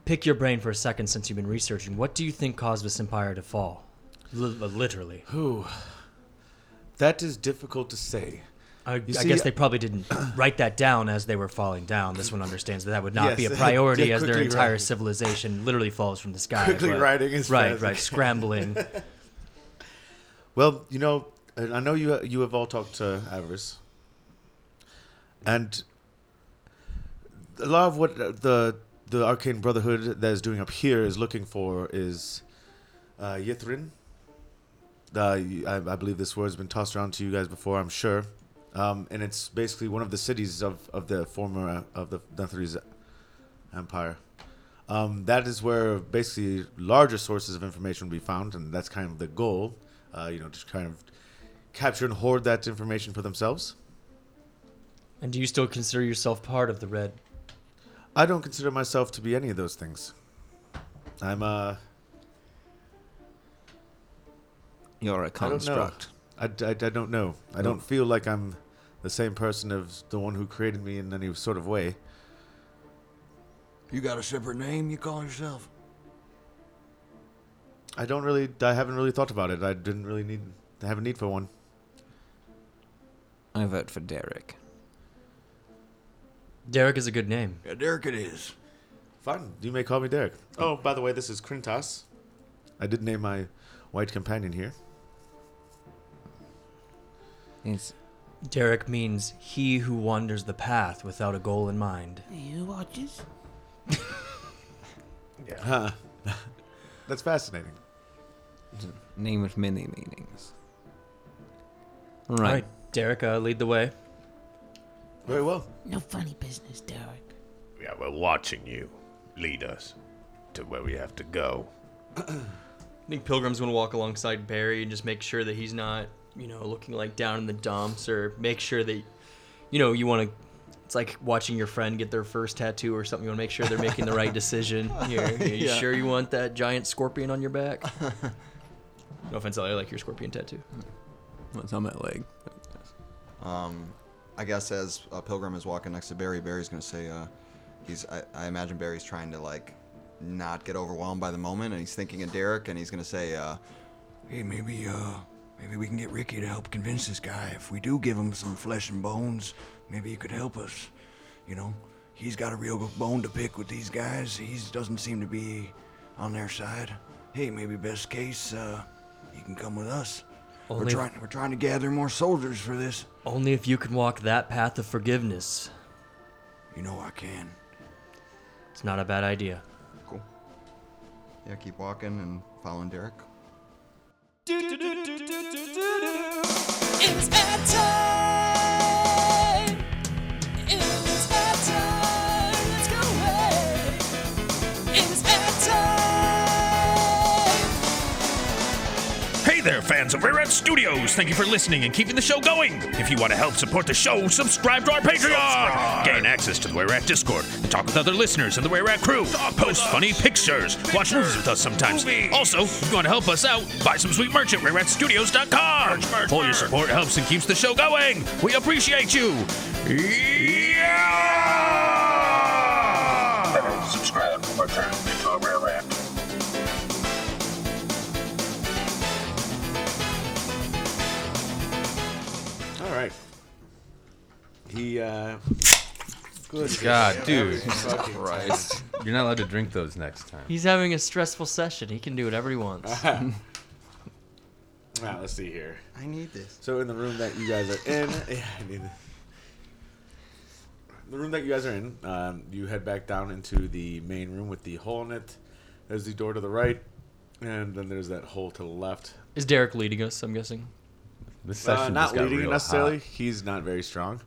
[SPEAKER 4] pick your brain for a second since you've been researching, what do you think caused this empire to fall? L- literally.
[SPEAKER 2] Ooh, that is difficult to say.
[SPEAKER 4] I, I
[SPEAKER 2] see, uh,
[SPEAKER 4] guess they probably didn't write that down as they were falling down. This one understands that that would not be a
[SPEAKER 2] Yes,
[SPEAKER 4] priority
[SPEAKER 2] yeah,
[SPEAKER 4] as their
[SPEAKER 2] quickly
[SPEAKER 4] entire
[SPEAKER 2] writing.
[SPEAKER 4] civilization literally falls from the sky.
[SPEAKER 2] Quickly
[SPEAKER 4] but-
[SPEAKER 2] writing is
[SPEAKER 4] right,
[SPEAKER 2] fast.
[SPEAKER 4] right, scrambling.
[SPEAKER 2] Well, you know, and I know you you have all talked to Avarice, and a lot of what the the Arcane Brotherhood that is doing up here is looking for is uh, Yithrin. Uh, you- I, I believe this word's been tossed around to you guys before, I'm sure. Um, and it's basically one of the cities of, of the former uh, of the Netherese Empire. Um, that is where basically larger sources of information will be found, and that's kind of the goal. Uh, you know, to kind of capture and hoard that information for themselves.
[SPEAKER 4] and do you still consider yourself part of the Red?
[SPEAKER 2] I don't consider myself to be any of those things. I'm uh, a
[SPEAKER 3] you're a
[SPEAKER 2] I don't know.
[SPEAKER 3] construct.
[SPEAKER 2] I, d- I d- I don't know. I don't feel like I'm the same person as the one who created me in any sort of way.
[SPEAKER 8] You got a separate name you call yourself?
[SPEAKER 2] I don't really. I haven't really thought about it. I didn't really need. I have a need for one.
[SPEAKER 3] I vote for Derek.
[SPEAKER 4] Derek is a good name.
[SPEAKER 8] Yeah, Derek it is.
[SPEAKER 2] Fine. You may call me Derek. Oh, by the way, this is Krintas. I did name my white companion here.
[SPEAKER 3] Yes.
[SPEAKER 4] Derek means he who wanders the path without a goal in mind.
[SPEAKER 7] you watches?
[SPEAKER 2] Huh. That's fascinating.
[SPEAKER 3] Name with many meanings.
[SPEAKER 4] All
[SPEAKER 3] Right.
[SPEAKER 4] right, Derek, uh, lead the way.
[SPEAKER 2] Very well.
[SPEAKER 7] No funny business, Derek.
[SPEAKER 9] Yeah, we're watching you lead us to where we have to go.
[SPEAKER 4] I think Pilgrim's gonna walk alongside Barry and just make sure that he's not, you know, looking like down in the dumps, or make sure that, you know, you want to. It's like watching your friend get their first tattoo or something. You want to make sure they're making the right decision. Here, are you sure you want that giant scorpion on your back? No offense, I like your scorpion tattoo.
[SPEAKER 3] What's on my leg?
[SPEAKER 5] Um, I guess as uh, Pilgrim is walking next to Barry, Barry's gonna say, uh, he's. I, I imagine Barry's trying to like not get overwhelmed by the moment, and he's thinking of Derek, and he's gonna say, uh,
[SPEAKER 8] Hey, maybe uh, maybe we can get Ricky to help convince this guy. If we do give him some flesh and bones, maybe he could help us. You know, he's got a real bone to pick with these guys. He doesn't seem to be on their side. Hey, maybe best case, uh, you can come with us. we're
[SPEAKER 4] Only-
[SPEAKER 8] trying we're trying to gather more soldiers for this.
[SPEAKER 4] Only if you can walk that path of forgiveness.
[SPEAKER 8] You know I can.
[SPEAKER 4] It's not a bad idea.
[SPEAKER 5] Cool. Yeah, keep walking and following Derek.
[SPEAKER 12] It's ad time. It's ad time. Let's go away. It's ad time.
[SPEAKER 13] Hey there, fans of Rare Ant Studios! Thank you for listening and keeping the show going! If you want to help support the show, subscribe to our Patreon! Gain access to the Rare Ant Discord and talk with other listeners and the Rare Ant crew. Post funny pictures, watch movies with us sometimes. Also, if you want to help us out, buy some sweet merch at rareantstudios.com! All your support helps and keeps the show going! We appreciate you! Yeah! Subscribe or turn into a Rare Ant.
[SPEAKER 2] All right. He, uh. Good
[SPEAKER 6] God, dude.
[SPEAKER 2] Fucking
[SPEAKER 6] Christ. You're not allowed to drink those next time.
[SPEAKER 4] He's having a stressful session. He can do whatever he wants.
[SPEAKER 2] Wow, let's see here.
[SPEAKER 5] I need this.
[SPEAKER 2] So in the room that you guys are in, yeah, I need this. The room that you guys are in, um, you head back down into the main room with the hole in it. There's the door to the right, and then there's that hole to the left.
[SPEAKER 4] Is Derek leading us? I'm guessing.
[SPEAKER 6] This
[SPEAKER 2] uh, not leading it necessarily. He's not very strong.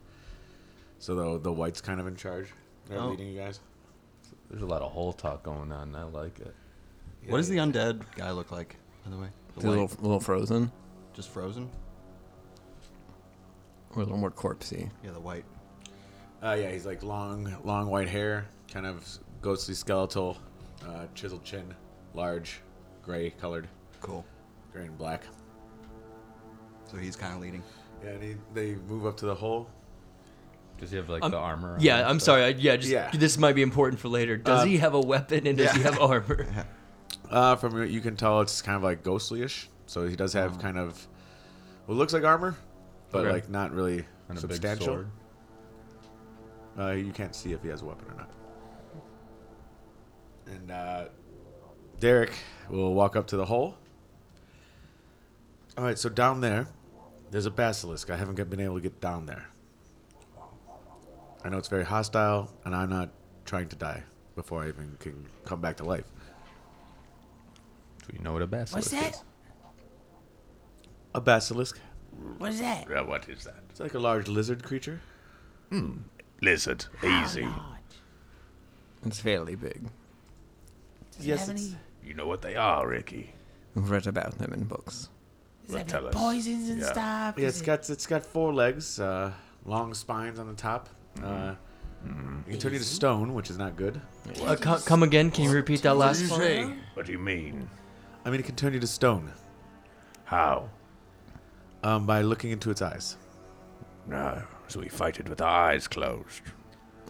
[SPEAKER 2] So the the white's kind of in charge. They're
[SPEAKER 6] Oh.
[SPEAKER 2] leading you guys.
[SPEAKER 6] There's a lot of whole talk going on. I like it.
[SPEAKER 5] What does the undead guy look like, by the way?
[SPEAKER 3] He's a little, a little frozen,
[SPEAKER 5] Just frozen?
[SPEAKER 3] or a little more corpsey.
[SPEAKER 5] Yeah, the white.
[SPEAKER 2] Uh, yeah, he's like long, long white hair, kind of ghostly skeletal, uh, chiseled chin, large, gray colored.
[SPEAKER 5] Cool.
[SPEAKER 2] Gray and black.
[SPEAKER 5] So he's kind of leading.
[SPEAKER 2] Yeah, and he, they move up to the hole.
[SPEAKER 6] Does he have like
[SPEAKER 4] I'm-
[SPEAKER 6] the armor? on
[SPEAKER 4] Um, Yeah,
[SPEAKER 6] and
[SPEAKER 4] I'm
[SPEAKER 6] stuff?
[SPEAKER 4] sorry. I, yeah, just
[SPEAKER 2] Yeah.
[SPEAKER 4] this might be important for later. Does
[SPEAKER 2] Um,
[SPEAKER 4] he have a weapon and does he
[SPEAKER 2] yeah.
[SPEAKER 4] have armor?
[SPEAKER 2] Uh, from what you can tell, it's kind of like ghostly-ish. So he does have kind of what looks like armor, but
[SPEAKER 6] Oh. Okay.
[SPEAKER 2] like not really
[SPEAKER 6] And a big
[SPEAKER 2] substantial.
[SPEAKER 6] sword.
[SPEAKER 2] Uh, you can't see if he has a weapon or not. And uh, Derek will walk up to the hole. All right, so down there, there's a basilisk. I haven't get- been able to get down there. I know it's very hostile, and I'm not trying to die before I even can come back to life.
[SPEAKER 6] Do you know what a basilisk
[SPEAKER 7] What's that?
[SPEAKER 2] A basilisk.
[SPEAKER 7] What is that?
[SPEAKER 9] Yeah, what is that?
[SPEAKER 2] It's like a large lizard creature.
[SPEAKER 9] Hmm. Lizard. Easy.
[SPEAKER 3] It's fairly big.
[SPEAKER 7] Does it have any?
[SPEAKER 9] You know what they are, Ricky.
[SPEAKER 3] We've read about them in books.
[SPEAKER 7] Does it have
[SPEAKER 9] tell
[SPEAKER 7] like
[SPEAKER 9] us.
[SPEAKER 7] poisons and
[SPEAKER 9] Yeah.
[SPEAKER 7] stuff?
[SPEAKER 2] Yeah,
[SPEAKER 7] Is
[SPEAKER 2] it's
[SPEAKER 7] it-
[SPEAKER 2] got it's got four legs, uh, long spines on the top. Uh, It can turn you to stone, which is not good.
[SPEAKER 4] Uh, co- come again? Can you repeat that last
[SPEAKER 2] What
[SPEAKER 4] part?
[SPEAKER 2] did you say?
[SPEAKER 9] What do you mean?
[SPEAKER 2] I mean, it can turn you to stone.
[SPEAKER 9] How?
[SPEAKER 2] Um, by looking into its eyes.
[SPEAKER 9] No, so we fight it with our eyes closed.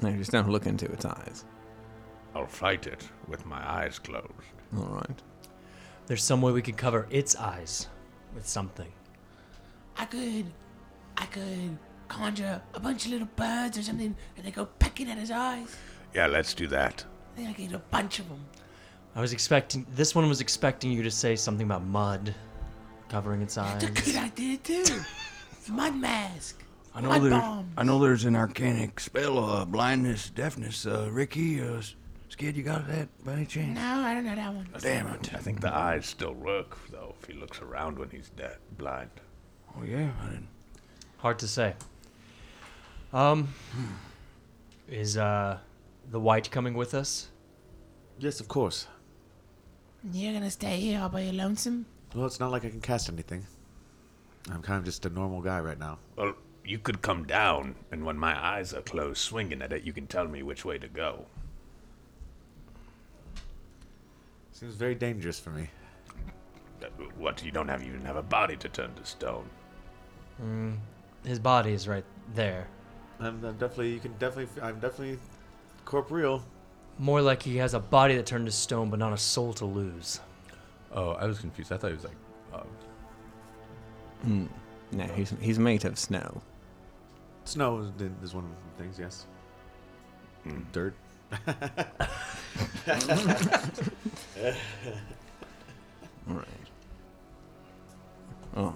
[SPEAKER 3] No, just don't look into its eyes.
[SPEAKER 9] I'll fight it with my eyes closed.
[SPEAKER 3] All right.
[SPEAKER 4] There's some way we could cover its eyes with something.
[SPEAKER 7] I could, I could conjure a bunch of little birds or something, and they go pecking at his eyes.
[SPEAKER 9] Yeah, let's do that.
[SPEAKER 7] I think I could get a bunch of them.
[SPEAKER 4] I was expecting this one was expecting you to say something about mud covering its eyes.
[SPEAKER 7] That's a good idea too. Mud mask.
[SPEAKER 8] I know
[SPEAKER 7] mud
[SPEAKER 8] there's
[SPEAKER 7] bomb.
[SPEAKER 8] I know there's an arcanic spell, uh, blindness, deafness. Uh, Ricky, uh, S- Skid, you got that by any chance?
[SPEAKER 7] No, I don't know that one.
[SPEAKER 8] Damn it!
[SPEAKER 9] I think the eyes still work, though, if he looks around when he's dead, blind.
[SPEAKER 8] Oh yeah, I didn't.
[SPEAKER 4] Hard to say. Um
[SPEAKER 2] Hmm.
[SPEAKER 4] is uh the white coming with us?
[SPEAKER 2] Yes, of course.
[SPEAKER 7] You're gonna stay here all by your lonesome.
[SPEAKER 2] Well, it's not like I can cast anything. I'm kind of just a normal guy right now.
[SPEAKER 9] Well, you could come down, and when my eyes are closed, swinging at it, you can tell me which way to go.
[SPEAKER 2] Seems very dangerous for me.
[SPEAKER 9] Uh, What? You don't have even have a body to turn to stone.
[SPEAKER 4] Mm, his body is right there.
[SPEAKER 2] I'm, I'm definitely. You can definitely. I'm definitely corporeal.
[SPEAKER 4] More like he has a body that turned to stone but not a soul to lose.
[SPEAKER 6] Oh, I was confused. I thought he was like, uh,
[SPEAKER 3] Hmm. No, he's, he's made of snow.
[SPEAKER 2] Snow is, is one of the things. Yes.
[SPEAKER 4] Hmm.
[SPEAKER 2] Dirt.
[SPEAKER 3] All right. Oh.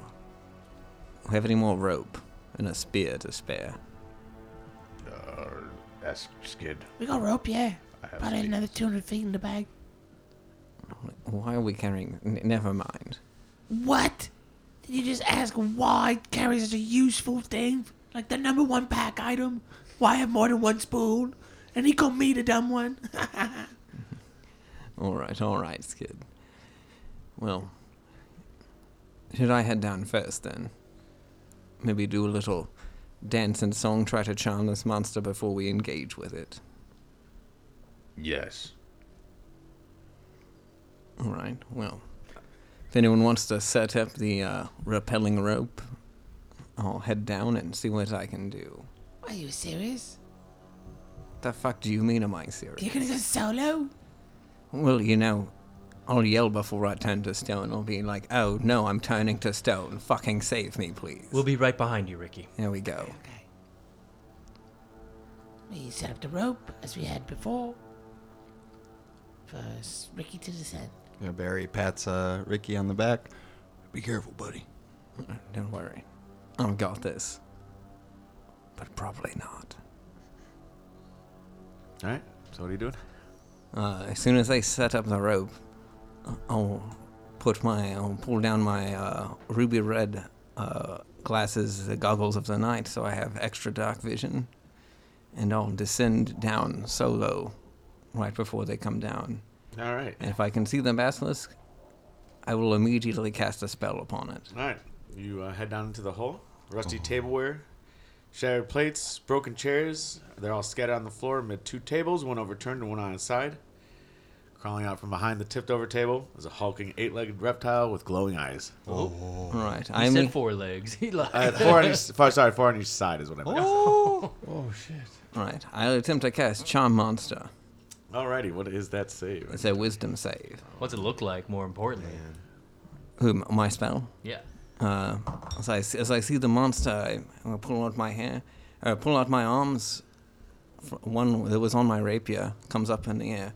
[SPEAKER 3] we have any more rope and a spear to spare?
[SPEAKER 9] Uh, ask Skid.
[SPEAKER 7] We got rope, yeah.
[SPEAKER 9] I have
[SPEAKER 7] Probably
[SPEAKER 9] speed.
[SPEAKER 7] another 200 feet in the bag.
[SPEAKER 3] Why are we carrying? N- never mind.
[SPEAKER 7] What? Did you just ask why carry such a useful thing? Like the number one pack item? Why have more than one spoon? And he called me the dumb one.
[SPEAKER 3] All right, all right, Skid. Well, should I head down first then? Maybe do a little dance and song, try to charm this monster before we engage with it.
[SPEAKER 9] Yes.
[SPEAKER 3] All right, well, if anyone wants to set up the uh, rappelling rope, I'll head down and see what I can do.
[SPEAKER 7] Are you serious?
[SPEAKER 3] The fuck do you mean, am I serious?
[SPEAKER 7] You're gonna go solo?
[SPEAKER 3] Well, you know, I'll yell before I turn to stone. I'll be like, oh no, I'm turning to stone. Fucking save me, please.
[SPEAKER 4] We'll be right behind you, Ricky.
[SPEAKER 3] There we go.
[SPEAKER 7] We set up the rope as we had before. First, Ricky to descend.
[SPEAKER 5] Yeah, Barry pats uh, Ricky on the back.
[SPEAKER 8] Be careful, buddy.
[SPEAKER 3] Don't worry. I've got this. But probably not.
[SPEAKER 2] All right. So what are you doing?
[SPEAKER 3] Uh, as soon as they set up the rope, I'll put my, I'll pull down my uh, ruby red uh, glasses, the goggles of the night, so I have extra dark vision, and I'll descend down solo, right before they come down.
[SPEAKER 2] All right.
[SPEAKER 3] And if I can see the basilisk, I will immediately cast a spell upon it.
[SPEAKER 2] All right. You uh, head down into the hole. Rusty
[SPEAKER 4] Oh.
[SPEAKER 2] tableware, shattered plates, broken chairs. They're all scattered on the floor amid two tables, one overturned and one on its side. Crawling out from behind the tipped over table is a hulking eight legged reptile with glowing eyes.
[SPEAKER 3] Oh. Right,
[SPEAKER 4] He I'm- said four legs. He lied.
[SPEAKER 2] Uh, four on each, four, sorry, four on each side is what I meant.
[SPEAKER 4] Oh.
[SPEAKER 6] oh shit.
[SPEAKER 3] Right, I'll attempt to cast Charm Monster.
[SPEAKER 2] Alrighty, what is that save?
[SPEAKER 3] It's a Wisdom save.
[SPEAKER 4] What's it look like? More importantly,
[SPEAKER 3] Who, m- my spell?
[SPEAKER 4] Yeah.
[SPEAKER 3] Uh, as, I, s- as I see the monster, I, I will pull out my hair, uh, pull out my arms. F- One that was on my rapier comes up in the air,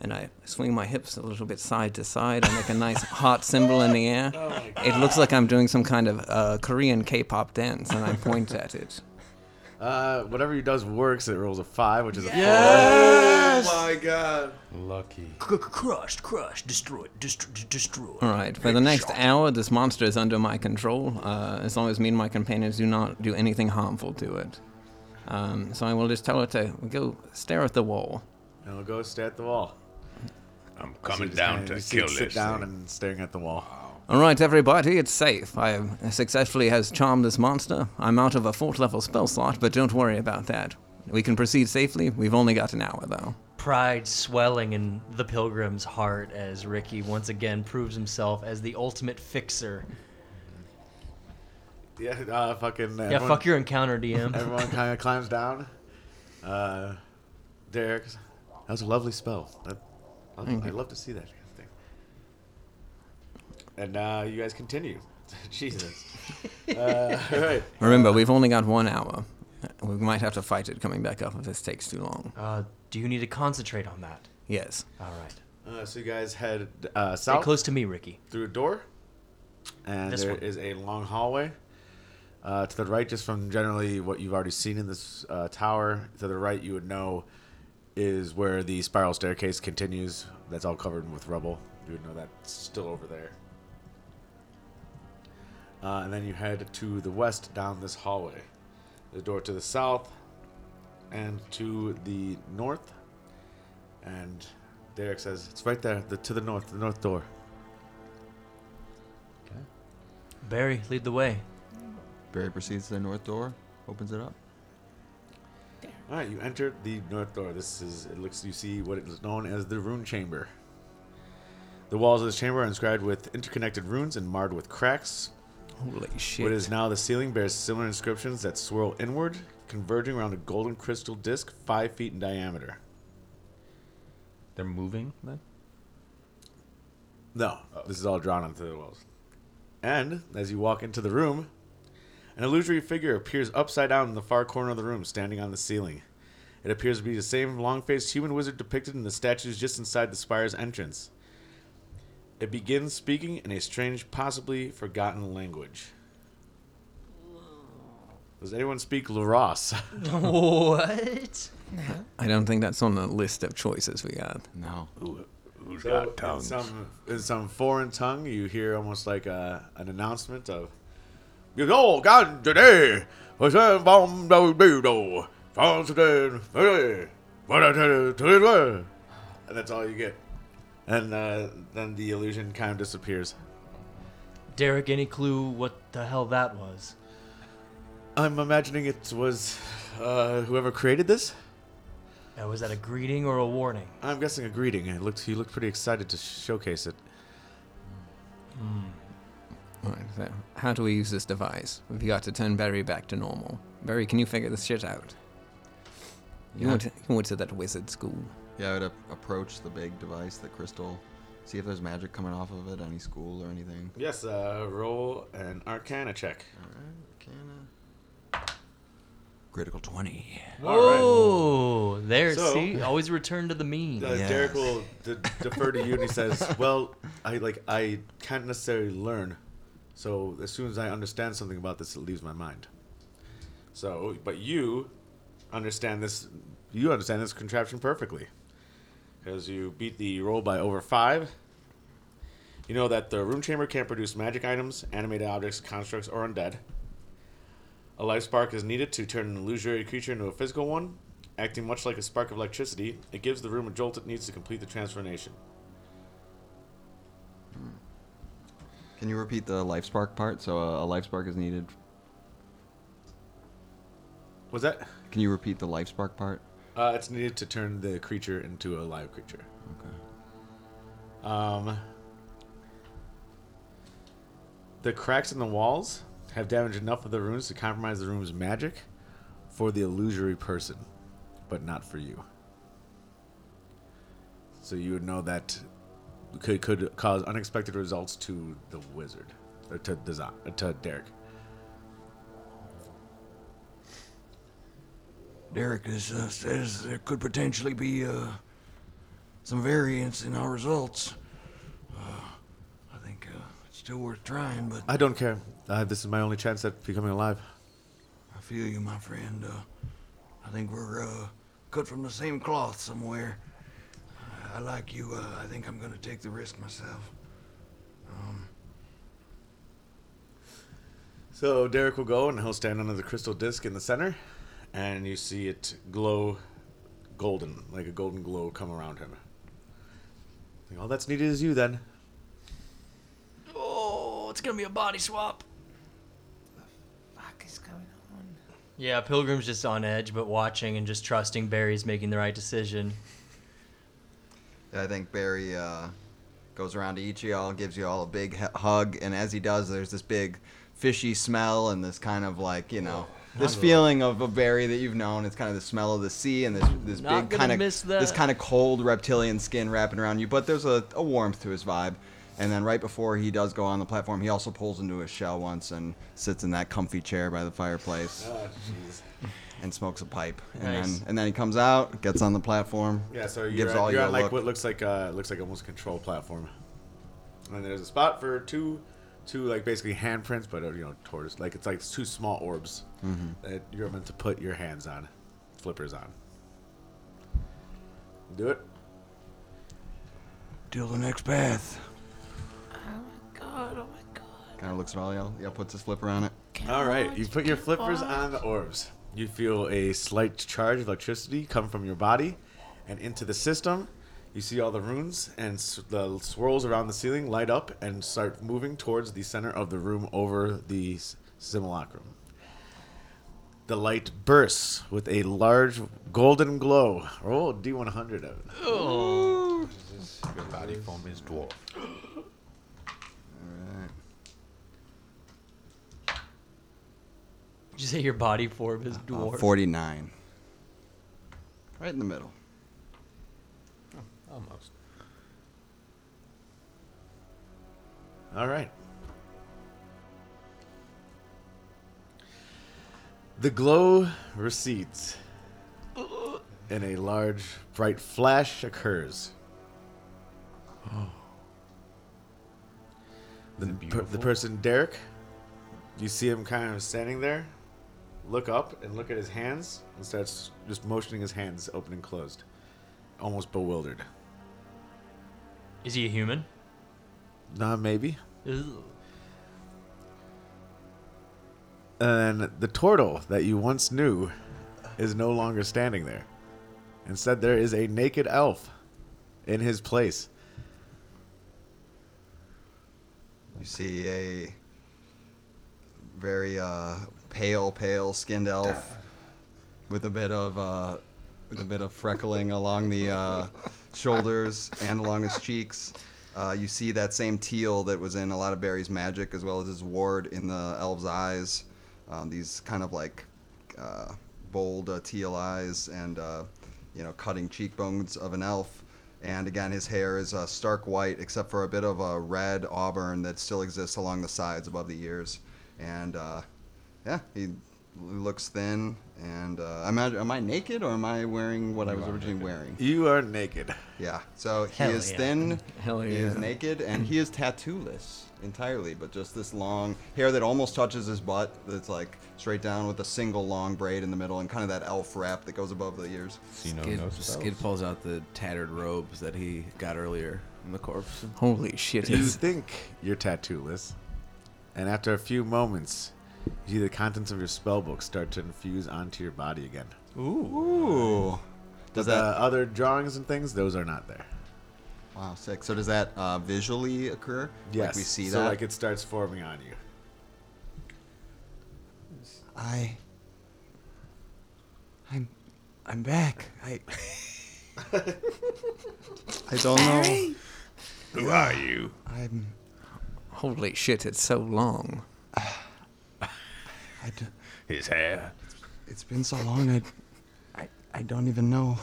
[SPEAKER 3] and I swing my hips a little bit side to side. I make a nice heart symbol in the air.
[SPEAKER 2] Oh
[SPEAKER 3] it looks like I'm doing some kind of uh, Korean K-pop dance, and I point at it.
[SPEAKER 2] Uh, whatever you does works. It rolls a five, which is a
[SPEAKER 12] Yes!
[SPEAKER 2] four.
[SPEAKER 12] Oh my
[SPEAKER 2] god.
[SPEAKER 6] Lucky.
[SPEAKER 12] Crushed, crushed, destroyed, destroyed, destroyed.
[SPEAKER 3] All right. For the next hour, this monster is under my control, uh, as long as me and my companions do not do anything harmful to it. Um, so I will just tell it to go stare at the wall.
[SPEAKER 2] And we'll go stare at the wall.
[SPEAKER 9] I'm
[SPEAKER 3] coming down to kill
[SPEAKER 2] sit
[SPEAKER 3] this
[SPEAKER 2] down
[SPEAKER 3] thing.
[SPEAKER 2] and staring at the wall.
[SPEAKER 3] All right, everybody, it's safe. I have- successfully has charmed this monster. I'm out of a fourth level spell slot, but don't worry about that. We can proceed safely. We've only got an hour, though.
[SPEAKER 4] pride swelling in the pilgrim's heart as Ricky once again proves himself as the ultimate fixer.
[SPEAKER 2] Yeah, uh, fucking.
[SPEAKER 4] Yeah, fuck your encounter, DM.
[SPEAKER 2] Everyone kind of climbs down. Uh, Derek, that was a lovely spell. I, I,
[SPEAKER 3] Thank
[SPEAKER 2] I
[SPEAKER 3] you.
[SPEAKER 2] love to see that thing. And uh, you guys continue. Jesus. uh, all right.
[SPEAKER 3] Remember, we've only got one hour. We might have to fight it coming back up if this takes too long.
[SPEAKER 4] Uh, do you need to concentrate on that?
[SPEAKER 3] Yes.
[SPEAKER 4] All right.
[SPEAKER 2] Uh, so you guys head uh, south.
[SPEAKER 4] close to me, Ricky.
[SPEAKER 2] Through a door, and
[SPEAKER 4] This
[SPEAKER 2] there
[SPEAKER 4] one.
[SPEAKER 2] is a long hallway. Uh, to the right, just from generally what you've already seen in this uh, tower, to the right you would know is where the spiral staircase continues. That's all covered with rubble. You would know that's still over there. Uh, and then you head to the west down this hallway. The door to the south and to the north. And Derek says, It's right there, the, to the north, the north door.
[SPEAKER 4] Barry, lead the way.
[SPEAKER 5] Barry proceeds to the north door, opens it up.
[SPEAKER 2] All right, you enter the north door. This is it looks you see what is known as the rune chamber. The walls of this chamber are inscribed with interconnected runes and marred with cracks.
[SPEAKER 3] Holy shit.
[SPEAKER 2] What is now the ceiling bears similar inscriptions that swirl inward, converging around a golden crystal disc five feet in diameter.
[SPEAKER 6] They're moving then?
[SPEAKER 2] No, this is all drawn onto the walls. And as you walk into the room, an illusory figure appears upside down in the far corner of the room, standing on the ceiling. It appears to be the same long faced human wizard depicted in the statues just inside the spire's entrance. It begins speaking in a strange, possibly forgotten language. Does anyone speak Laros?
[SPEAKER 4] What?
[SPEAKER 3] I don't think that's on the list of choices we got. No.
[SPEAKER 2] Who's
[SPEAKER 3] got
[SPEAKER 2] In
[SPEAKER 3] tongues?
[SPEAKER 2] some, in some foreign tongue, you hear almost like a, an announcement of, you know, God today was a bomb that would be though. France today, today, what I tell you, today." and that's all you get. And uh, then the illusion kind of disappears.
[SPEAKER 4] Derek, any clue what the hell that was?
[SPEAKER 2] I'm imagining it was uh, whoever created this.
[SPEAKER 4] Now, was that a greeting or a warning?
[SPEAKER 2] I'm guessing a greeting. It looked he looked pretty excited to showcase it.
[SPEAKER 3] Hmm. Right, so how do we use this device? We've got to turn Barry back to normal. Barry, can you figure this shit out? You
[SPEAKER 5] Yeah.
[SPEAKER 3] went, you went to that wizard school.
[SPEAKER 5] Yeah, I would ap- approach the big device, the crystal, see if there's magic coming off of it, any school or anything.
[SPEAKER 2] Yes, uh, roll an Arcana check.
[SPEAKER 5] Arcana. Critical 20.
[SPEAKER 4] Whoa! Oh, There,
[SPEAKER 2] So-
[SPEAKER 4] see, always return to the mean.
[SPEAKER 2] Uh, Derek will d- defer to you, and he says, "Well, I like I can't necessarily learn, so as soon as I understand something about this, it leaves my mind. So, but you understand this. You understand this contraption perfectly, because you beat the roll by over five. You know that the room chamber can't produce magic items, animated objects, constructs, or undead. A life spark is needed to turn an illusory creature into a physical one. Acting much like a spark of electricity, it gives the room a jolt it needs to complete the transformation.
[SPEAKER 5] Can you repeat the life spark part? So uh, a life spark is needed.
[SPEAKER 2] Was that?
[SPEAKER 5] Can you repeat the life spark part?
[SPEAKER 2] Uh, it's needed to turn the creature into a live creature. Okay. Um, the cracks in the walls have damaged enough of the runes to compromise the room's magic for the illusory person, but not for you. So you would know that could could cause unexpected results to the wizard, or to design, to Derek.
[SPEAKER 8] Derek is, uh, says there could potentially be uh, some variance in our results. Uh, I think uh, it's still worth trying, but
[SPEAKER 2] I don't care. Uh, this is my only chance at becoming alive.
[SPEAKER 8] I feel you, my friend. Uh, I think we're uh, cut from the same cloth somewhere. I, I like you. Uh, I think I'm going to take the risk myself. Um,
[SPEAKER 2] So Derek will go and he'll stand under the crystal disc in the center, and you see it glow golden, like a golden glow come around him. Like, All that's needed is you then.
[SPEAKER 4] Oh, it's gonna be a body swap.
[SPEAKER 7] fuck is going on?
[SPEAKER 4] Yeah, Pilgrim's just on edge, but watching and just trusting Barry's making the right decision.
[SPEAKER 5] Yeah, I think Barry uh, goes around to each of y'all, gives you all a big hu- hug, and as he does, there's this big fishy smell and this kind of like you know this
[SPEAKER 11] not
[SPEAKER 5] feeling of a Barry that you've known. It's kind of the smell of the sea and this this big
[SPEAKER 4] Not gonna
[SPEAKER 5] kind of
[SPEAKER 4] miss that.
[SPEAKER 5] this kind of cold reptilian skin wrapping around you. But there's a, a warmth to his vibe. And then right before he does go on the platform, he also pulls into his shell once and sits in that comfy chair by the fireplace and smokes a pipe. And
[SPEAKER 2] Nice.
[SPEAKER 5] then and then he comes out, gets on the platform.
[SPEAKER 2] Yeah, so you're,
[SPEAKER 5] gives
[SPEAKER 2] at-
[SPEAKER 5] all
[SPEAKER 2] you're
[SPEAKER 5] you
[SPEAKER 2] on
[SPEAKER 5] a
[SPEAKER 2] like
[SPEAKER 5] look.
[SPEAKER 2] what looks like uh, looks like almost a control platform, and there's a spot for two, two like basically handprints, but uh, you know tortoise like it's like two small orbs
[SPEAKER 5] Mhm.
[SPEAKER 2] that you're meant to put your hands on, flippers on. Do it.
[SPEAKER 8] till the next path.
[SPEAKER 7] God, oh my
[SPEAKER 5] Kind of looks at all y'all. Y'all puts his flipper on it.
[SPEAKER 2] All right, you put your flippers on the orbs. You feel a slight charge of electricity come from your body and into the system. You see all the runes and s- the swirls around the ceiling light up and start moving towards the center of the room over the s- simulacrum. The light bursts with a large golden glow. Roll a D100 of it.
[SPEAKER 4] Oh.
[SPEAKER 9] Your body form is dwarf.
[SPEAKER 5] Alright.
[SPEAKER 4] Did you say your body form is
[SPEAKER 5] Uh,
[SPEAKER 4] dwarf?
[SPEAKER 5] 49. Right in the middle.
[SPEAKER 6] Almost.
[SPEAKER 2] All right. The glow recedes, and a large, bright flash occurs. The, per- the person, Derek, you see him kind of standing there, look up and look at his hands and starts just motioning his hands open and closed, almost bewildered.
[SPEAKER 4] Is he a human?
[SPEAKER 2] Nah, maybe.
[SPEAKER 4] Ew.
[SPEAKER 2] And then the turtle that you once knew is no longer standing there. Instead, there is a naked elf in his place.
[SPEAKER 5] You see a very uh, pale, pale skinned elf with a bit of uh, with a bit of freckling along the uh, shoulders and along his cheeks. Uh, you see that same teal that was in a lot of Barry's magic, as well as his ward in the elf's eyes. Um, these kind of like uh, bold uh, teal eyes and uh, you know cutting cheekbones of an elf. And again, his hair is uh, stark white, except for a bit of a red auburn that still exists along the sides above the ears. And uh, yeah, he looks thin. And uh, am, I, am I naked or am I wearing what I was originally wearing?
[SPEAKER 2] You are naked.
[SPEAKER 5] Yeah. So he
[SPEAKER 2] Hell
[SPEAKER 5] is
[SPEAKER 2] yeah.
[SPEAKER 5] thin.
[SPEAKER 2] Hell
[SPEAKER 5] He is
[SPEAKER 2] yeah.
[SPEAKER 5] naked, and he is tattooless entirely, but just this long hair that almost touches his butt. That's like straight down with a single long braid in the middle, and kind of that elf wrap that goes above the ears.
[SPEAKER 11] Skid, Skid pulls out the tattered robes that he got earlier from the corpse.
[SPEAKER 2] You think you're tattooless, and after a few moments, you see the contents of your spellbook start to infuse onto your body again.
[SPEAKER 5] Ooh.
[SPEAKER 2] Does
[SPEAKER 5] Does
[SPEAKER 2] the
[SPEAKER 5] that-
[SPEAKER 2] other drawings and things? Those are not there.
[SPEAKER 5] Wow, sick. So does that uh, visually occur?
[SPEAKER 2] Yes.
[SPEAKER 5] Like we see
[SPEAKER 2] so
[SPEAKER 5] that.
[SPEAKER 2] like it starts forming on you.
[SPEAKER 5] I.
[SPEAKER 8] I'm, I'm back. I.
[SPEAKER 3] I don't know.
[SPEAKER 9] Who are you?
[SPEAKER 5] I'm.
[SPEAKER 3] Holy shit! It's so long.
[SPEAKER 8] I d-
[SPEAKER 9] His hair.
[SPEAKER 8] it's been so long. I, I, I don't even know.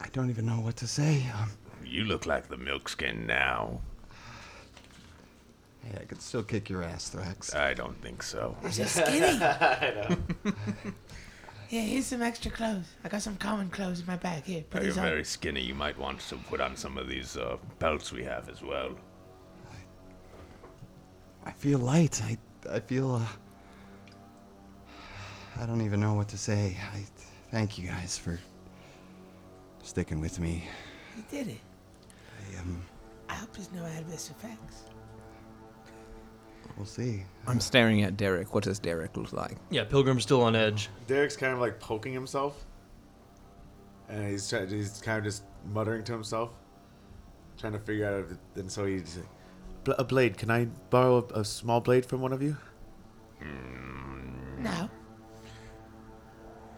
[SPEAKER 8] I don't even know what to say. Um,
[SPEAKER 9] You look like the milk skin now.
[SPEAKER 5] Hey, I could still kick your ass, Thrax.
[SPEAKER 9] I don't think so.
[SPEAKER 7] I'm so skinny. Yeah, here's some extra clothes. I got some common clothes in my bag. Here, put
[SPEAKER 9] You're
[SPEAKER 7] these on.
[SPEAKER 9] very skinny. You might want to put on some of these uh, belts we have as well.
[SPEAKER 5] I feel light. I, I feel. Uh, I don't even know what to say. I thank you guys for sticking with me.
[SPEAKER 7] He did it.
[SPEAKER 5] I, um,
[SPEAKER 7] I hope there's no adverse effects.
[SPEAKER 5] we'll see.
[SPEAKER 3] I'm staring at Derek. What does Derek look like?
[SPEAKER 4] Yeah, Pilgrim's still on edge.
[SPEAKER 2] Derek's kind of like poking himself, and he's try- he's kind of just muttering to himself, trying to figure out. If it, and so he's like, "Bl- a blade. Can I borrow a, a small blade from one of you?
[SPEAKER 7] No.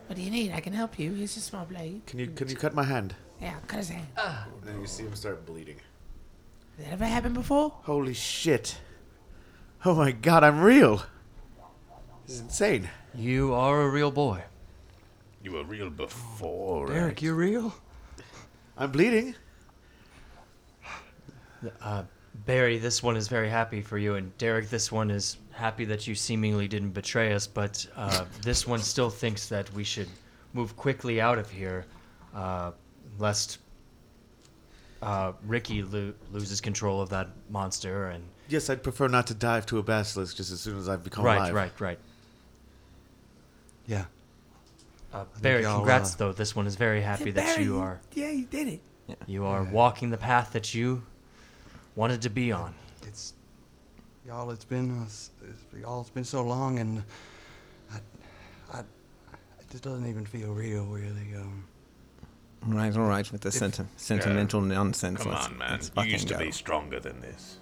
[SPEAKER 7] What do you need? I can help you. Here's a small blade.
[SPEAKER 2] Can you can you cut my hand?
[SPEAKER 7] Yeah, cut his hand.
[SPEAKER 2] And then you see him start bleeding.
[SPEAKER 7] That ever happened before?
[SPEAKER 2] Holy shit! Oh my god, I'm real. This is insane.
[SPEAKER 4] You are a real boy.
[SPEAKER 9] You were real before. eh?
[SPEAKER 4] Derek,
[SPEAKER 9] you
[SPEAKER 5] real?
[SPEAKER 2] I'm bleeding.
[SPEAKER 4] Uh, Barry, this one is very happy for you, and Derek, this one is happy that you seemingly didn't betray us, but uh, this one still thinks that we should move quickly out of here, uh, lest uh, Ricky lo- loses control of that monster. And
[SPEAKER 2] Yes, I'd prefer not to dive to a basilisk just as soon as I've become
[SPEAKER 4] right,
[SPEAKER 2] alive.
[SPEAKER 4] right, right.
[SPEAKER 5] Yeah.
[SPEAKER 4] Uh,
[SPEAKER 2] think
[SPEAKER 4] Barry,
[SPEAKER 2] I'll,
[SPEAKER 4] congrats
[SPEAKER 2] uh,
[SPEAKER 4] though. This one is very happy
[SPEAKER 7] Yeah,
[SPEAKER 4] that
[SPEAKER 7] Barry,
[SPEAKER 4] you are
[SPEAKER 7] Yeah, you did it.
[SPEAKER 4] you are walking the path that you wanted to be on.
[SPEAKER 5] It's y'all. It's been uh, s- it's, y'all. It's been so long, and I, I, it just doesn't even feel real, really. Um,
[SPEAKER 3] All Right, all right, with the senti- sentimental nonsense.
[SPEAKER 9] Come
[SPEAKER 3] let's-
[SPEAKER 9] on, man.
[SPEAKER 3] let's
[SPEAKER 9] You
[SPEAKER 3] fucking
[SPEAKER 9] used to
[SPEAKER 3] go.
[SPEAKER 9] be stronger than this.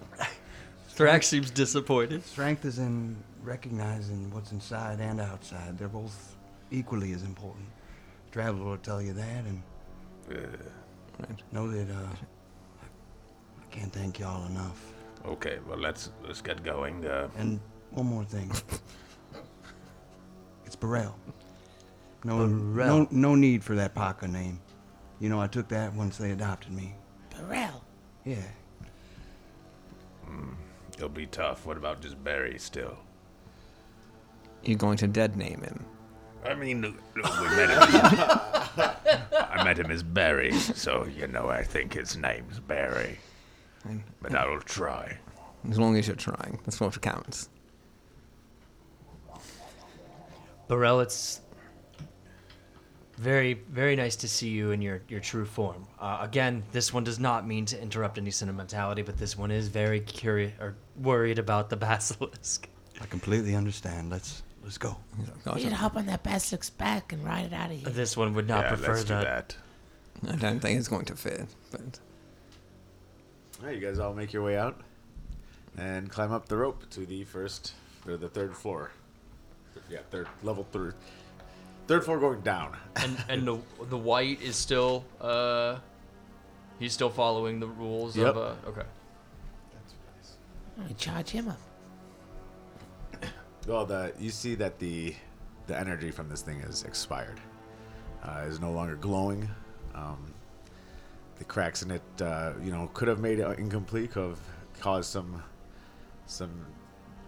[SPEAKER 4] Thrax seems disappointed.
[SPEAKER 5] strength is in recognizing what's inside and outside. They're both equally as important. Traveler will tell you that, and know that uh, I can't thank y'all enough.
[SPEAKER 9] Okay, well let's let's get going. Uh,
[SPEAKER 5] And one more thing. it's Burrell. No,
[SPEAKER 7] Burrell.
[SPEAKER 5] no, no need for that Paca name. You know, I took that once they adopted me.
[SPEAKER 7] Burrell.
[SPEAKER 5] Yeah.
[SPEAKER 9] hmm, it'll be tough. What about just Barry still?
[SPEAKER 3] You're going to dead name him.
[SPEAKER 9] I mean, look, look, we met him. I met him as Barry, so you know I think his name's Barry. But I will try.
[SPEAKER 3] As long as you're trying, that's what counts.
[SPEAKER 4] Burrell, it's very, very nice to see you in your, your true form. Uh, again, this one does not mean to interrupt any sentimentality, but this one is very curious or worried about the basilisk.
[SPEAKER 5] I completely understand. Let's let's go.
[SPEAKER 7] We should hop on that basilisk's back and ride it out of here.
[SPEAKER 4] Oh, This one would not
[SPEAKER 5] Yeah,
[SPEAKER 4] prefer
[SPEAKER 5] let's do
[SPEAKER 4] that.
[SPEAKER 3] I don't think it's going to fit. But
[SPEAKER 2] All right, you guys all make your way out and climb up the rope to the first or the third floor. Yeah, third level three. Third floor going down.
[SPEAKER 14] And and the the white is still uh, he's still following the rules
[SPEAKER 2] Yep.
[SPEAKER 14] of uh, okay.
[SPEAKER 7] We charge him up.
[SPEAKER 2] Well, the you see that the the energy from this thing is expired. Uh, is no longer glowing. Um, the cracks in it, uh, you know, could have made it incomplete, could have caused some some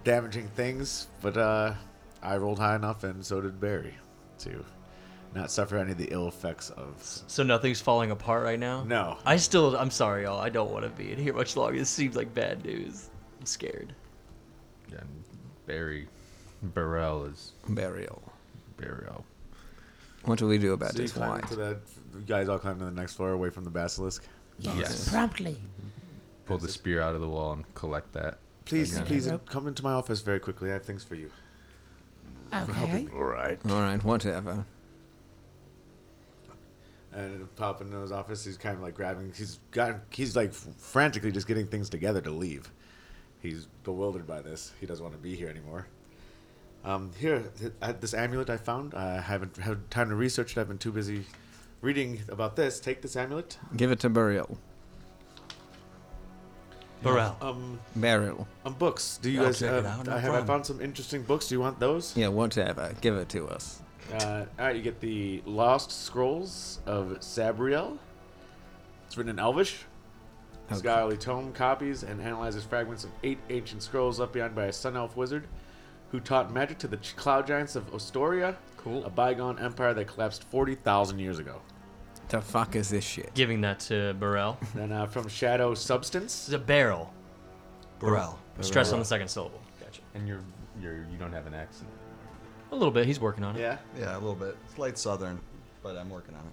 [SPEAKER 2] damaging things. But uh, I rolled high enough, and so did Barry, to not suffer any of the ill effects of.
[SPEAKER 4] So nothing's falling apart right now?
[SPEAKER 2] No.
[SPEAKER 4] I still, I'm sorry, y'all. I don't want to be in here much longer. This seems like bad news. I'm scared.
[SPEAKER 6] And Barry Burrell is
[SPEAKER 3] burial.
[SPEAKER 6] Burial.
[SPEAKER 3] What do we do about
[SPEAKER 2] So you
[SPEAKER 3] this
[SPEAKER 2] climb
[SPEAKER 3] wine?
[SPEAKER 2] to the, you guys all climb to the next floor away from the basilisk.
[SPEAKER 6] Yes.
[SPEAKER 7] Promptly.
[SPEAKER 6] Pull the spear out of the wall and collect that.
[SPEAKER 2] Please,
[SPEAKER 6] Again.
[SPEAKER 2] please come into my office very quickly. I have things for you.
[SPEAKER 7] Okay.
[SPEAKER 2] All right.
[SPEAKER 3] All right, whatever.
[SPEAKER 2] and pop into his office. He's kind of like grabbing. He's got. He's like frantically just getting things together to leave. He's bewildered by this. He doesn't want to be here anymore. Um, here, th- uh, this amulet I found. I haven't had time to research it. I've been too busy reading about this. Take this amulet.
[SPEAKER 3] Give it to burial.
[SPEAKER 4] Burrell.
[SPEAKER 2] Um,
[SPEAKER 3] Burial.
[SPEAKER 2] um, books. Do you
[SPEAKER 3] I'll
[SPEAKER 2] guys
[SPEAKER 3] check it
[SPEAKER 2] have?
[SPEAKER 3] out, no
[SPEAKER 2] I have. I
[SPEAKER 3] problem.
[SPEAKER 2] found some interesting books. Do you want those?
[SPEAKER 3] Yeah, whatever. Give it to us.
[SPEAKER 2] Uh, all right, you get the Lost Scrolls of Sabriel. It's written in Elvish. Scholarly tome copies and analyzes fragments of eight ancient scrolls left behind by a Sun Elf wizard who taught magic to the ch- cloud giants of Ostoria, cool. a bygone empire that collapsed 40,000 years ago.
[SPEAKER 3] The fuck is this shit?
[SPEAKER 4] Giving that to Burrell.
[SPEAKER 2] Then uh, from Shadow Substance.
[SPEAKER 4] It's a barrel.
[SPEAKER 6] Burrell.
[SPEAKER 4] Stress on
[SPEAKER 6] Burrell.
[SPEAKER 4] the second syllable. Gotcha.
[SPEAKER 6] And you're you're you don't have an accent.
[SPEAKER 4] A little bit. He's working on it.
[SPEAKER 2] Yeah.
[SPEAKER 5] Yeah, a little bit. It's light southern, but I'm working on it.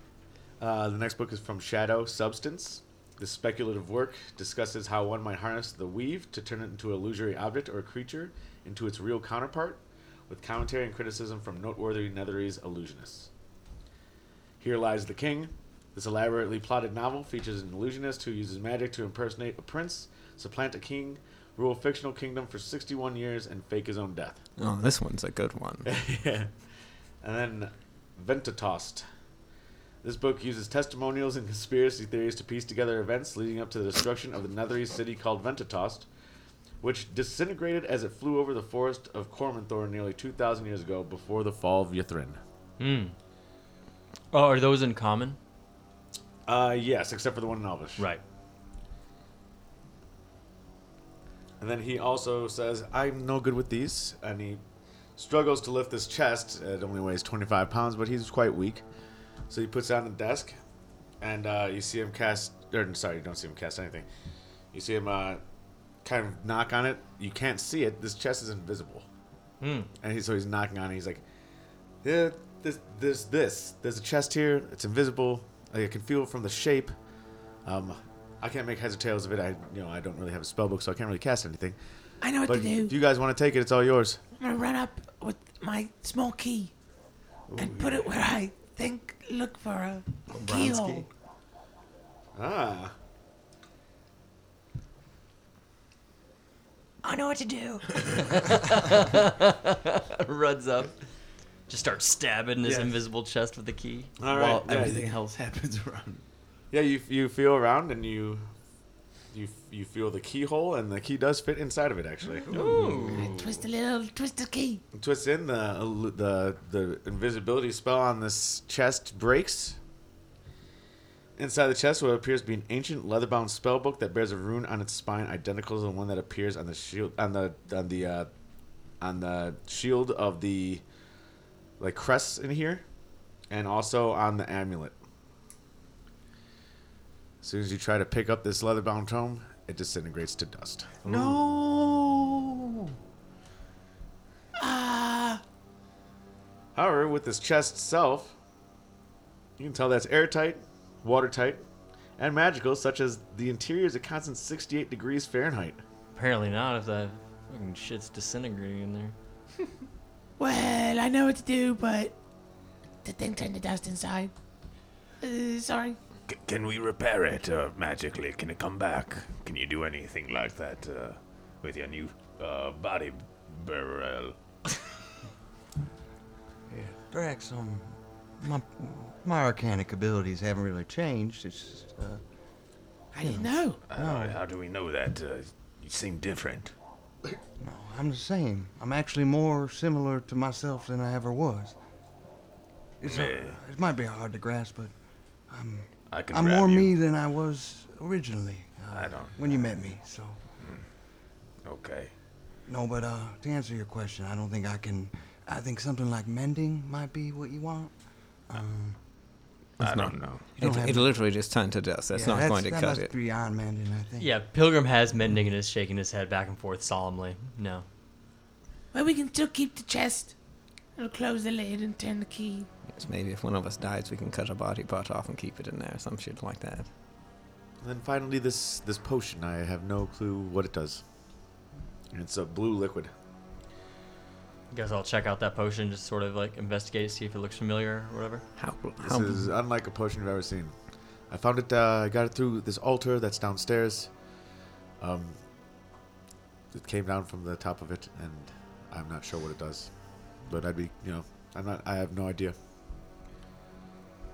[SPEAKER 2] Uh, the next book is from Shadow Substance. This speculative work discusses how one might harness the weave to turn it into an illusory object or creature into its real counterpart, with commentary and criticism from noteworthy Netherese illusionists. Here Lies the King. This elaborately plotted novel features an illusionist who uses magic to impersonate a prince, supplant a king, rule a fictional kingdom for 61 years, and fake his own death.
[SPEAKER 3] Oh, this one's a good one.
[SPEAKER 2] Yeah. And then Ventatost. This book uses testimonials and conspiracy theories to piece together events leading up to the destruction of the Netherese city called Ventatost, which disintegrated as it flew over the forest of Cormanthor nearly 2,000 years ago before the fall of Ythrin.
[SPEAKER 4] Hmm. Oh, are those in common?
[SPEAKER 2] Uh, yes, except for the one in Elvish.
[SPEAKER 4] Right.
[SPEAKER 2] And then he also says, I'm no good with these. And he struggles to lift this chest. It only weighs 25 pounds, but he's quite weak. So he puts it on the desk. And uh, you see him cast. Or, sorry, you don't see him cast anything. You see him uh, kind of knock on it. You can't see it. This chest is invisible.
[SPEAKER 4] Hmm.
[SPEAKER 2] And he, so he's knocking on it. He's like, yeah, this, this, this. There's a chest here. It's invisible. I can feel it from the shape. Um, I can't make heads or tails of it. I, you know, I don't really have a spell book, so I can't really cast anything.
[SPEAKER 7] I know what
[SPEAKER 2] but
[SPEAKER 7] to do.
[SPEAKER 2] If you guys want to take it, it's all yours.
[SPEAKER 7] I'm gonna run up with my small key and put it where I think look for a keyhole.
[SPEAKER 2] Ah.
[SPEAKER 7] I know what to do.
[SPEAKER 4] Runs up. Just starts stabbing this
[SPEAKER 2] Yes.
[SPEAKER 4] invisible chest with the key.
[SPEAKER 2] All right. yeah. Yeah, you you feel around and you you you feel the keyhole, and the key does fit inside of it actually.
[SPEAKER 7] Twist a little, twist the key.
[SPEAKER 2] Twists in the the the invisibility spell on this chest breaks. Inside the chest, what appears to be an ancient leather-bound spell book that bears a rune on its spine identical to the one that appears on the shield on the on the uh, on the shield of the like crests in here, and also on the amulet. As soon as you try to pick up this leather-bound tome, it disintegrates to dust.
[SPEAKER 7] No. Ah.
[SPEAKER 2] All with his chest self, you can tell that's airtight, watertight, and magical, such as the interior is a constant 68 degrees Fahrenheit.
[SPEAKER 4] Apparently not if that fucking shit's disintegrating in there.
[SPEAKER 7] Well, I know what to do, but the thing turned to dust inside. Uh, sorry.
[SPEAKER 9] C- can we repair it uh, magically? Can it come back? Can you do anything like that uh, with your new uh, body barrel?
[SPEAKER 5] Drax, um, my, my arcanic abilities haven't really changed. It's just, uh,
[SPEAKER 7] I didn't know.
[SPEAKER 9] Uh, how do we know that? Uh, you seem different.
[SPEAKER 5] I'm the same. I'm actually more similar to myself than I ever was. It's uh,
[SPEAKER 9] Meh.
[SPEAKER 5] it might be hard to grasp, but I'm,
[SPEAKER 9] I can
[SPEAKER 5] I'm
[SPEAKER 9] wrap
[SPEAKER 5] more
[SPEAKER 9] you-
[SPEAKER 5] me than I was originally uh,
[SPEAKER 9] I don't. Hmm.
[SPEAKER 5] when you met me, so.
[SPEAKER 9] Okay.
[SPEAKER 5] No, but uh, to answer your question, I don't think I can. I think something like mending might be what you want. Um,
[SPEAKER 3] I
[SPEAKER 9] don't know.
[SPEAKER 5] You don't
[SPEAKER 3] It,
[SPEAKER 5] have
[SPEAKER 3] it
[SPEAKER 5] to-
[SPEAKER 3] literally just turned to dust. That's
[SPEAKER 5] Yeah,
[SPEAKER 3] not going to
[SPEAKER 5] that
[SPEAKER 3] cut
[SPEAKER 5] must
[SPEAKER 3] it.
[SPEAKER 5] be Beyond mending, I think.
[SPEAKER 4] Yeah, Pilgrim has mending and is shaking his head back and forth solemnly. No.
[SPEAKER 7] Well, we can still keep the chest. It'll close the lid and turn the key.
[SPEAKER 3] Yes, maybe if one of us dies, we can cut a body part off and keep it in there, some shit like that.
[SPEAKER 2] And then finally, this this potion. I have no clue what it does. And it's a blue liquid.
[SPEAKER 4] You guys all check out that potion, just sort of like investigate, see if it looks familiar or whatever.
[SPEAKER 3] How?
[SPEAKER 2] This is uh, unlike a potion I've ever seen. I found it. Uh, I got it through this altar that's downstairs. Um, it came down from the top of it, and I'm not sure what it does. But I'd be, you know, I'm not. I have no idea.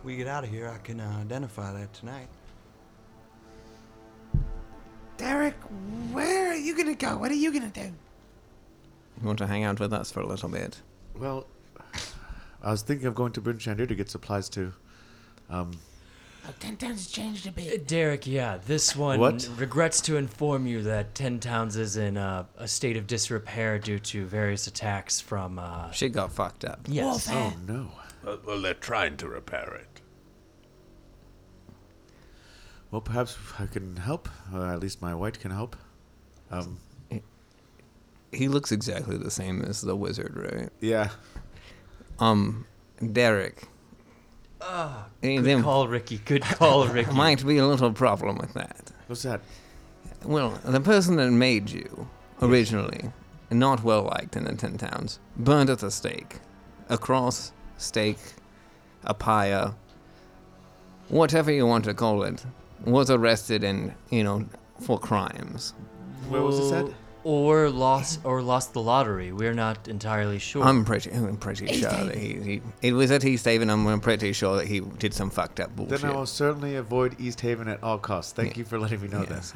[SPEAKER 5] we get out of here, I can uh, identify that tonight.
[SPEAKER 7] Derek, where are you gonna go? What are you gonna do?
[SPEAKER 3] You want to hang out with us for a little bit?
[SPEAKER 2] Well, I was thinking of going to Bryn Chandler to get supplies too. Um,
[SPEAKER 7] Oh, ten times it's changed a bit.
[SPEAKER 4] Derek, yeah, this one
[SPEAKER 2] What?
[SPEAKER 4] regrets to inform you that Ten Towns is in a, a state of disrepair due to various attacks from. Uh,
[SPEAKER 3] Shit got fucked up.
[SPEAKER 4] Yes.
[SPEAKER 9] Oh,
[SPEAKER 2] no.
[SPEAKER 9] Well, well, they're trying to repair it.
[SPEAKER 2] well, perhaps I can help. Or at least my white can help. Um,
[SPEAKER 3] He looks exactly the same as the wizard, right?
[SPEAKER 2] Yeah.
[SPEAKER 3] Um, Derek.
[SPEAKER 4] Ah,
[SPEAKER 3] Eh,
[SPEAKER 4] good
[SPEAKER 3] them-
[SPEAKER 4] call, Ricky. Good call, Ricky.
[SPEAKER 3] Might be a little problem with that.
[SPEAKER 2] What's that?
[SPEAKER 3] Well, the person that made you originally, not well liked in the Ten Towns, burned at the stake. A cross, stake, a pyre, whatever you want to call it, was arrested and, you know, for crimes.
[SPEAKER 2] Where was this at?
[SPEAKER 4] Well, Or lost, or lost the lottery. We're not entirely sure.
[SPEAKER 3] I'm pretty, I'm pretty
[SPEAKER 4] East
[SPEAKER 3] sure that he, he, it was at East Haven, and I'm pretty sure that he did some fucked up bullshit.
[SPEAKER 2] Then I will certainly avoid East Haven at all costs. Thank you for letting me know this.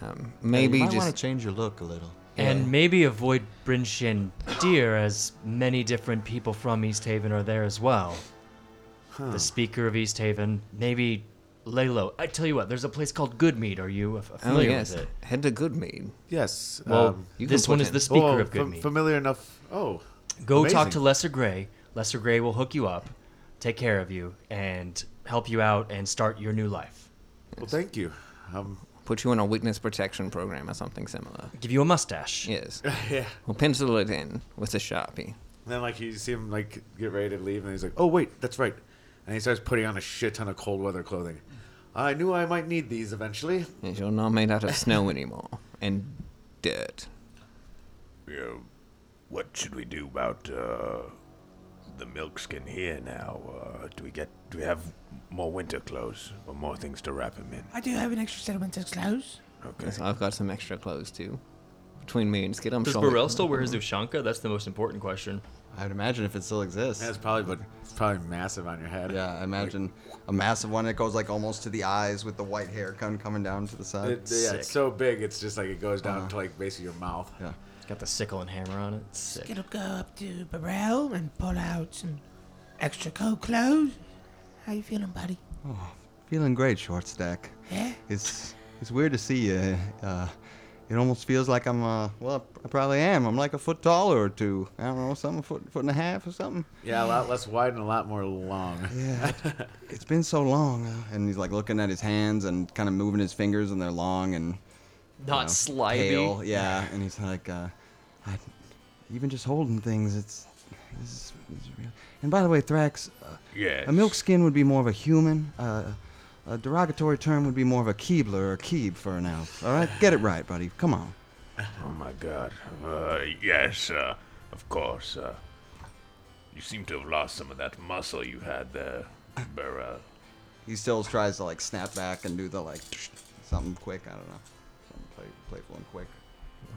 [SPEAKER 3] Um,
[SPEAKER 5] maybe might just- wanna
[SPEAKER 4] change your look a little.
[SPEAKER 5] Yeah.
[SPEAKER 4] And maybe avoid Brinshin Deer, as many different people from East Haven are there as well. The speaker of East Haven, maybe lay low. I tell you what, there's a place called Goodmead. Are you f- familiar
[SPEAKER 3] Oh, yes.
[SPEAKER 4] with it?
[SPEAKER 3] Head to Goodmead.
[SPEAKER 2] Yes.
[SPEAKER 4] Well,
[SPEAKER 2] um, You can
[SPEAKER 4] this one
[SPEAKER 2] put
[SPEAKER 4] is
[SPEAKER 2] in-
[SPEAKER 4] the speaker
[SPEAKER 2] Oh,
[SPEAKER 4] of
[SPEAKER 2] fam-
[SPEAKER 4] Goodmead.
[SPEAKER 2] familiar enough. Oh,
[SPEAKER 4] Go talk
[SPEAKER 2] amazing.
[SPEAKER 4] to Lesser Gray. Lesser Gray will hook you up, take care of you, and help you out and start your new life.
[SPEAKER 2] Well, thank you. Um,
[SPEAKER 3] Put you on a witness protection program or something similar.
[SPEAKER 4] Give you a mustache.
[SPEAKER 3] Yes.
[SPEAKER 2] Yeah.
[SPEAKER 3] We'll pencil it in with a sharpie.
[SPEAKER 2] And then like you see him like get ready to leave, and he's like, "Oh wait, that's right," and he starts putting on a shit ton of cold weather clothing. I knew I might need these eventually.
[SPEAKER 3] Yes, you're not made out of snow anymore and dirt.
[SPEAKER 9] Yeah. What should we do about uh, the milk skin here now? Uh, do we get? Do we have more winter clothes or more things to wrap him in?
[SPEAKER 7] I do have an extra set of winter clothes.
[SPEAKER 9] Okay.
[SPEAKER 3] Yes, I've got some extra clothes too. Between me and Skid, I'm
[SPEAKER 14] Does
[SPEAKER 3] sure.
[SPEAKER 14] Burrell still wear his Ushanka? That's the most important question.
[SPEAKER 5] I would imagine if it still exists.
[SPEAKER 2] That's probably, but it's probably massive on your head.
[SPEAKER 5] Yeah, I imagine a massive one that goes like almost to the eyes with the white hair cone coming down to the side.
[SPEAKER 2] It, yeah, it's so big, it's just like it goes
[SPEAKER 3] Uh-huh.
[SPEAKER 2] down to like basically your mouth.
[SPEAKER 5] Yeah.
[SPEAKER 4] It's got the sickle and hammer on it. Sick.
[SPEAKER 7] It'll go up to Burrell and pull out some extra cold clothes. How you feeling, buddy?
[SPEAKER 5] Oh, feeling great, short stack.
[SPEAKER 7] Yeah?
[SPEAKER 5] It's it's weird to see you. Uh, it almost feels like I'm uh well I probably am. I'm like a foot taller or two. I don't know, something foot foot and a half or something.
[SPEAKER 2] Yeah, a lot less wide and a lot more long.
[SPEAKER 5] Yeah. It's been so long. Uh, and he's like looking at his hands and kind of moving his fingers, and they're long and you
[SPEAKER 14] Not slimy.
[SPEAKER 5] pale. Yeah, and he's like, uh, I, even just holding things, it's This is, this is real. And by the way, Thrax, uh,
[SPEAKER 9] Yes.
[SPEAKER 5] a milk skin would be more of a human. Uh, a derogatory term would be more of a Keebler or a Keeb for an elf. All right, get it right, buddy. Come on.
[SPEAKER 9] Oh my god. Uh, yes, uh, of course. Uh, you seem to have lost some of that muscle you had there, Burrow.
[SPEAKER 5] He still tries to like snap back and do the like something quick. I don't know, something play, playful and quick.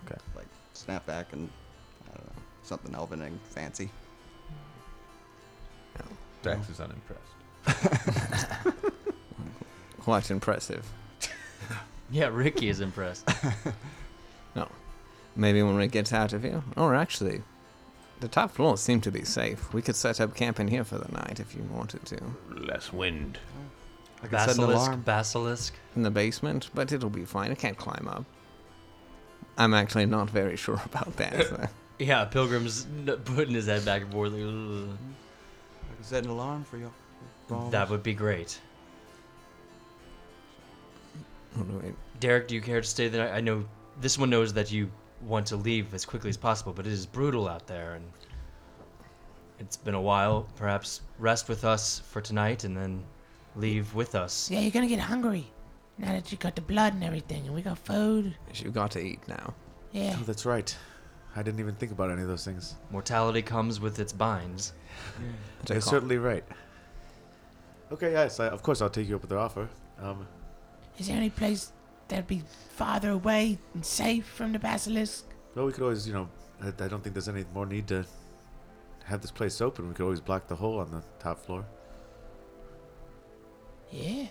[SPEAKER 2] Okay.
[SPEAKER 5] Like snap back and I don't know something elven and fancy.
[SPEAKER 6] Dax is unimpressed.
[SPEAKER 3] Quite impressive.
[SPEAKER 4] Yeah, Ricky is impressed.
[SPEAKER 3] No. Maybe when Rick gets out of here. Or actually, the top floors seem to be safe. We could set up camp in here for the night if you wanted to.
[SPEAKER 9] Less wind.
[SPEAKER 5] I
[SPEAKER 3] could set an
[SPEAKER 4] basilisk,
[SPEAKER 3] alarm.
[SPEAKER 4] basilisk.
[SPEAKER 3] In the basement, but it'll be fine. It can't climb up. I'm actually not very sure about that. so.
[SPEAKER 4] Yeah, Pilgrim's n- putting his head back and forth. like, "Ugh."
[SPEAKER 5] I could set an alarm for you.
[SPEAKER 4] That would be great. Derek, do you care to stay the night? I know this one knows that you want to leave as quickly as possible, but it is brutal out there, and it's been a while. Perhaps rest with us for tonight and then leave with us.
[SPEAKER 7] Yeah, you're gonna get hungry now that you got the blood and everything, and we got food.
[SPEAKER 3] You got to eat now.
[SPEAKER 7] Yeah.
[SPEAKER 2] Oh, that's right. I didn't even think about any of those things.
[SPEAKER 4] Mortality comes with its binds.
[SPEAKER 2] You're
[SPEAKER 4] Take off.
[SPEAKER 2] certainly right. Okay, yes, I, of course I'll take you up with the offer. Um,
[SPEAKER 7] Is there any place that'd be farther away and safe from the basilisk?
[SPEAKER 2] well, we could always, you know, I, I don't think there's any more need to have this place open. We could always block the hole on the top floor.
[SPEAKER 7] Yeah.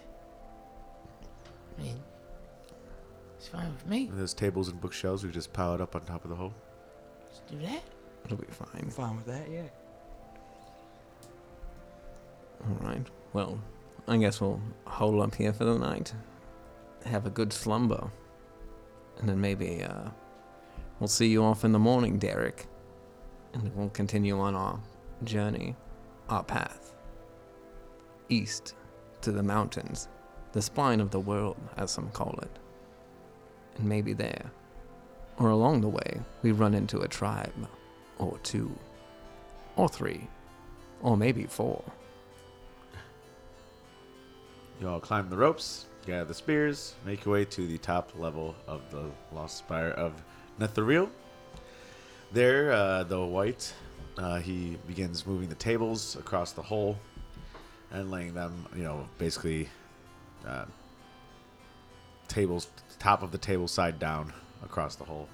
[SPEAKER 7] I mean, it's fine with me.
[SPEAKER 2] And those tables and bookshelves, we just pile it up on top of the hole.
[SPEAKER 7] Let's do that.
[SPEAKER 3] It'll be fine.
[SPEAKER 5] Fine with that, yeah.
[SPEAKER 3] All right. Well, I guess we'll hole up here for the night, have a good slumber, and then maybe uh, we'll see you off in the morning, Derek, and we'll continue on our journey, our path east to the mountains, the spine of the world, as some call it. And maybe there, or along the way, we run into a tribe, or two, or three, or maybe four.
[SPEAKER 2] You all climb the ropes, gather the spears, make your way to the top level of the Lost Spire of Netheril. There, uh, the white, uh, he begins moving the tables across the hole and laying them, you know, basically uh, tables, top of the table side down across the hole,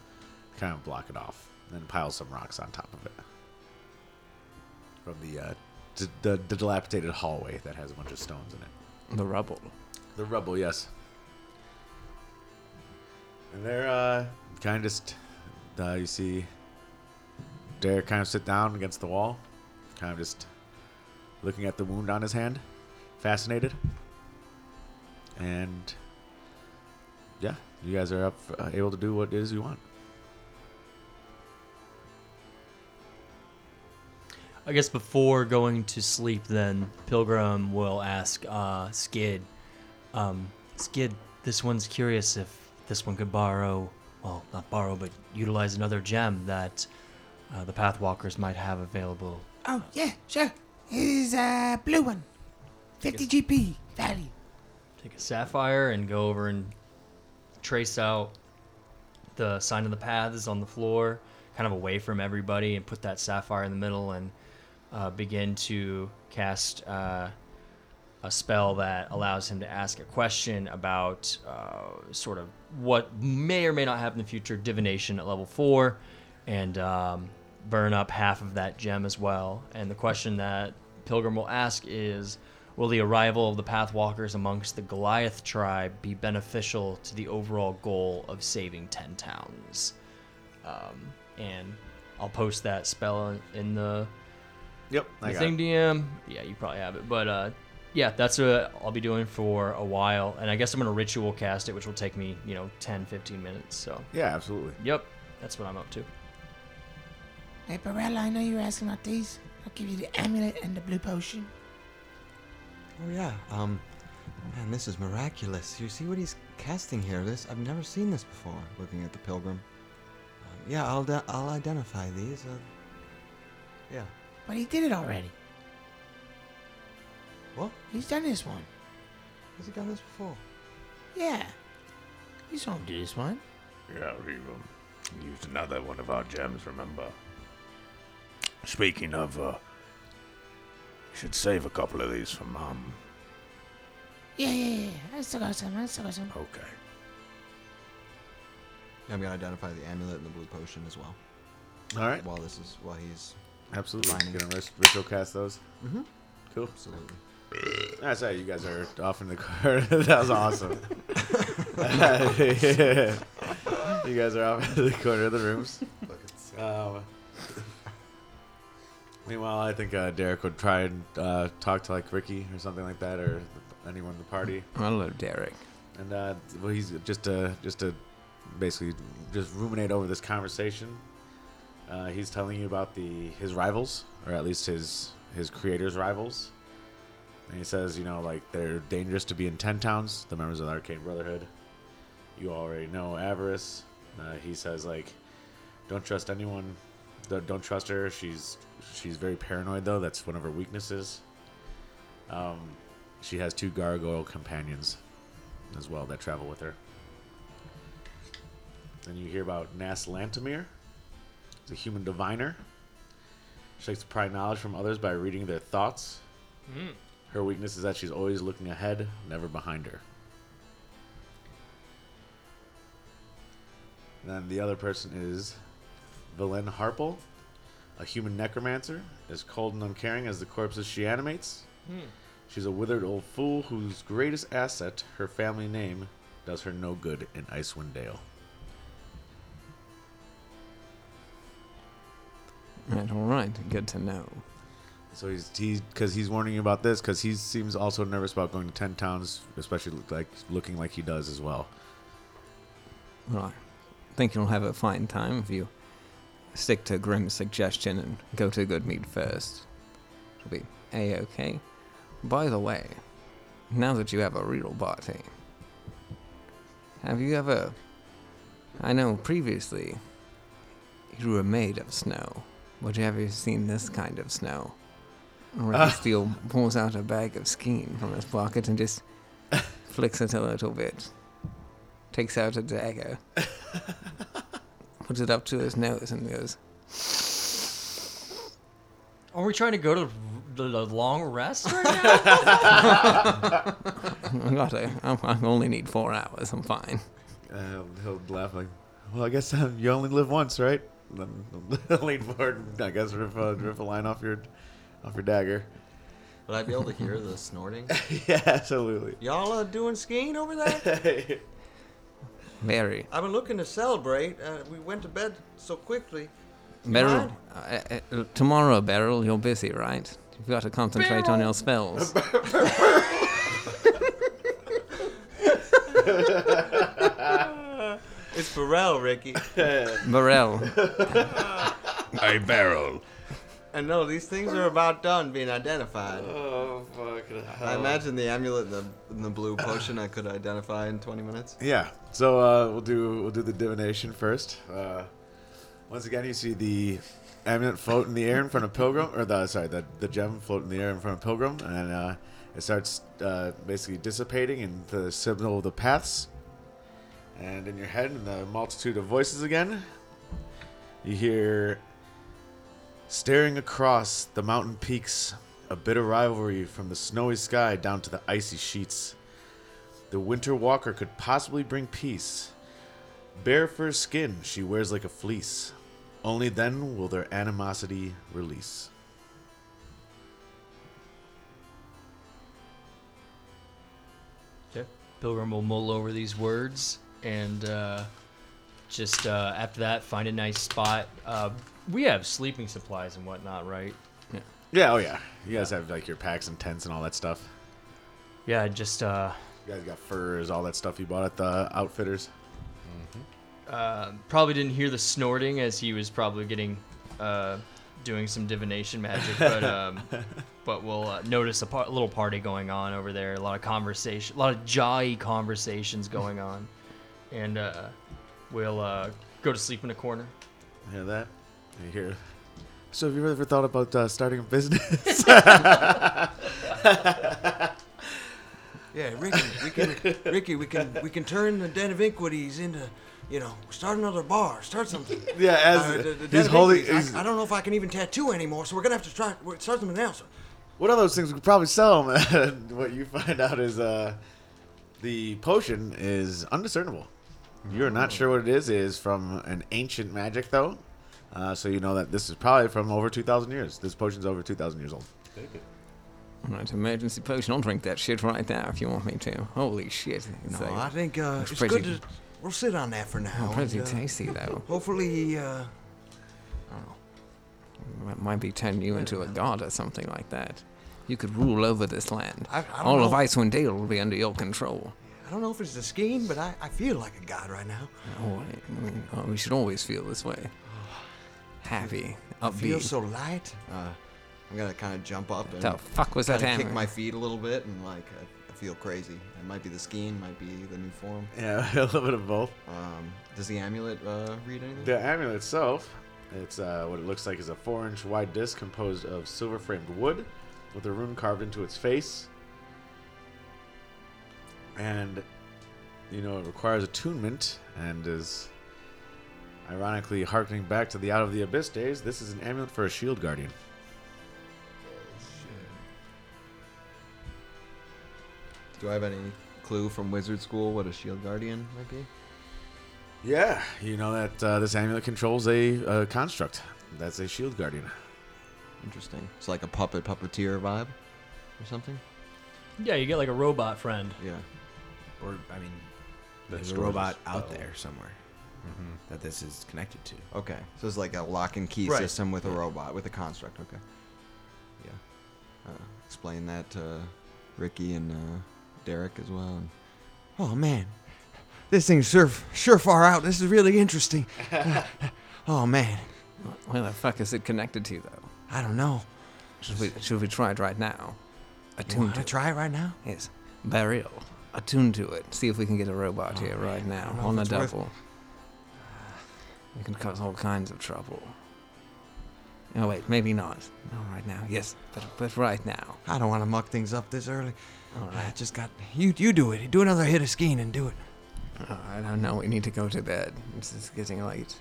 [SPEAKER 2] kind of block it off, and then pile some rocks on top of it from the, uh, d- the, the dilapidated hallway that has a bunch of stones in it.
[SPEAKER 3] The rubble.
[SPEAKER 2] The rubble, yes. And they're uh, kind of just, uh, you see, Derek kind of sit down against the wall, kind of just looking at the wound on his hand, fascinated. And yeah, you guys are up, uh, able to do what it is you want.
[SPEAKER 4] I guess before going to sleep, then Pilgrim will ask uh, Skid, um, Skid, this one's curious if this one could borrow, well, not borrow, but utilize another gem that uh, the Pathwalkers might have available.
[SPEAKER 7] Oh yeah, sure. Here's a blue one. 50 GP value.
[SPEAKER 4] Take a sapphire and go over and trace out the sign of the paths on the floor, kind of away from everybody, and put that sapphire in the middle and uh, begin to cast uh, a spell that allows him to ask a question about uh, sort of what may or may not happen in the future, divination at level four, and um, burn up half of that gem as well. And the question that Pilgrim will ask is. Will the arrival of the Pathwalkers amongst the Goliath tribe be beneficial to the overall goal of saving 10 towns? Um, and I'll post that spell in, in the,
[SPEAKER 2] Yep,
[SPEAKER 4] the
[SPEAKER 2] I got
[SPEAKER 4] thing DM. Yeah, you probably have it. But uh, yeah, that's what I'll be doing for a while. And I guess I'm going to ritual cast it, which will take me, you know, 10, 15 minutes. So,
[SPEAKER 2] Yeah, absolutely.
[SPEAKER 4] yep, that's what I'm up to.
[SPEAKER 7] Hey, Barella, I know you were asking about these. I'll give you the amulet and the blue potion.
[SPEAKER 5] Oh yeah. Um, man, this is miraculous. You see what he's casting here? This I've never seen this before. Looking at the Um, pilgrim. Uh, yeah, I'll de- I'll identify these. Uh, yeah.
[SPEAKER 7] But he did it already.
[SPEAKER 5] What?
[SPEAKER 7] He's done this one.
[SPEAKER 5] Has he done this before?
[SPEAKER 7] Yeah. You saw him do this one.
[SPEAKER 9] Yeah, we um, used another one of our gems, remember? Speaking of, uh, we should save a couple of these for Mum.
[SPEAKER 7] Yeah, yeah, yeah. I still got some. I still got some.
[SPEAKER 9] Okay.
[SPEAKER 5] I'm gonna identify the amulet and the blue potion as well.
[SPEAKER 2] All right.
[SPEAKER 5] While this is while he's
[SPEAKER 2] Absolutely.
[SPEAKER 5] Lining.
[SPEAKER 2] Gonna ris- ritual cast those.
[SPEAKER 5] Mhm.
[SPEAKER 2] Cool.
[SPEAKER 5] Absolutely.
[SPEAKER 2] That's right. You guys are off in the car. that was awesome. you guys are off in the corner of the rooms.
[SPEAKER 5] Oh,
[SPEAKER 2] Um, meanwhile, I think uh, Derek would try and uh, talk to like Ricky or something like that, or anyone in the party.
[SPEAKER 3] Hello, Derek.
[SPEAKER 2] And uh, well, he's just to just to basically just ruminate over this conversation. Uh, he's telling you about the his rivals, or at least his his creator's rivals. And he says, you know, like they're dangerous to be in ten towns. The members of the Arcane Brotherhood. You already know Avarice. Uh, he says like, don't trust anyone. Don't don't trust her. She's she's very paranoid though. That's one of her weaknesses. Um, she has two gargoyle companions as well that travel with her. Then you hear about Nas Lantamir. He's a human diviner. She likes to pry knowledge from others by reading their thoughts.
[SPEAKER 12] Mm.
[SPEAKER 2] Her weakness is that she's always looking ahead, never behind her. Then the other person is Valen Harple, a human necromancer, as cold and uncaring as the corpses she animates.
[SPEAKER 12] Hmm.
[SPEAKER 2] She's a withered old fool whose greatest asset, her family name, does her no good in Icewind Dale.
[SPEAKER 3] Right, all right. Good to know.
[SPEAKER 2] So he's he's because he's warning you about this because he seems also nervous about going to ten towns, especially look like looking like he does as well.
[SPEAKER 3] Well, I think you'll have a fine time if you stick to Grim's suggestion and go to Good Meat first. It'll be a okay. By the way, now that you have a real party, have you ever? I know previously you were made of snow. Would you ever seen this kind of snow? Where
[SPEAKER 2] Ah.
[SPEAKER 3] Steel pulls out a bag of skein from his pocket and just flicks it a little bit. Takes out a dagger, puts it up to his nose, and goes,
[SPEAKER 4] Are we trying to go to the, the long rest right now?
[SPEAKER 3] I got it. I I only need four hours. I'm fine.
[SPEAKER 2] Uh, he'll laugh like, "Well, I guess um, you only live once, right?" Then lean forward, and I guess rip a, rip a line off your off your dagger.
[SPEAKER 5] Would I be able to hear the snorting?
[SPEAKER 2] yeah, absolutely.
[SPEAKER 5] Y'all uh, doing skiing over there?
[SPEAKER 3] Very,
[SPEAKER 5] I've been looking to celebrate. Uh, we went to bed so quickly.
[SPEAKER 3] Beryl. Uh, uh, tomorrow, Beryl, you're busy, right? You've got to concentrate on your spells.
[SPEAKER 5] it's Burrell, Ricky.
[SPEAKER 3] Burrell.
[SPEAKER 9] A barrel.
[SPEAKER 5] And no, these things are about done being identified.
[SPEAKER 2] Oh fuck!
[SPEAKER 5] I imagine the amulet and the, and the blue potion I could identify in 20 minutes.
[SPEAKER 2] Yeah. So uh, we'll do we'll do the divination first. Uh, once again, you see the amulet float in the air in front of Pilgrim, or the sorry, the, the gem float in the air in front of Pilgrim, and uh, it starts uh, basically dissipating in the signal of the paths. And in your head, in the multitude of voices again, you hear Staring across the mountain peaks, a bitter rivalry from the snowy sky down to the icy sheets. The winter walker could possibly bring peace. Bare fur skin she wears like a fleece. Only then will their animosity release.
[SPEAKER 14] Okay.
[SPEAKER 4] Pilgrim will mull over these words and uh, just uh, after that find a nice spot. Uh, we have sleeping supplies and whatnot, right?
[SPEAKER 3] Yeah.
[SPEAKER 2] Yeah, oh yeah. You guys have like your packs and tents and all that stuff.
[SPEAKER 4] Yeah, just uh
[SPEAKER 2] You guys got furs, all that stuff you bought at the outfitters. Mm-hmm.
[SPEAKER 14] Uh, probably didn't hear the snorting as he was probably getting uh, doing some divination magic, but um, but we'll uh, notice a par- little party going on over there. A lot of conversation, a lot of jolly conversations going on, and uh, we'll uh, go to sleep in a corner.
[SPEAKER 2] Hear that? You hear So have you ever thought about uh, starting a business?
[SPEAKER 8] Yeah, Ricky, we can, Ricky, we can, we can turn the den of iniquities into, you know, start another bar, start something.
[SPEAKER 2] Yeah, as
[SPEAKER 5] Uh,
[SPEAKER 8] Uh,
[SPEAKER 2] he's
[SPEAKER 8] Den of
[SPEAKER 2] holding-
[SPEAKER 8] Iniquities,
[SPEAKER 2] he's-
[SPEAKER 8] I, I don't know if I can even tattoo anymore, so we're gonna have to try we're- start something else.
[SPEAKER 2] One of those things we could probably sell them. And what you find out is uh, the potion is undiscernible. You're
[SPEAKER 8] Oh.
[SPEAKER 2] not sure what it is. It is from an ancient magic, though. Uh, so you know that this is probably from over 2,000 years. This potion's over 2,000 years old.
[SPEAKER 6] Take it.
[SPEAKER 3] All right, emergency potion. I'll drink that shit right now if you want me to. Holy shit.
[SPEAKER 8] No,
[SPEAKER 3] like-
[SPEAKER 8] I think uh, it's
[SPEAKER 3] pretty-
[SPEAKER 8] good to. We'll sit on that for now.
[SPEAKER 3] Oh, pretty
[SPEAKER 8] and, uh,
[SPEAKER 3] tasty, though.
[SPEAKER 8] Hopefully, uh,
[SPEAKER 3] That might be turning you into a god or something like that. You could rule over this land.
[SPEAKER 8] I- I don't
[SPEAKER 3] All of
[SPEAKER 8] know.
[SPEAKER 3] Icewind Dale will be under your control.
[SPEAKER 8] I don't know if it's the scheme, but I, I feel like a god right now.
[SPEAKER 3] Oh, I mean, oh, we should always feel this way. Happy,
[SPEAKER 5] I
[SPEAKER 3] upbeat.
[SPEAKER 5] feel so light. Uh, I'm gonna kind of jump up and
[SPEAKER 3] The fuck was that
[SPEAKER 5] kinda Kick
[SPEAKER 3] hammer?
[SPEAKER 5] my feet a little bit and like I, I feel crazy. It might be the skiing, might be the new form.
[SPEAKER 2] Yeah, a little bit of both.
[SPEAKER 5] Um, does the amulet uh, read anything?
[SPEAKER 2] The amulet itself, it's uh, what it looks like is a four-inch wide disc composed of silver-framed wood, with a rune carved into its face. And you know it requires attunement, and is ironically harkening back to the Out of the Abyss days. This is an amulet for a shield guardian.
[SPEAKER 5] Do I have any clue from wizard school what a shield E guardian might be?
[SPEAKER 2] Yeah, you know that uh, this amulet controls a uh, construct. That's a shield guardian.
[SPEAKER 5] Interesting. It's like a puppet puppeteer vibe or something.
[SPEAKER 4] Yeah, you get like a robot friend.
[SPEAKER 5] Yeah.
[SPEAKER 11] Or I mean, there's a
[SPEAKER 5] store's
[SPEAKER 11] robot out
[SPEAKER 5] spell.
[SPEAKER 11] there somewhere
[SPEAKER 8] Mm-hmm.
[SPEAKER 11] that this is connected to.
[SPEAKER 5] Okay, so it's like a lock and key
[SPEAKER 11] Right.
[SPEAKER 5] system with a robot with a construct. Okay. Yeah. Uh, explain that to Ricky and uh, Derek as well. And
[SPEAKER 8] Oh man, this thing's sure, sure far out. This is really interesting. oh man,
[SPEAKER 3] Where the fuck is it connected to, though?
[SPEAKER 8] I don't know.
[SPEAKER 3] Should we, should we try it right now? Attune
[SPEAKER 8] Want
[SPEAKER 3] to
[SPEAKER 8] to
[SPEAKER 3] it.
[SPEAKER 8] try it right now?
[SPEAKER 3] Yes. Burial. Attune to it. See if we can get a robot
[SPEAKER 8] Oh,
[SPEAKER 3] here right now
[SPEAKER 8] know if
[SPEAKER 3] on the
[SPEAKER 8] it's worth-
[SPEAKER 3] double. It can cause all kinds of trouble. Oh, wait, maybe not. No, right now. Yes, but, but right now.
[SPEAKER 8] I don't want to muck things up this early.
[SPEAKER 3] All right.
[SPEAKER 8] I just got you. You do it. Do another hit of skiing and do it.
[SPEAKER 3] Uh, I don't know. We need to go to bed. It's, it's getting late.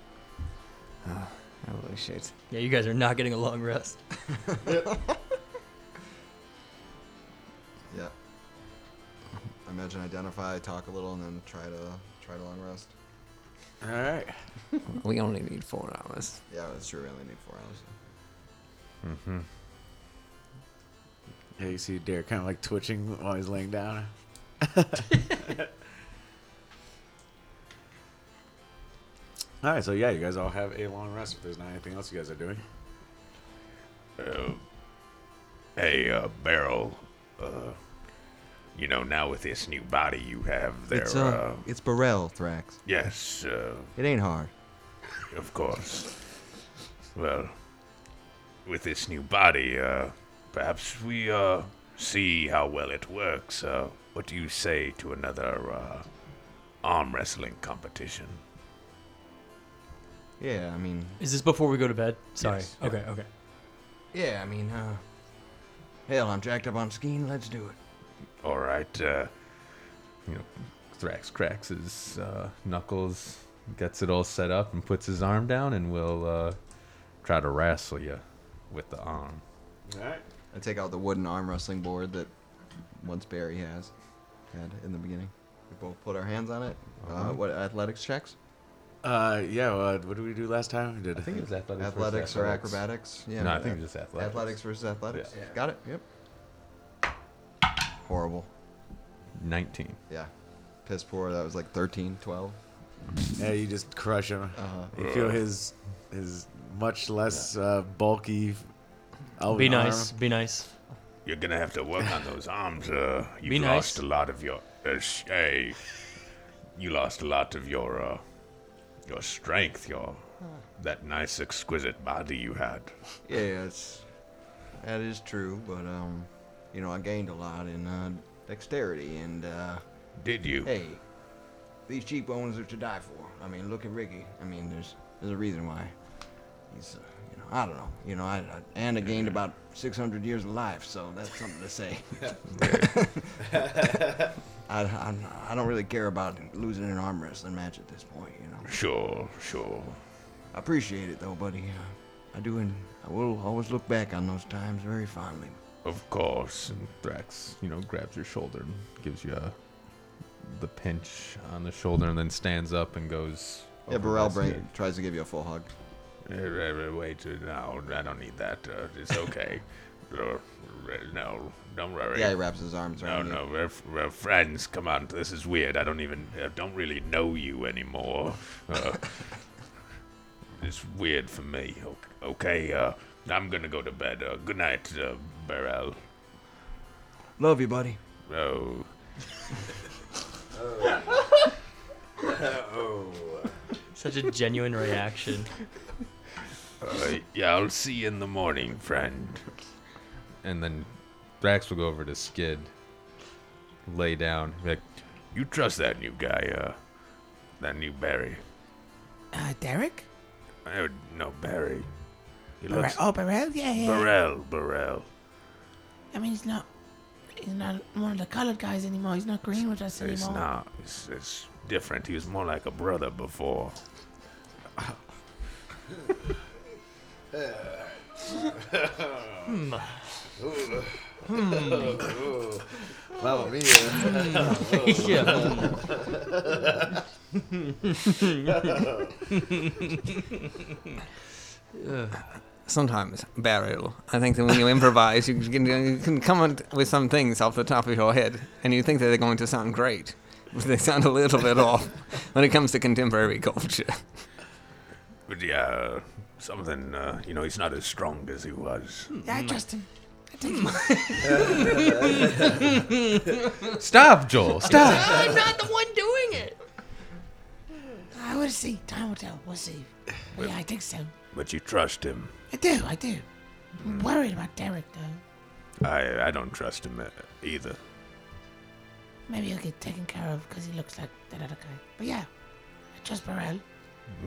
[SPEAKER 3] Uh, holy shit.
[SPEAKER 4] Yeah, you guys are not getting a long rest.
[SPEAKER 5] yeah. I imagine identify, talk a little, and then try to try to long rest.
[SPEAKER 2] All right.
[SPEAKER 3] We only need four hours.
[SPEAKER 5] Yeah, that's true. We only need four hours.
[SPEAKER 2] Mm-hmm. Yeah, you see Derek kind of like twitching while he's laying down. all right, so yeah, you guys all have a long rest if there's not anything else you guys are doing.
[SPEAKER 9] Uh, hey, uh, Barrel. Uh, you know, now with this new body you have there.
[SPEAKER 5] It's uh,
[SPEAKER 9] uh,
[SPEAKER 5] it's Burrell Thrax.
[SPEAKER 9] yes, uh,
[SPEAKER 5] It ain't hard.
[SPEAKER 9] of course. Well, with this new body, uh, perhaps we uh, see how well it works. Uh, what do you say to another uh, arm wrestling competition?
[SPEAKER 5] Yeah, I mean,
[SPEAKER 4] Is this before we go to bed? Sorry.
[SPEAKER 5] Yes.
[SPEAKER 4] Okay, okay.
[SPEAKER 8] Yeah, I mean, uh, hell, I'm jacked up on skiing. Let's do it.
[SPEAKER 9] All right. Uh,
[SPEAKER 6] You know, Thrax cracks his uh, knuckles, gets it all set up, and puts his arm down, and will uh, try to wrestle you with the arm.
[SPEAKER 2] All right.
[SPEAKER 5] I take out the wooden arm wrestling board that once Barry has had in the beginning. We both put our hands on it. Uh,
[SPEAKER 2] Uh-huh.
[SPEAKER 5] what athletics checks?
[SPEAKER 2] Uh, yeah. Well, what did we do last time? We did
[SPEAKER 6] I think it was athletics. versus
[SPEAKER 5] Athletics or
[SPEAKER 6] athletics.
[SPEAKER 5] acrobatics? Yeah.
[SPEAKER 6] No, I think it was just athletics.
[SPEAKER 5] Athletics versus athletics.
[SPEAKER 6] Yeah.
[SPEAKER 5] Got it. Yep. Horrible.
[SPEAKER 6] Nineteen.
[SPEAKER 5] Yeah. Piss poor. That was like 13, 12.
[SPEAKER 2] Yeah, you just crush him.
[SPEAKER 5] Uh-huh.
[SPEAKER 2] You feel his his much less uh, bulky. elven
[SPEAKER 4] Be
[SPEAKER 2] arm.
[SPEAKER 4] nice. Be nice.
[SPEAKER 9] You're gonna have to work on those arms. Uh, you've
[SPEAKER 4] Be
[SPEAKER 9] lost
[SPEAKER 4] nice.
[SPEAKER 9] a lot of your. Uh, sh- hey, you lost a lot of your uh, your strength. Your that nice, exquisite body you had.
[SPEAKER 5] Yeah, it's, that is true, but um, you know, I gained a lot in uh, dexterity and uh,
[SPEAKER 9] Did you?
[SPEAKER 5] Hey, these cheekbones are to die for. I mean, look at Ricky. I mean, there's there's a reason why
[SPEAKER 15] He's, uh,
[SPEAKER 8] you
[SPEAKER 15] know,
[SPEAKER 8] I don't know. You know, I, I and I gained about 600 years of life, so that's something to say. I, I, I don't really care about losing an arm wrestling match at this point, you know.
[SPEAKER 9] Sure, sure.
[SPEAKER 8] I appreciate it though, buddy. Uh, I do, and I will always look back on those times very fondly.
[SPEAKER 11] Of course. And Thrax, you know, grabs your shoulder and gives you a, the pinch on the shoulder and then stands up and goes.
[SPEAKER 5] Oh,
[SPEAKER 8] Yeah,
[SPEAKER 11] over
[SPEAKER 8] Burrell
[SPEAKER 11] past
[SPEAKER 8] bring-
[SPEAKER 11] you.
[SPEAKER 8] tries to give you a full hug.
[SPEAKER 9] Uh, uh, Wait, uh, no, I don't need that. Uh, it's okay. Uh, no, don't worry.
[SPEAKER 8] Yeah, he wraps his arms
[SPEAKER 9] No,
[SPEAKER 8] around you.
[SPEAKER 9] no, we're, f- we're friends. Come on, this is weird. I don't even, I don't really know you anymore. Uh, it's weird for me. O- Okay, uh, I'm gonna go to bed. Uh, good night, uh, Burrell.
[SPEAKER 8] Love you, buddy.
[SPEAKER 9] Oh.
[SPEAKER 16] Such a genuine reaction.
[SPEAKER 9] Uh, yeah, I'll see you in the morning, friend.
[SPEAKER 11] And then Thrax will go over to Skid, lay down. be Like,
[SPEAKER 9] you trust that new guy, uh, that new Barry.
[SPEAKER 7] Uh, Derek?
[SPEAKER 9] I would no Barry. He
[SPEAKER 7] Burrell- oh, Burrell? Yeah, yeah.
[SPEAKER 9] Burrell, Burrell.
[SPEAKER 7] I mean, he's not. He's not one of the colored guys anymore. He's not green with us
[SPEAKER 9] It's
[SPEAKER 7] anymore.
[SPEAKER 9] not. It's, it's different. He was more like a brother before.
[SPEAKER 17] Hmm.
[SPEAKER 1] Mamma mia.
[SPEAKER 3] Sometimes barrel. I think that when you improvise, you can, you can come up with some things off the top of your head, and you think that they're going to sound great, but they sound a little bit off when it comes to contemporary culture.
[SPEAKER 9] But yeah, something. Uh, you know, he's not as strong as he was.
[SPEAKER 7] Yeah, I trust him. I take him.
[SPEAKER 11] Stop, Joel, stop.
[SPEAKER 7] I'm not the one doing it. I will see. Time will tell. We'll see. But yeah, I think so.
[SPEAKER 9] But you trust him.
[SPEAKER 7] I do. I do. I'm worried about Derek though.
[SPEAKER 9] I I don't trust him uh, either.
[SPEAKER 7] Maybe he'll get taken care of because he looks like that other guy. But yeah, I trust Burrell.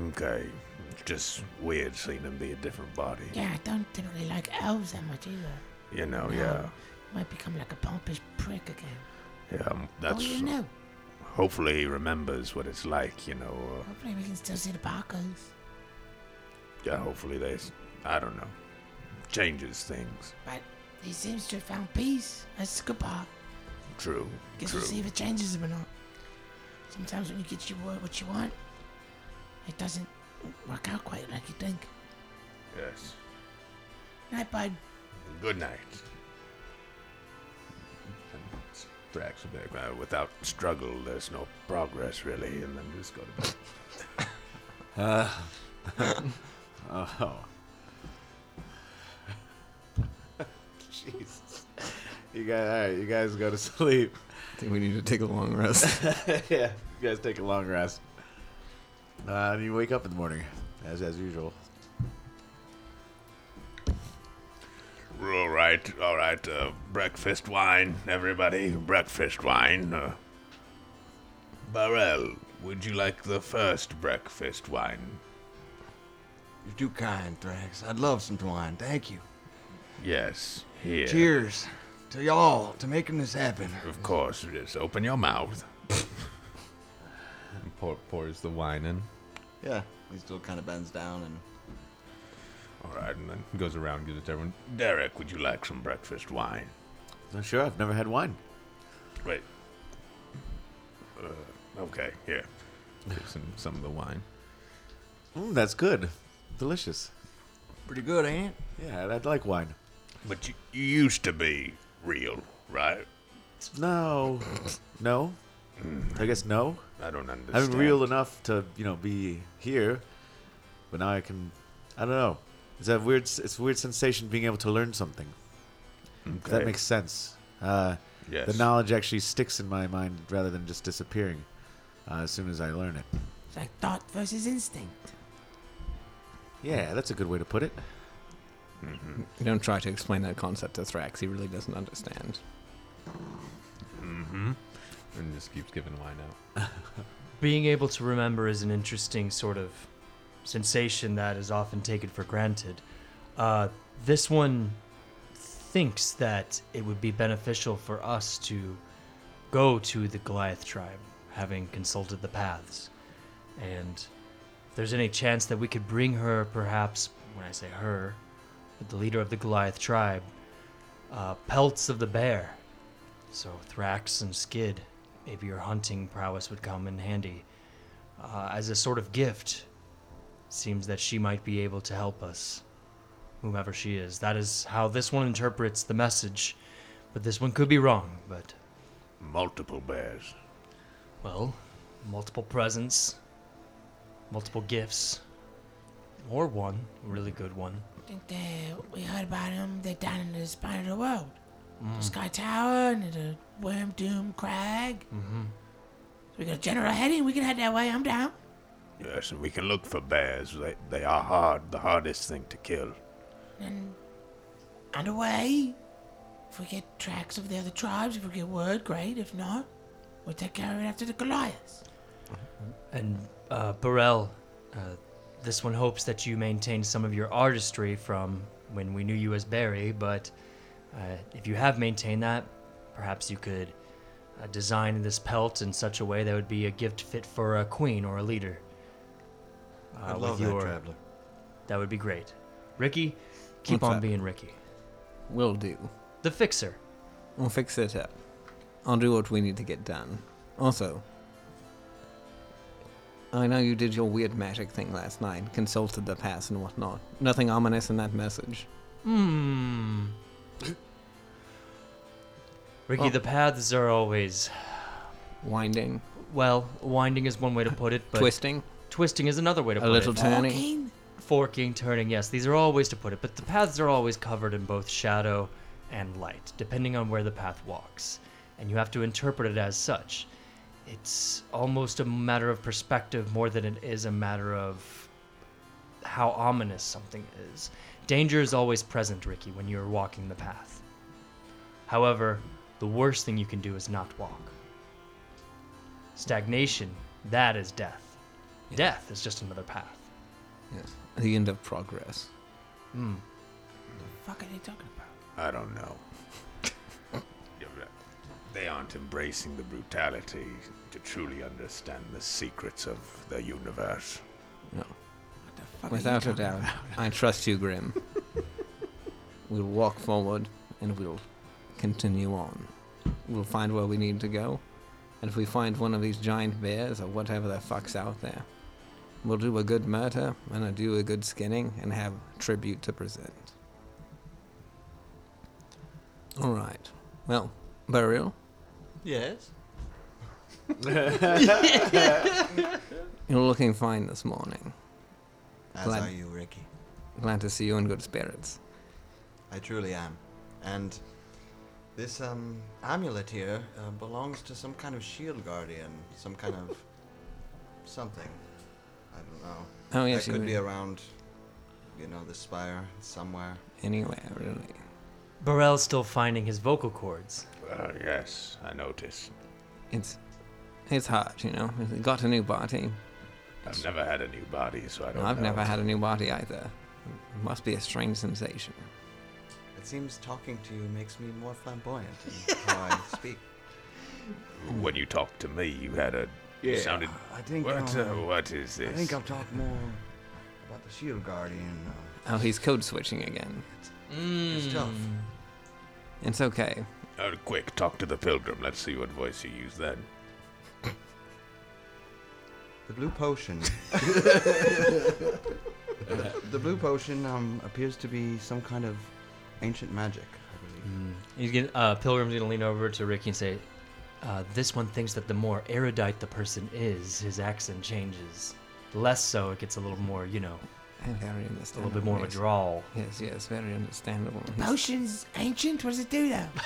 [SPEAKER 9] Okay, it's just weird seeing him be a different body.
[SPEAKER 7] Yeah, I don't typically like elves that much either.
[SPEAKER 9] You know,
[SPEAKER 7] No.
[SPEAKER 9] yeah,
[SPEAKER 7] Might become like a pompous prick again.
[SPEAKER 9] yeah. um,
[SPEAKER 7] oh,
[SPEAKER 9] That's.
[SPEAKER 7] you know.
[SPEAKER 9] Hopefully, he remembers what it's like. You know. Uh,
[SPEAKER 7] Hopefully we can still see the Parkers.
[SPEAKER 9] yeah. Hopefully, they. s- I don't know. Changes things.
[SPEAKER 7] But he seems to have found peace. That's the good part.
[SPEAKER 9] True.
[SPEAKER 7] Guess
[SPEAKER 9] True.
[SPEAKER 7] we'll see if it changes him or not. Sometimes when you get your, wa- what you want, it doesn't work out quite like you think.
[SPEAKER 9] Yes.
[SPEAKER 7] Night, bud.
[SPEAKER 9] Good night.
[SPEAKER 11] Thrax will be like,
[SPEAKER 9] Uh, without struggle, there's no progress, really, and then just go to bed.
[SPEAKER 2] Uh, oh. Jesus. You guys, all right, you guys go to sleep.
[SPEAKER 3] I think we need to take a long rest.
[SPEAKER 2] yeah, you guys take a long rest. Uh, and you wake up in the morning, as as usual.
[SPEAKER 9] All right, all right. Uh, breakfast wine, everybody. Breakfast wine. Uh, Barrel, would you like the first breakfast wine?
[SPEAKER 8] You're too kind, Thrax. I'd love some wine. Thank you.
[SPEAKER 9] Yes, here.
[SPEAKER 8] Cheers to y'all to making this happen.
[SPEAKER 9] Of course, just open your mouth.
[SPEAKER 11] and pour, pours the wine in.
[SPEAKER 8] Yeah, he still kind of bends down and
[SPEAKER 9] All right, and then
[SPEAKER 11] goes around and gives it to everyone.
[SPEAKER 9] Derek, would you like some breakfast wine?
[SPEAKER 2] Not sure. I've never had wine.
[SPEAKER 9] Wait. Uh, okay, here.
[SPEAKER 11] Gives him some of the wine.
[SPEAKER 2] Mm, that's good. Delicious.
[SPEAKER 8] pretty good, ain't
[SPEAKER 2] Yeah, I'd- I'd like wine.
[SPEAKER 9] But you, you used to be real, right?
[SPEAKER 2] No. No? I guess no?
[SPEAKER 9] I don't
[SPEAKER 2] I'm
[SPEAKER 9] understand.
[SPEAKER 2] real enough to, you know, be here, but now I can. I don't know. It's a weird. s- It's a weird sensation being able to learn something. If that
[SPEAKER 9] Okay.
[SPEAKER 2] makes sense. Uh,
[SPEAKER 9] Yes.
[SPEAKER 2] The knowledge actually sticks in my mind rather than just disappearing uh, as soon as I learn it.
[SPEAKER 7] It's like thought versus instinct.
[SPEAKER 2] Yeah, that's a good way to put it.
[SPEAKER 3] You Mm-hmm. don't try to explain that concept to Thrax; he really doesn't understand.
[SPEAKER 11] Mm-hmm. And just keeps giving wine out.
[SPEAKER 4] Being able to remember is an interesting sort of sensation that is often taken for granted. Uh, this one thinks that it would be beneficial for us to go to the Goliath tribe, having consulted the paths. And if there's any chance that we could bring her, perhaps, when I say her, but the leader of the Goliath tribe, uh, pelts of the bear. So Thrax and Skid, maybe your hunting prowess would come in handy. Uh, as a sort of gift, seems that she might be able to help us, whomever she is. That is how this one interprets the message, but this one could be wrong, but.
[SPEAKER 9] Multiple bears.
[SPEAKER 4] Well, multiple presents, multiple gifts, or one really good one.
[SPEAKER 7] I think they, we heard about them. They're down in the spine of the world.
[SPEAKER 4] Mm.
[SPEAKER 7] The Sky Tower and the Worm Doom Crag.
[SPEAKER 4] Mm-hmm.
[SPEAKER 7] So we got a general heading. We can head that way. I'm down.
[SPEAKER 9] Yes, and we can look for bears. They, they are hard, the hardest thing to kill.
[SPEAKER 7] And on the way, if we get tracks of the other tribes, if we get word, great. If not, we'll take care of it after the Goliaths.
[SPEAKER 4] And uh, Burrell, uh, this one hopes that you maintain some of your artistry from when we knew you as Barry, but uh, if you have maintained that, perhaps you could uh, design this pelt in such a way that would be a gift fit for a queen or a leader. uh,
[SPEAKER 10] I'd
[SPEAKER 4] with
[SPEAKER 10] love that, Traveler.
[SPEAKER 4] That would be great. Ricky, keep
[SPEAKER 3] What's
[SPEAKER 4] on
[SPEAKER 3] up?
[SPEAKER 4] being Ricky.
[SPEAKER 3] Will do.
[SPEAKER 4] The fixer.
[SPEAKER 3] We'll fix it up. I'll do what we need to get done. Also, I know you did your weird magic thing last night, consulted the past and whatnot. Nothing ominous in that message.
[SPEAKER 4] Hmm. Ricky,
[SPEAKER 3] Oh.
[SPEAKER 4] the paths are always
[SPEAKER 3] winding.
[SPEAKER 4] Well, winding is one way to put it, but
[SPEAKER 3] Twisting?
[SPEAKER 4] Twisting is another way to
[SPEAKER 3] A
[SPEAKER 4] put it.
[SPEAKER 3] little turning? Forking?
[SPEAKER 4] Forking, turning. Yes, these are all ways to put it, but the paths are always covered in both shadow and light, depending on where the path walks, and you have to interpret it as such. It's almost a matter of perspective more than it is a matter of how ominous something is. Danger is always present, Ricky, when you're walking the path. However, the worst thing you can do is not walk. Stagnation, that is death. Death is just another path.
[SPEAKER 3] Yes. The end of progress.
[SPEAKER 4] Mm.
[SPEAKER 7] fuck are they talking about?
[SPEAKER 9] I don't know. You're right. they aren't embracing the brutality to truly understand the secrets of the universe.
[SPEAKER 3] No.
[SPEAKER 9] are you
[SPEAKER 3] Without a
[SPEAKER 9] talking
[SPEAKER 3] doubt, I trust you, Grim. we'll walk forward and we'll continue on. We'll find where we need to go, and if we find one of these giant bears or whatever the fuck's out there, we'll do a good murder and a do a good skinning and have tribute to present. All right. Well, burial.
[SPEAKER 5] Yes.
[SPEAKER 3] You're looking fine this morning.
[SPEAKER 5] As are you, Ricky.
[SPEAKER 3] Glad to see you in good spirits.
[SPEAKER 5] I truly am. And this um, amulet here uh, belongs to some kind of shield guardian, some kind of something. I don't know.
[SPEAKER 3] Oh, yes,
[SPEAKER 5] That
[SPEAKER 3] you
[SPEAKER 5] could be
[SPEAKER 3] may-
[SPEAKER 5] around, you know, the spire somewhere.
[SPEAKER 3] Anywhere, really.
[SPEAKER 4] Burrell's still finding his vocal cords.
[SPEAKER 3] Uh.
[SPEAKER 9] Well, yes, I notice.
[SPEAKER 3] It's it's hard, you know. It got a new body.
[SPEAKER 9] I've never had a new body, so I don't
[SPEAKER 3] I've
[SPEAKER 9] know.
[SPEAKER 3] never had a new body either. It must be a strange sensation.
[SPEAKER 5] It seems talking to you makes me more flamboyant in how I speak.
[SPEAKER 9] When you talked to me, you had a. you
[SPEAKER 5] Yeah,
[SPEAKER 9] sounded.
[SPEAKER 5] I think,
[SPEAKER 9] What, uh,
[SPEAKER 5] um,
[SPEAKER 9] what is
[SPEAKER 5] I
[SPEAKER 9] this?
[SPEAKER 5] think I'll talk more about the shield guardian. Uh,
[SPEAKER 3] Oh, he's code switching again.
[SPEAKER 5] It's tough.
[SPEAKER 7] Hmm.
[SPEAKER 3] It's okay.
[SPEAKER 9] Oh, quick, talk to the pilgrim. Let's see what voice you use then.
[SPEAKER 5] The blue potion. the, the blue potion um, appears to be some kind of ancient magic, I believe.
[SPEAKER 4] He's gonna, uh, Pilgrim's gonna lean over to Ricky and say, uh, "This one thinks that the more erudite the person is, his accent changes. The less so, it gets a little more, you know,
[SPEAKER 3] And very
[SPEAKER 4] a
[SPEAKER 3] understandable.
[SPEAKER 4] little bit more of a
[SPEAKER 3] yes.
[SPEAKER 4] drawl."
[SPEAKER 3] Yes, yes, very understandable. He's-
[SPEAKER 7] Potions ancient? What does it do though?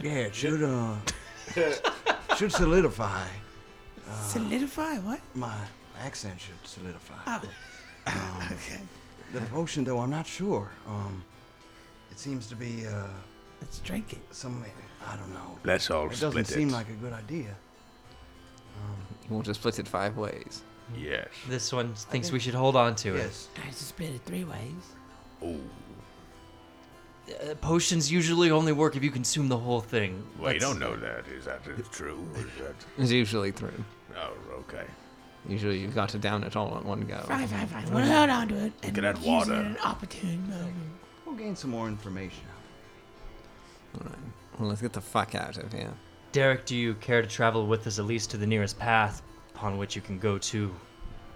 [SPEAKER 8] Yeah, it should uh, should solidify. Uh,
[SPEAKER 7] Solidify? What?
[SPEAKER 5] My accent should solidify.
[SPEAKER 7] Oh.
[SPEAKER 5] Um, The potion, though, I'm not sure. Um, it seems to be. Uh,
[SPEAKER 7] Let's drink it.
[SPEAKER 5] Some, I don't know.
[SPEAKER 9] Let's all
[SPEAKER 5] It doesn't
[SPEAKER 9] split
[SPEAKER 5] seem
[SPEAKER 9] it.
[SPEAKER 5] like a good idea.
[SPEAKER 3] You want to split it five ways.
[SPEAKER 9] Yes.
[SPEAKER 4] This one thinks we should hold on to it.
[SPEAKER 7] I should split it three ways.
[SPEAKER 9] Ooh.
[SPEAKER 4] Uh, potions usually only work if you consume the whole thing.
[SPEAKER 9] Well, you
[SPEAKER 4] Let's-
[SPEAKER 9] don't know that. Is that true? Or is that...
[SPEAKER 3] It's usually through.
[SPEAKER 9] Oh, okay.
[SPEAKER 3] Usually you've got to down it all at one go.
[SPEAKER 7] Fine, fine, fine. We'll hold on to it and
[SPEAKER 5] Get that
[SPEAKER 7] use
[SPEAKER 5] water.
[SPEAKER 7] it at an opportune moment.
[SPEAKER 5] We'll gain some more information.
[SPEAKER 3] Alright. Well, let's get the fuck out of here.
[SPEAKER 4] Derek, do you care to travel with us at least to the nearest path upon which you can go to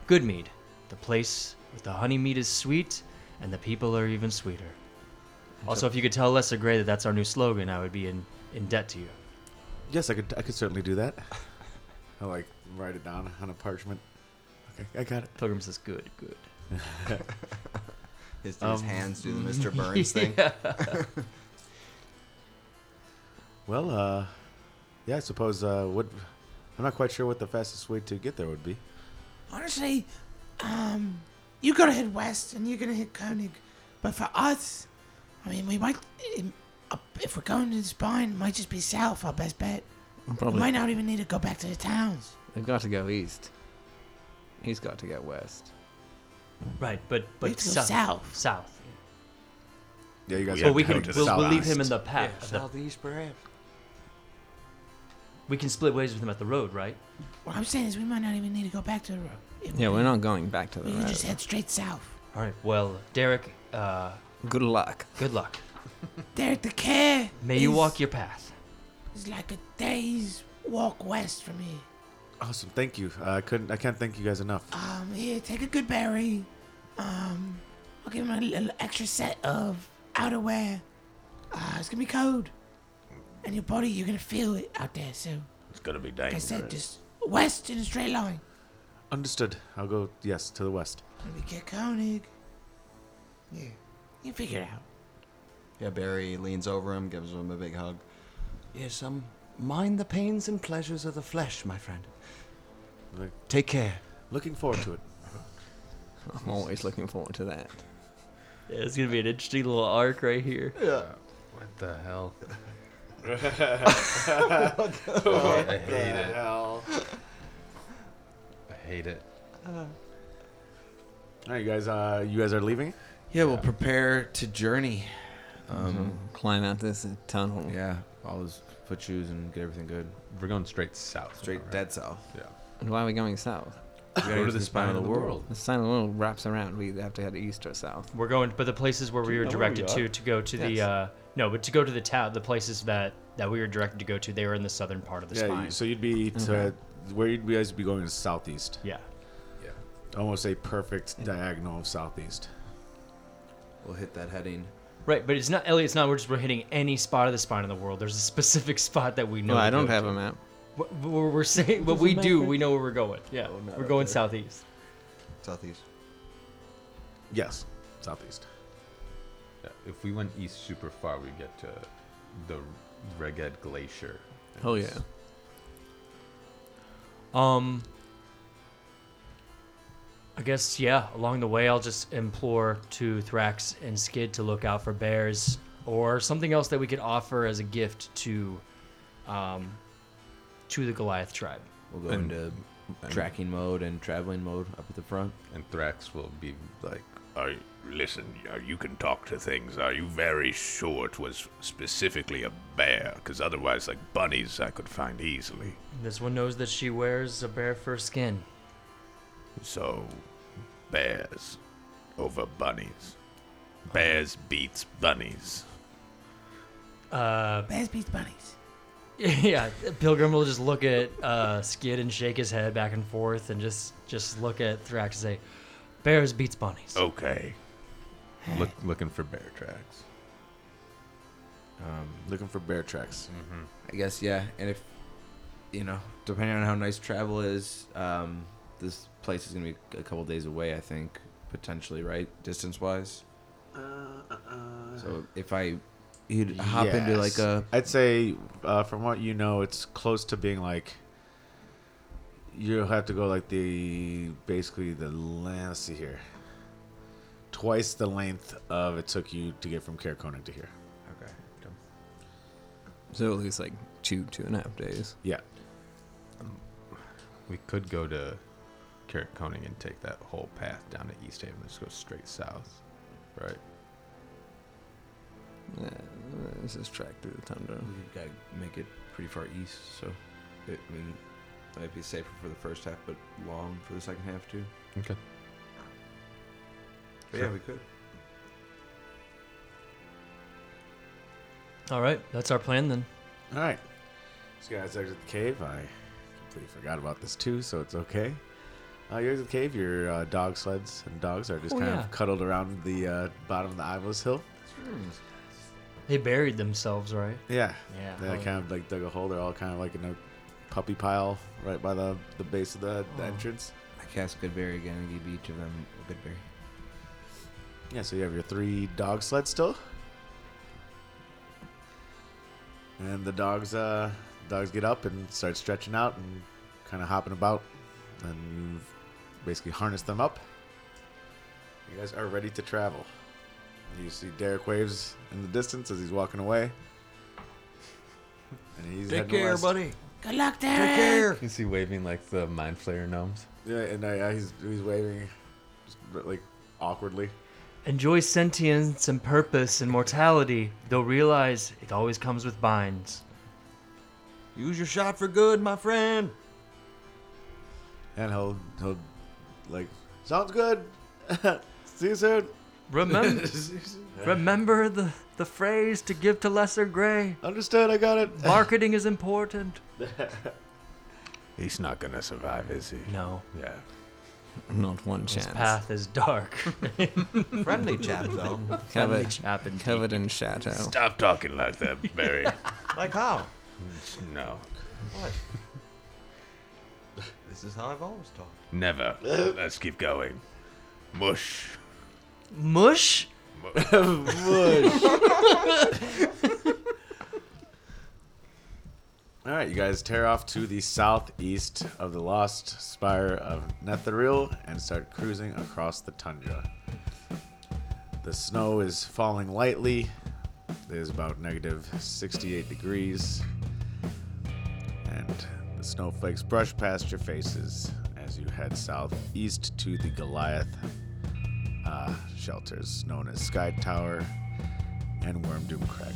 [SPEAKER 4] Goodmead, the place where the honey meat is sweet and the people are even sweeter? Also, if you could tell Lesser Gray that that's our new slogan, I would be in, in debt to you.
[SPEAKER 2] Yes, I could. I could certainly do that. I like write it down on a parchment. Okay, I got it.
[SPEAKER 4] Pilgrim says, "Good, good."
[SPEAKER 5] His, his
[SPEAKER 2] Um,
[SPEAKER 5] hands do the Mr. Burns thing.
[SPEAKER 2] well, uh, yeah, I suppose. Uh, what? I'm not quite sure what the fastest way to get there would be.
[SPEAKER 7] Honestly, um, you're gonna hit west and you're gonna hit Koenig, but for us, I mean, we might um, up- if we're going to Spine, it might just be south. Our best bet.
[SPEAKER 3] Probably.
[SPEAKER 7] We might not even need to go back to the towns.
[SPEAKER 3] They've got to go east. He's got to go west.
[SPEAKER 4] Right, but but
[SPEAKER 7] have to go south.
[SPEAKER 4] south.
[SPEAKER 2] Yeah, you
[SPEAKER 4] guys.
[SPEAKER 2] guys
[SPEAKER 4] But
[SPEAKER 2] have
[SPEAKER 4] we
[SPEAKER 2] to
[SPEAKER 4] can
[SPEAKER 2] go to
[SPEAKER 4] we'll,
[SPEAKER 2] the
[SPEAKER 4] we'll leave him in
[SPEAKER 2] southeast.
[SPEAKER 4] the path. of the-
[SPEAKER 5] southeast, perhaps.
[SPEAKER 4] we can split ways with him at the road, right?
[SPEAKER 7] What I'm saying is, we might not even need to go back to the road. If
[SPEAKER 3] Yeah, we're not going back to the
[SPEAKER 7] We can
[SPEAKER 3] road.
[SPEAKER 7] just head straight south.
[SPEAKER 4] All right. Well, Derek. Uh,
[SPEAKER 3] good luck.
[SPEAKER 4] Good luck.
[SPEAKER 7] Derek, the care
[SPEAKER 4] May you
[SPEAKER 7] is-
[SPEAKER 4] walk your path.
[SPEAKER 7] It's like a day's walk west from here.
[SPEAKER 2] Awesome, thank you. Uh, I couldn't. I can't thank you guys enough.
[SPEAKER 7] Um, here, take a good berry. Um, I'll give him a little extra set of outerwear. Uh, it's gonna be cold, and your body, you're gonna feel it out there. So,
[SPEAKER 9] It's gonna be
[SPEAKER 7] like I
[SPEAKER 9] dangerous.
[SPEAKER 7] said, just west in a straight line.
[SPEAKER 2] Understood. I'll go. Yes, to the west.
[SPEAKER 7] Let me get Koenig. Yeah, you figure it out.
[SPEAKER 5] Yeah, Barry leans over him, gives him a big hug.
[SPEAKER 8] Yes, um, mind the pains and pleasures of the flesh, my friend.
[SPEAKER 5] Take care.
[SPEAKER 2] Looking forward to it.
[SPEAKER 3] I'm always looking forward to that.
[SPEAKER 4] Yeah, it's gonna be an interesting little arc right here.
[SPEAKER 5] Yeah.
[SPEAKER 6] What the hell?
[SPEAKER 2] What
[SPEAKER 6] I
[SPEAKER 2] the
[SPEAKER 6] hate it.
[SPEAKER 2] hell?
[SPEAKER 6] I hate it.
[SPEAKER 2] All right, you guys. Uh, you guys are leaving.
[SPEAKER 11] Yeah, we'll prepare to journey. Um,
[SPEAKER 3] Mm-hmm. Climb out this tunnel.
[SPEAKER 11] Yeah, all his foot shoes and get everything good.
[SPEAKER 6] We're going straight south.
[SPEAKER 11] Straight dead south.
[SPEAKER 6] Yeah.
[SPEAKER 3] And why are we going south?
[SPEAKER 11] We gotta Go to get to the the spine spine of of the the world. world.
[SPEAKER 3] The spine of the world wraps around. We have to head east or south.
[SPEAKER 4] We're going, but the places where
[SPEAKER 3] Do
[SPEAKER 4] we
[SPEAKER 3] you
[SPEAKER 4] were
[SPEAKER 3] know where we
[SPEAKER 4] directed to
[SPEAKER 3] are?
[SPEAKER 4] to go to the
[SPEAKER 3] Yes.
[SPEAKER 4] uh, no, but to go to the town, the places that that we were directed to go to, they were in the southern part of the
[SPEAKER 2] yeah. you-
[SPEAKER 4] spine.
[SPEAKER 2] So you'd be to
[SPEAKER 4] Okay.
[SPEAKER 2] where you'd be guys be going is southeast.
[SPEAKER 4] Yeah.
[SPEAKER 6] Yeah.
[SPEAKER 2] Almost a perfect diagonal of southeast.
[SPEAKER 11] We'll hit that heading.
[SPEAKER 4] Right, but it's not Elliot. It's not. We're just we're hitting any spot of the spine of the world. There's a specific spot that we know.
[SPEAKER 3] No, I
[SPEAKER 4] to
[SPEAKER 3] don't
[SPEAKER 4] go
[SPEAKER 3] have
[SPEAKER 4] to.
[SPEAKER 3] a map.
[SPEAKER 4] What, what we're we're saying, what
[SPEAKER 3] Doesn't
[SPEAKER 4] we do,
[SPEAKER 3] matter.
[SPEAKER 4] we know where we're going. Yeah,
[SPEAKER 3] Oh, not
[SPEAKER 4] we're
[SPEAKER 3] up
[SPEAKER 4] going
[SPEAKER 3] there.
[SPEAKER 4] southeast.
[SPEAKER 5] Southeast.
[SPEAKER 2] Yes, southeast.
[SPEAKER 6] Yeah, If we went east super far, we'd get to the Reged Glacier.
[SPEAKER 3] Oh yeah.
[SPEAKER 4] Um, I guess yeah. Along the way, I'll just implore to Thrax and Skid to look out for bears or something else that we could offer as a gift to, um, to the Goliath tribe.
[SPEAKER 11] We'll go
[SPEAKER 4] And-
[SPEAKER 11] into tracking mode and traveling mode up at the front.
[SPEAKER 6] And Thrax will be like,
[SPEAKER 9] I listen. uh, You can talk to things. Are you very sure it was specifically a bear? Because otherwise, like bunnies, I could find easily.
[SPEAKER 4] This one knows that she wears a bear fur skin.
[SPEAKER 9] So, bears over bunnies. Bears beats bunnies.
[SPEAKER 4] Uh,
[SPEAKER 7] Bears beats bunnies.
[SPEAKER 4] Yeah, Pilgrim will just look at uh, Skid and shake his head back and forth, and just just look at Thrax and say, "Bears beats bunnies."
[SPEAKER 9] Okay.
[SPEAKER 6] Look, looking for bear tracks.
[SPEAKER 11] Um,
[SPEAKER 2] Looking for bear tracks.
[SPEAKER 11] I guess yeah,
[SPEAKER 4] uh,
[SPEAKER 11] and if you know, depending on how nice travel is, um, this place is gonna be a couple days away. I think potentially, right, distance wise.
[SPEAKER 2] Uh,
[SPEAKER 11] So if I, he'd hop into like
[SPEAKER 2] Yes.
[SPEAKER 11] a
[SPEAKER 2] I'd say, uh, from what you know, it's close to being like. You'll have to go like the basically the la- let's see here. Twice the length of it took you to get from Karakoning to here.
[SPEAKER 11] okay.
[SPEAKER 3] So at least like
[SPEAKER 6] Um,
[SPEAKER 3] two, two and a half days.
[SPEAKER 2] Yeah.
[SPEAKER 6] We could go to Carrot Coning and take that whole path down to East Haven. Just go straight south, right?
[SPEAKER 3] Yeah, this is track through the tundra.
[SPEAKER 11] We gotta make it pretty far east, so it, I mean, might be safer for the first half, but long for the second half too.
[SPEAKER 6] Okay.
[SPEAKER 11] But yeah, we could.
[SPEAKER 4] All right, that's our plan then.
[SPEAKER 2] All right. So you guys exit the cave. I completely forgot about this too, so it's okay. Uh, you exit the cave. Your uh, dog sleds and dogs are just
[SPEAKER 4] Oh,
[SPEAKER 2] kind
[SPEAKER 4] yeah.
[SPEAKER 2] of cuddled around the uh, bottom of the Ivos Hill.
[SPEAKER 4] They buried themselves, right?
[SPEAKER 2] Yeah.
[SPEAKER 4] Yeah. Oh,
[SPEAKER 2] They
[SPEAKER 4] hell
[SPEAKER 2] kind of like dug a hole. They're all kind of like in a puppy pile right by the, the base of the, the
[SPEAKER 11] Oh.
[SPEAKER 2] entrance.
[SPEAKER 11] I cast Goodberry again and give each of them a Goodberry.
[SPEAKER 2] Yeah, so you have your three dog sleds still. And the dogs uh dogs get up and start stretching out and kind of hopping about and you've basically harnessed them up. You guys are ready to travel. You see Derek waves in the distance as he's walking away. And he's heading west.
[SPEAKER 7] Good luck,
[SPEAKER 2] Take
[SPEAKER 7] Derek.
[SPEAKER 2] care.
[SPEAKER 6] Is he waving like the Mind Flayer gnomes?
[SPEAKER 2] Yeah, and uh, yeah, he's he's waving just, like awkwardly.
[SPEAKER 4] Enjoy sentience and purpose and mortality, though realize it always comes with binds.
[SPEAKER 5] Use your shot for good, my friend.
[SPEAKER 2] And he'll he'll like sounds good. See you soon.
[SPEAKER 4] Remember, remember the, the phrase to give to lesser gray.
[SPEAKER 2] Understood, I got it.
[SPEAKER 4] Marketing is important.
[SPEAKER 9] He's not gonna survive, is he?
[SPEAKER 4] No.
[SPEAKER 9] Yeah.
[SPEAKER 3] Not one
[SPEAKER 4] This
[SPEAKER 3] chance.
[SPEAKER 4] path is dark.
[SPEAKER 5] Friendly chap, though.
[SPEAKER 3] Covered,
[SPEAKER 4] Friendly chap indeed.
[SPEAKER 3] covered in shadow.
[SPEAKER 9] Stop talking like that, Barry.
[SPEAKER 5] Like how?
[SPEAKER 9] no.
[SPEAKER 5] What? this is how I've always talked.
[SPEAKER 9] Never. Let's keep going. Mush.
[SPEAKER 4] Mush?
[SPEAKER 2] Mush.
[SPEAKER 9] Hmm.
[SPEAKER 2] All right, you guys tear off to the southeast of the lost spire of Netheril and start cruising across the tundra. The snow is falling lightly. It is about negative 68 degrees. And the snowflakes brush past your faces as you head southeast to the Goliath uh, shelters known as Sky Tower and Worm Doom Crag.